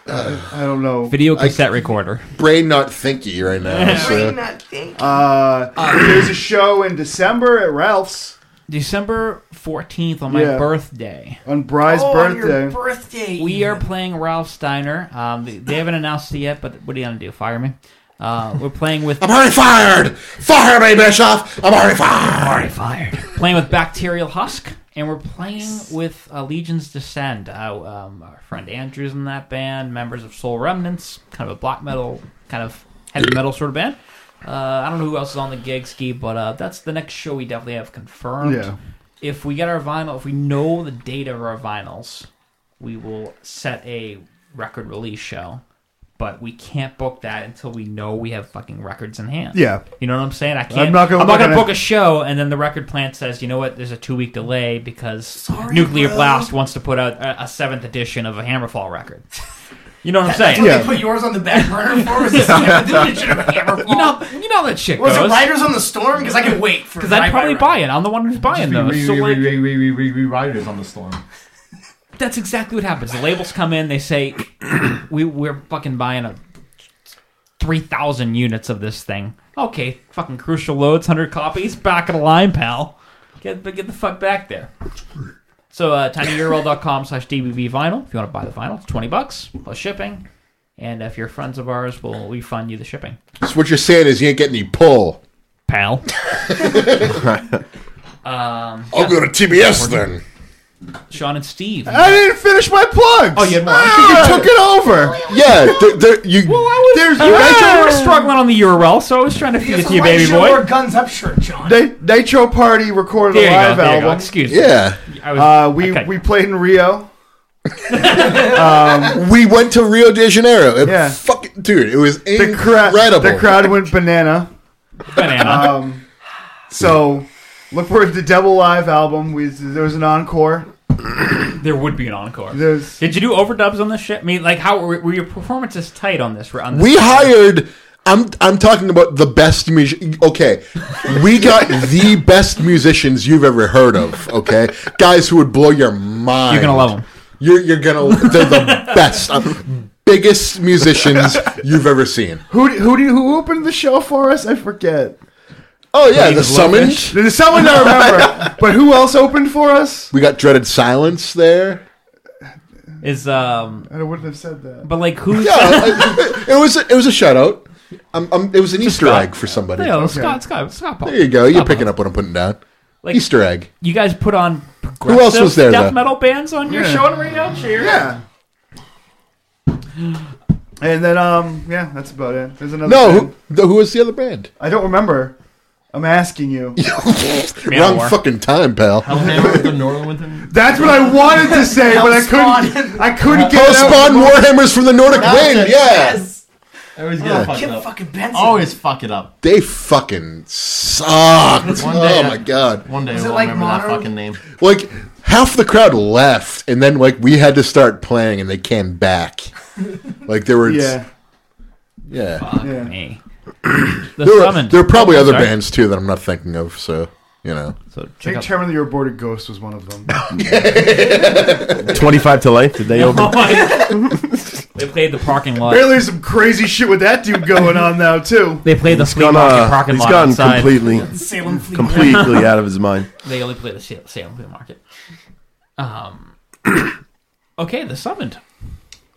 Uh, I don't know. Video cassette recorder. Brain not thinky right now. so. Uh, there's a show in December at Ralph's. December 14th on my Yeah. birthday. On Bry's Oh, on your birthday. birthday. We are playing Ralph Steiner. Um, they, they haven't announced it yet, but what are you going to do? Fire me? Uh, we're playing with. I'm already fired! Fire me, Bischoff! I'm already fired! already fired. playing with Bacterial Husk, and we're playing with uh, Legion's Descend. Uh, um, our friend Andrew's in that band, members of Soul Remnants, kind of a black metal, kind of heavy metal sort of band. Uh, I don't know who else is on the gig ski, but uh, that's the next show we definitely have confirmed. Yeah. If we get our vinyl, if we know the date of our vinyls, we will set a record release show. But we can't book that until we know we have fucking records in hand. Yeah. you know what I'm saying? I can't. not gonna I'm not look gonna at it. book a show, and then the record plant says, you know what? There's a two week delay because Nuclear bro. Blast wants to put out a, a seventh edition of a Hammerfall record. You know what I'm That's saying? what they put yours on the back burner for. Was this edition of Hammerfall? You know, you know that shit. Was goes. it Riders on the Storm? Because I could wait for. Because I'd probably buy it. I'm the one who's buying Just be those. re- so re- like, re- re- re- re- re- Riders on the storm. that's exactly what happens. The labels come in, they say, we, we're fucking buying a 3,000 units of this thing. Okay, fucking crucial loads, 100 copies, back of the line, pal. Get, get the fuck back there. So, uh, tinyurl.com slash DBV vinyl. If you want to buy the vinyl, it's 20 bucks plus shipping. And if you're friends of ours, we'll refund you the shipping. So what you're saying is you ain't getting any pull. Pal. Um, yeah. I'll go to TBS then. Sean and Steve. I didn't finish my plugs. Ah! Oh, you had more. you took it over. Yeah, there, there, you. There's you guys- were struggling on the URL, so I was trying to feed it to you, baby boy. Guns Up shirt, John. Ni- Nitro Party recorded There you a go, live there you go. album. Excuse me. Yeah. I was- Uh, we okay. we played in Rio. Um, we went to Rio de Janeiro. It Yeah. fucking, dude, it was The crowd incredible. the crowd went banana. Banana. Um, so look for the Devil Live album. We there was an encore. there would be an encore. There's Did you do overdubs on this shit? I mean, like, how were, were your performances tight on this? On this We hired. I'm I'm talking about the best music. Okay, we got the best musicians you've ever heard of. Okay, guys who would blow your mind. You're gonna love 'em. You're you're gonna. They're the best, um, biggest musicians you've ever seen. Who d- who do you- who opened the show for us? I forget. Oh yeah, the Ladies summoned. There's someone I remember, but who else opened for us? We got dreaded silence there. is um, I wouldn't have said that. but like who's Yeah, I- it was a, it was a shout out. Um, um, it was an Easter egg for somebody. Yeah, Oh, Scott, Scott, Scott Paul. There you go. You're picking up what I'm putting down. Like- Easter egg. You guys put on Who else progressive was there, Death though? metal bands on your Yeah. show in Rio. Cheers. Yeah. And then um yeah, that's about it. There's another. No, band. who, the, who was the other band? I don't remember. I'm asking you. Wrong Manowar. fucking time, pal. Hellhammer, the Norwinton. That's what I wanted to say, but I couldn't. I couldn't get Oh, it out. spawn warhammers from the Nordic That's Wind. it. Yeah, Yes. I always get fucked Kim up. fucking Benson. Always fuck it up. they fucking sucked. One oh day, uh, my god! One day Was it we'll like remember that Mono? fucking name. Like half the crowd left, and then like we had to start playing, and they came back. like there were, Yeah, yeah. Fuck Yeah. me. The There were, Summon. there were probably Oh, other sorry. bands too that I'm not thinking of. So you know, So check Jake out. Terman, the Your Boarded Ghost was one of them. 25 to life. Did they open? Oh my- they played the parking lot. Apparently, there's some crazy shit with that dude going on now too. They played the He's flea gone, market uh, parking he's lot gone outside. completely, Salem Fleet. completely out of his mind. They only play the Salem Salem flea market. Um, Okay, the summoned.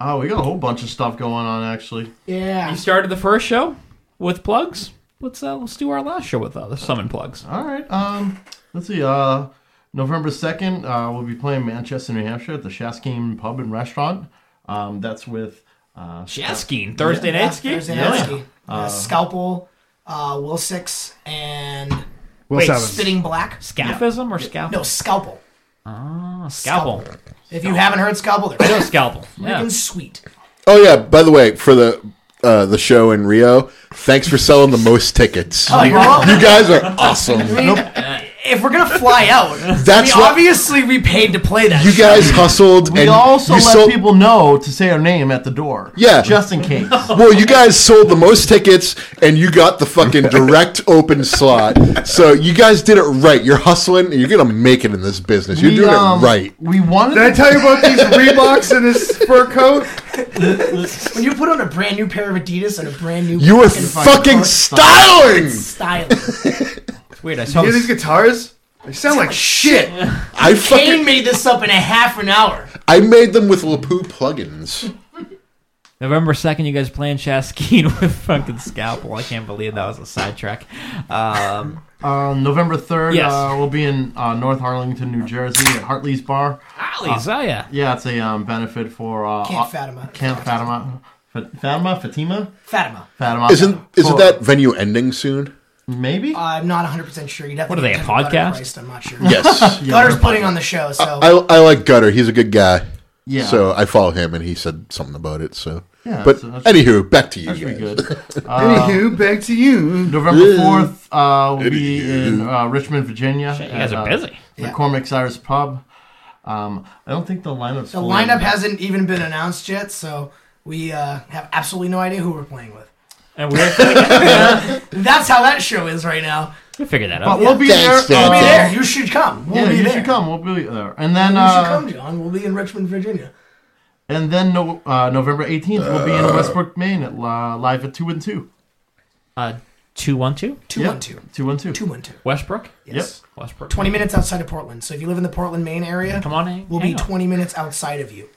Oh, we got a whole bunch of stuff going on actually. Yeah. You started the first show with plugs. Let's uh, let's do our last show with uh, the summon plugs. All right. Um, let's see. Uh, November second, uh, we'll be playing Manchester, New Hampshire at the Shaskeen Pub and Restaurant. Um, that's with uh, Shaskeen, Thursday Yeah. night ski? Thursday Yeah. night ski. Yeah. Uh, Uh, Scalpel, uh, Will Six, and Will wait, Sevens. Spitting Black. Scaphism or Scalpel? No, Scalpel. Ah, scalpel. If you haven't heard Scalpel, they're no Scalpel. Freaking sweet. Oh yeah. By the way, for the uh, the show in Rio, thanks for selling the most tickets. Oh, you, you're welcome. you guys are awesome. I mean, if we're gonna fly out, That's we what- obviously we paid to play that. You guys hustled. We and also you let sold- people know to say our name at the door. Yeah. Just in case. Well, you guys sold the most tickets and you got the fucking direct open slot. So you guys did it right. You're hustling and you're going to make it in this business. You're We, doing um, it right. We wanted. Did I tell you about these Reeboks and his fur coat? when you put on a brand new pair of Adidas and a brand new You were fucking car- styling! styling. Wait, I You hear these guitars? They sound like shit. I Kane fucking made this up in a half an hour. I made them with Lapoo plugins. November second, you guys playing Shaskeen with fucking scalpel. I can't believe that was a sidetrack. Um, Uh, November 3rd, Yes. uh, we'll be in uh, North Arlington, New Jersey at Hartley's Bar. Hartley's, uh, oh, yeah. Yeah, it's a um, benefit for uh, Camp uh, Fatima. Camp Fatima. Fa- Fatima? Fatima? Fatima. Fatima. Isn't isn't For- that venue ending soon? Maybe? I'm not 100% sure. You'd have What to are they, get a Gutter podcast? Christ, I'm not sure. Yes. Yeah, Gutter's they're a putting on the show, so. I, I like Gutter. He's a good guy. Yeah. So I follow him and he said something about it. So. Yeah, but so that's- anywho, back to you. that should be guys. good. Anywho, back to you. November fourth, uh, we'll be in uh, Richmond, Virginia. uh, Shit, you guys are busy. McCormick's Irish Pub. Um, I don't think the lineup's The full. lineup hasn't even been announced yet, so we uh, have absolutely no idea who we're playing with. And we're That's how that show is right now. You figure that But we'll be there. We'll uh, be there. You should come. We'll yeah, be you there. should come. We'll be there. And then, you should uh, come, John. We'll be in Richmond, Virginia. and then no, uh, November eighteenth, we'll be in Westbrook, Maine, at uh, live at two and two. Uh, two one two. Two one two. Two one two. Two one two. Westbrook. Yes. Yep. Westbrook. 20 minutes outside of Portland. So if you live in the Portland, Maine area, Come on in, we'll hang be out. 20 minutes outside of you.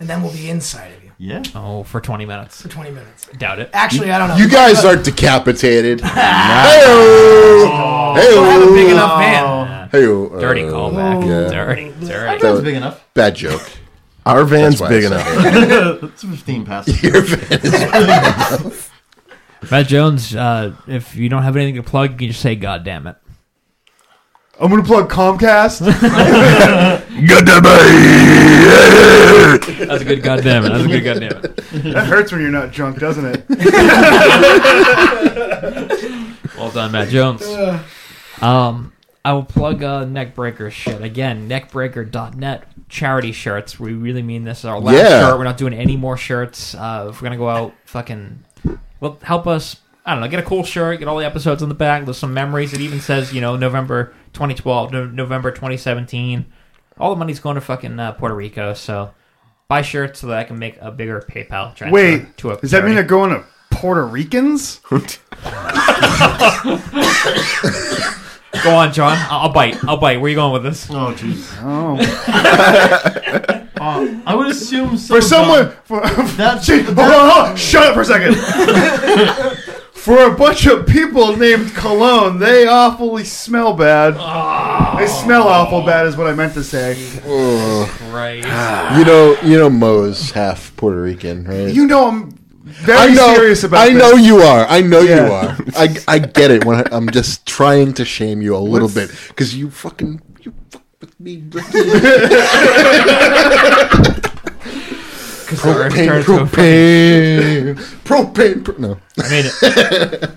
And then we'll be inside of you Yeah. Oh, for twenty minutes. for 20 minutes. Doubt it. Actually, I don't know. You guys are decapitated. Oh. Don't have a big enough van. Hey, uh, Dirty callback. Oh. yeah. Dirty. Dirty. That was big enough. Bad joke. Our van's That's big why I enough. said- It's fifteen past. Your van is big enough. Matt Jones. Uh, if you don't have anything to plug, you can just say "God damn it." I'm gonna plug Comcast. That's a good goddamn it. That's a good goddamn it. That hurts when you're not drunk, doesn't it? Well done, Matt Jones. Yeah. Um, I will plug uh, Neckbreaker shit again. Neckbreaker.net charity shirts. We really mean this is our last Yeah. shirt. We're not doing any more shirts. Uh, if we're gonna go out, fucking, well, help us. I don't know. Get a cool shirt. Get all the episodes in the back. There's some memories. It even says, you know, November 2012, no- November 2017. All the money's going to fucking uh, Puerto Rico. So buy shirts so that I can make a bigger PayPal transfer. Wait, to a does that mean charity. they're going to Puerto Ricans? Go on, John. I'll, I'll bite. I'll bite. Where are you going with this? Oh, jeez. Oh. Uh, I would assume for someone, for, Gee, hold on, hold on, shut up for a second. for a bunch of people named Cologne, they awfully smell bad. They smell awful bad, is what I meant to say. Right. you know, you know, Moe's half Puerto Rican, right? You know I'm very I know, serious about. I this. know you are. I know Yeah. you are. I, I get it. When I, I'm just trying to shame you a little bit because you fucking you fuck with me. propane, returns to a propane, propane, pro- No, I made it.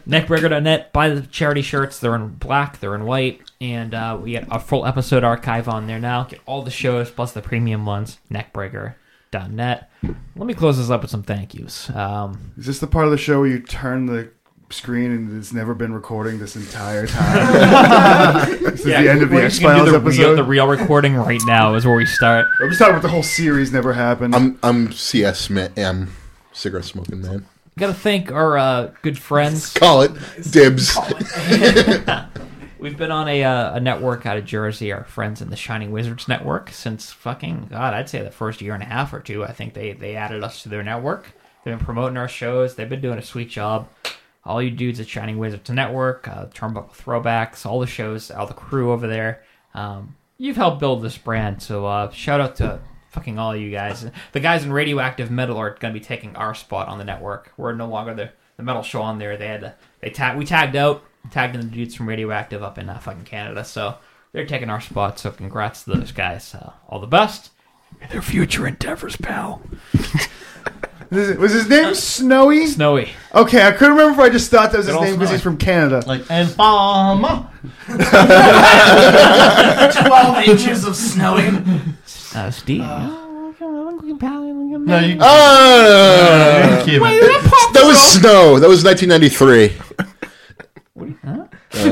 Neckbreaker.net. Buy the charity shirts. They're in black. They're in white. And uh, we got a full episode archive on there now. Get all the shows plus the premium ones. Neckbreaker.net. Let me close this up with some thank yous. Um, Is this the part of the show where you turn the screen and it's never been recording this entire time? this is yeah, the end of the we're X just gonna do Files the real- episode. the real recording right now is where we start. I'm just talking about the whole series never happened. I'm I'm CS man, am cigarette smoking man. Got to thank our uh, good friends. Call it dibs. We've been on a, uh, a network out of Jersey, our friends in the Shining Wizards Network, since fucking God, I'd say the first year and a half or two. I think they they added us to their network. They've been promoting our shows. They've been doing a sweet job. All you dudes at Shining Wizards Network, uh, Turnbuckle Throwbacks, all the shows, all the crew over there. Um, you've helped build this brand, so uh, shout out to fucking all you guys. The guys in Radioactive Metal are going to be taking our spot on the network. We're no longer the, the metal show on there. They had to, they tag we tagged out, tagged in the dudes from Radioactive up in uh, fucking Canada. So they're taking our spot. So congrats to those guys. Uh, all the best in their future endeavors, pal. Is it- Was his name Snowy? Snowy. Okay, I couldn't remember if I just thought that was Good his old name because Snowy. he's from Canada. Like and bomb. 12 inches of snowing. Uh, Steve. No, you, uh, Ah! Keep it. Wait, that was snow. That was 1993. we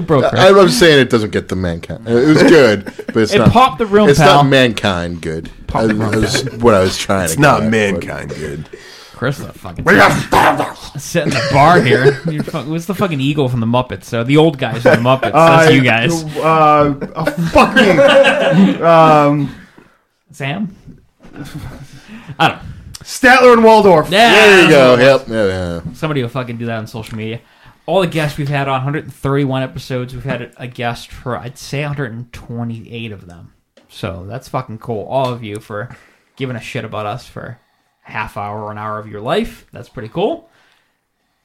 broke. I, Uh, I'm saying it doesn't get the mankind. It was good, but it's It not, popped the room, It's pal. not mankind good. I, the room, that's pal. what I was trying. It's to not mankind good. Chris, the fucking setting the bar here. You're fuck- it was the fucking eagle from the Muppets? So the old guys from the Muppets. Uh, That's you guys. Uh, a fucking um, Sam. I don't. know. Statler and Waldorf. Yeah, There you go. Yep. Somebody will fucking do that on social media. All the guests we've had on 131 episodes, we've had a guest for I'd say 128 of them. So that's fucking cool. All of you for giving a shit about us for a half hour or an hour of your life. That's pretty cool.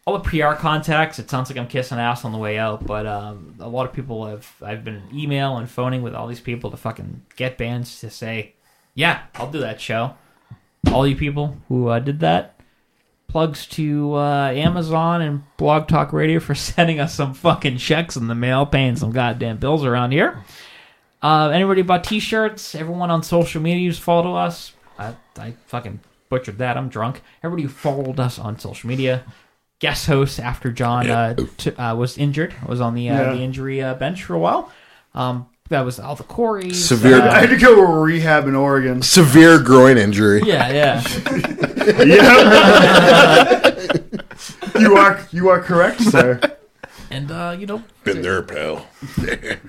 All the PR contacts. It sounds like I'm kissing ass on the way out, but um, a lot of people have. I've been email and phoning with all these people to fucking get bands to say, "Yeah, I'll do that show." All you people who uh, did that, plugs to uh, Amazon and Blog Talk Radio for sending us some fucking checks in the mail, paying some goddamn bills around here. Uh, anybody bought T-shirts? Everyone on social media who's followed us? I, I fucking butchered that. I'm drunk. Everybody who followed us on social media. Guest host after John uh, t- uh, was injured, was on the uh, Yeah. the injury uh, bench for a while. Um, that was uh, all the Corey. Severe- I had to go to rehab in Oregon. Severe groin injury. Yeah, yeah. you are you are correct, sir. And uh, you know, Been there, pal.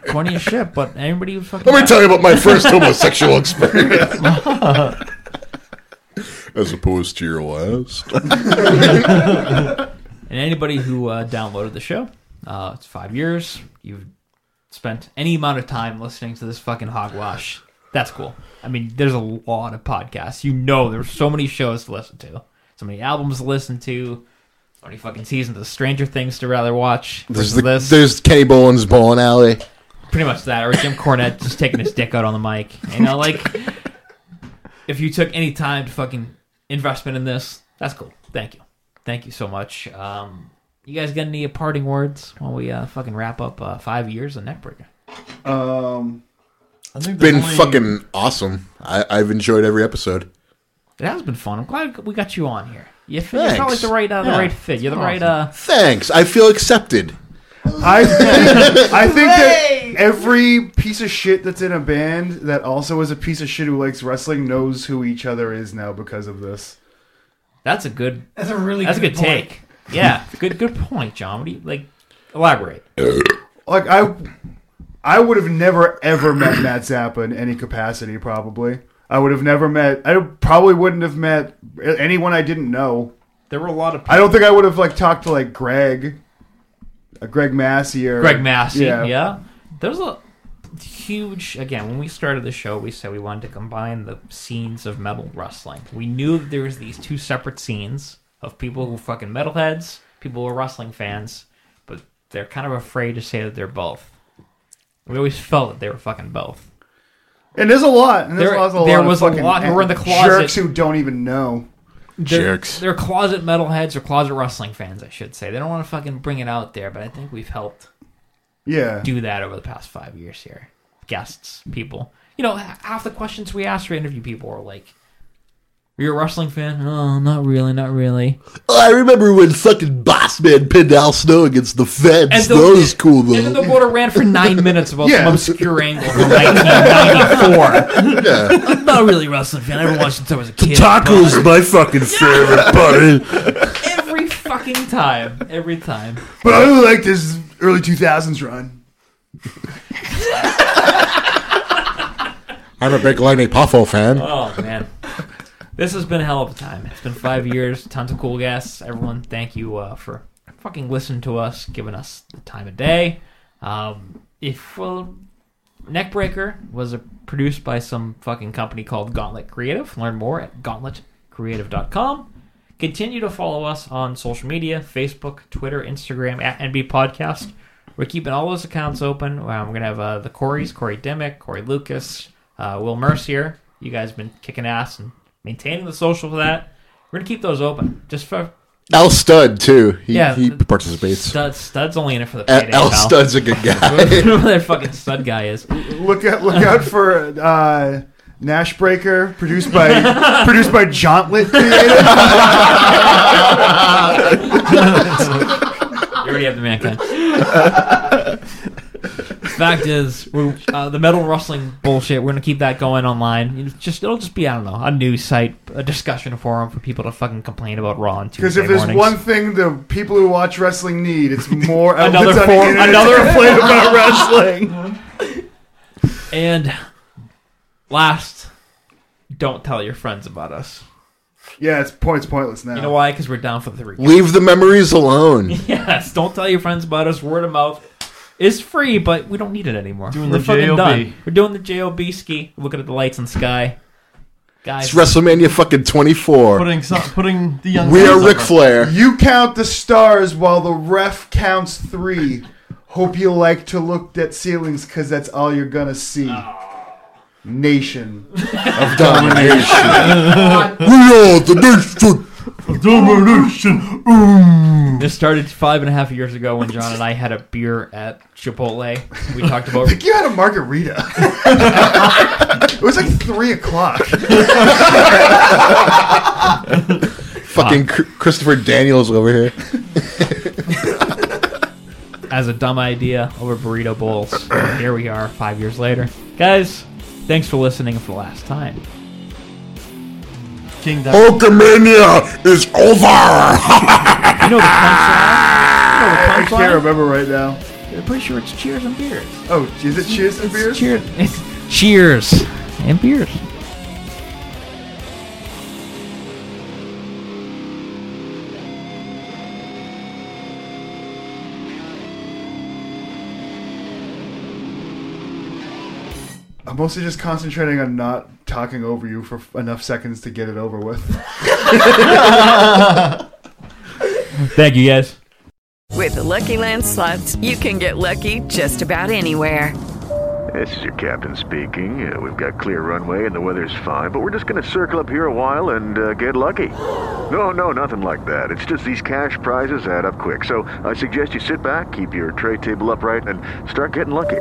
corny as shit, but anybody who fucking Let me tell you about my first homosexual experience. As opposed to your last. and anybody who uh, downloaded the show, uh, it's five years. You've spent any amount of time listening to this fucking hogwash. That's cool. I mean, there's a lot of podcasts. You know, there's so many shows to listen to, so many albums to listen to, so many fucking seasons of Stranger Things to rather watch. There's the, versus this. there's Kenny Bolin's bowling alley. pretty much that, or Jim Cornette just taking his dick out on the mic. You know, like if you took any time to fucking investment in this, that's cool. Thank you, thank you so much. Um, you guys got any parting words while we uh, fucking wrap up uh, five years of Neckbreaker? Um, it's Been fucking awesome. I, I've enjoyed every episode. It has been fun. I'm glad we got you on here. You fit, you felt like Thanks. the right, uh, the Yeah. right fit. You're the right. Uh, Thanks. I feel accepted. I think, I think that every piece of shit that's in a band that also is a piece of shit who likes wrestling knows who each other is now because of this. that's a good. That's a really That's a good good point. take. Yeah, good good point, John. What do you like? Elaborate. Like I, I would have never ever met Matt Zappa in any capacity. Probably, I would have never met. I probably wouldn't have met anyone I didn't know. There were a lot of. I don't think I would have like talked to like Greg, uh, Greg Massey or Greg Massey. Yeah. There's a huge again when we started the show we said we wanted to combine the scenes of metal wrestling. We knew that there was these two separate scenes of people who were fucking metalheads, people who are wrestling fans, but they're kind of afraid to say that they're both. We always felt that they were fucking both. And there's a lot. And there's There- a lot, a there lot was a of fucking lot who were in the Jerks closet. who don't even know. They're, They're closet metalheads or closet wrestling fans, I should say. They don't want to fucking bring it out there, but I think we've helped Yeah. do that over the past five years here. Guests, people. You know, h- half the questions we asked for interview people were like, Are you a wrestling fan? Oh, not really, not really. Oh, I remember when fucking Boss Man pinned Al Snow against the fence. And the- that was cool though. And then the water ran for nine minutes about Yeah. some obscure angle from 1994. Yeah. I'm not really a wrestling fan. I never watched it since I was a kid. Tacos, my fucking favorite buddy. but Every fucking time. Every time. But I like this early 2000s run. I'm a big Lenny Poffo fan. Oh man, this has been a hell of a time. It's been five years, tons of cool guests. Everyone, thank you uh, for fucking listening to us, giving us the time of day. Um, if well, Neckbreaker was uh, produced by some fucking company called Gauntlet Creative. Learn more at gauntletcreative.com. Continue to follow us on social media: Facebook, Twitter, Instagram at NB Podcast. We're keeping all those accounts open. Um, we're gonna have uh, the Corys, Corey Dimick, Corey Lucas, uh, Will Mercier. You guys have been kicking ass and maintaining the social for that. We're gonna keep those open just for Al Stud too. He, he participates. Stud, Stud's only in it for the Al- payday. Al pal. Stud's a good guy. Whatever that fucking Stud guy is. Look out! Look out for uh, Nash Breaker, produced by produced by Jauntlet Creative. You already have the mankind. Fact is, we're, uh, the metal rustling bullshit. We're gonna keep that going online. You just it'll just be I don't know a news site, a discussion forum for people to fucking complain about Raw on Tuesday Because if there's mornings. one thing the people who watch wrestling need, it's more Another outlets on the form- internet to another- complain about wrestling. and last, don't tell your friends about us. Yeah, it's points pointless now. You know why? Because we're down for three. Leave the memories alone. Yes, don't tell your friends about us. Word of mouth is free, but we don't need it anymore. Doing We're the fucking JOB. done. We're doing the job ski. Looking at the lights in the sky, guys. It's WrestleMania fucking 24. putting some, putting the young. We guns are over. Ric Flair. You count the stars while the ref counts three. Hope you like to look at ceilings because that's all you're gonna see. Nation of domination. are the nation. Domination. This started five and a half years ago when John and I had a beer at Chipotle. We talked about. you had a margarita. it was like three o'clock. Fucking Chr- Christopher Daniels over here. as a dumb idea over burrito bowls. Here we are, five years later. Guys, thanks for listening for the last time. King Hulkamania is over. you know the I punchline? can't remember right now. I'm pretty sure it's cheers and beers. Oh, is it cheers and beers? Cheers. Cheers and beers. I'm mostly just concentrating on not talking over you for f- enough seconds to get it over with. Thank you, guys. With the Lucky Land slots, you can get lucky just about anywhere. This is your captain speaking. Uh, we've got clear runway and the weather's fine, but we're just going to circle up here a while and uh, get lucky. No, no, nothing like that. It's just these cash prizes add up quick. So I suggest you sit back, keep your tray table upright, and start getting lucky.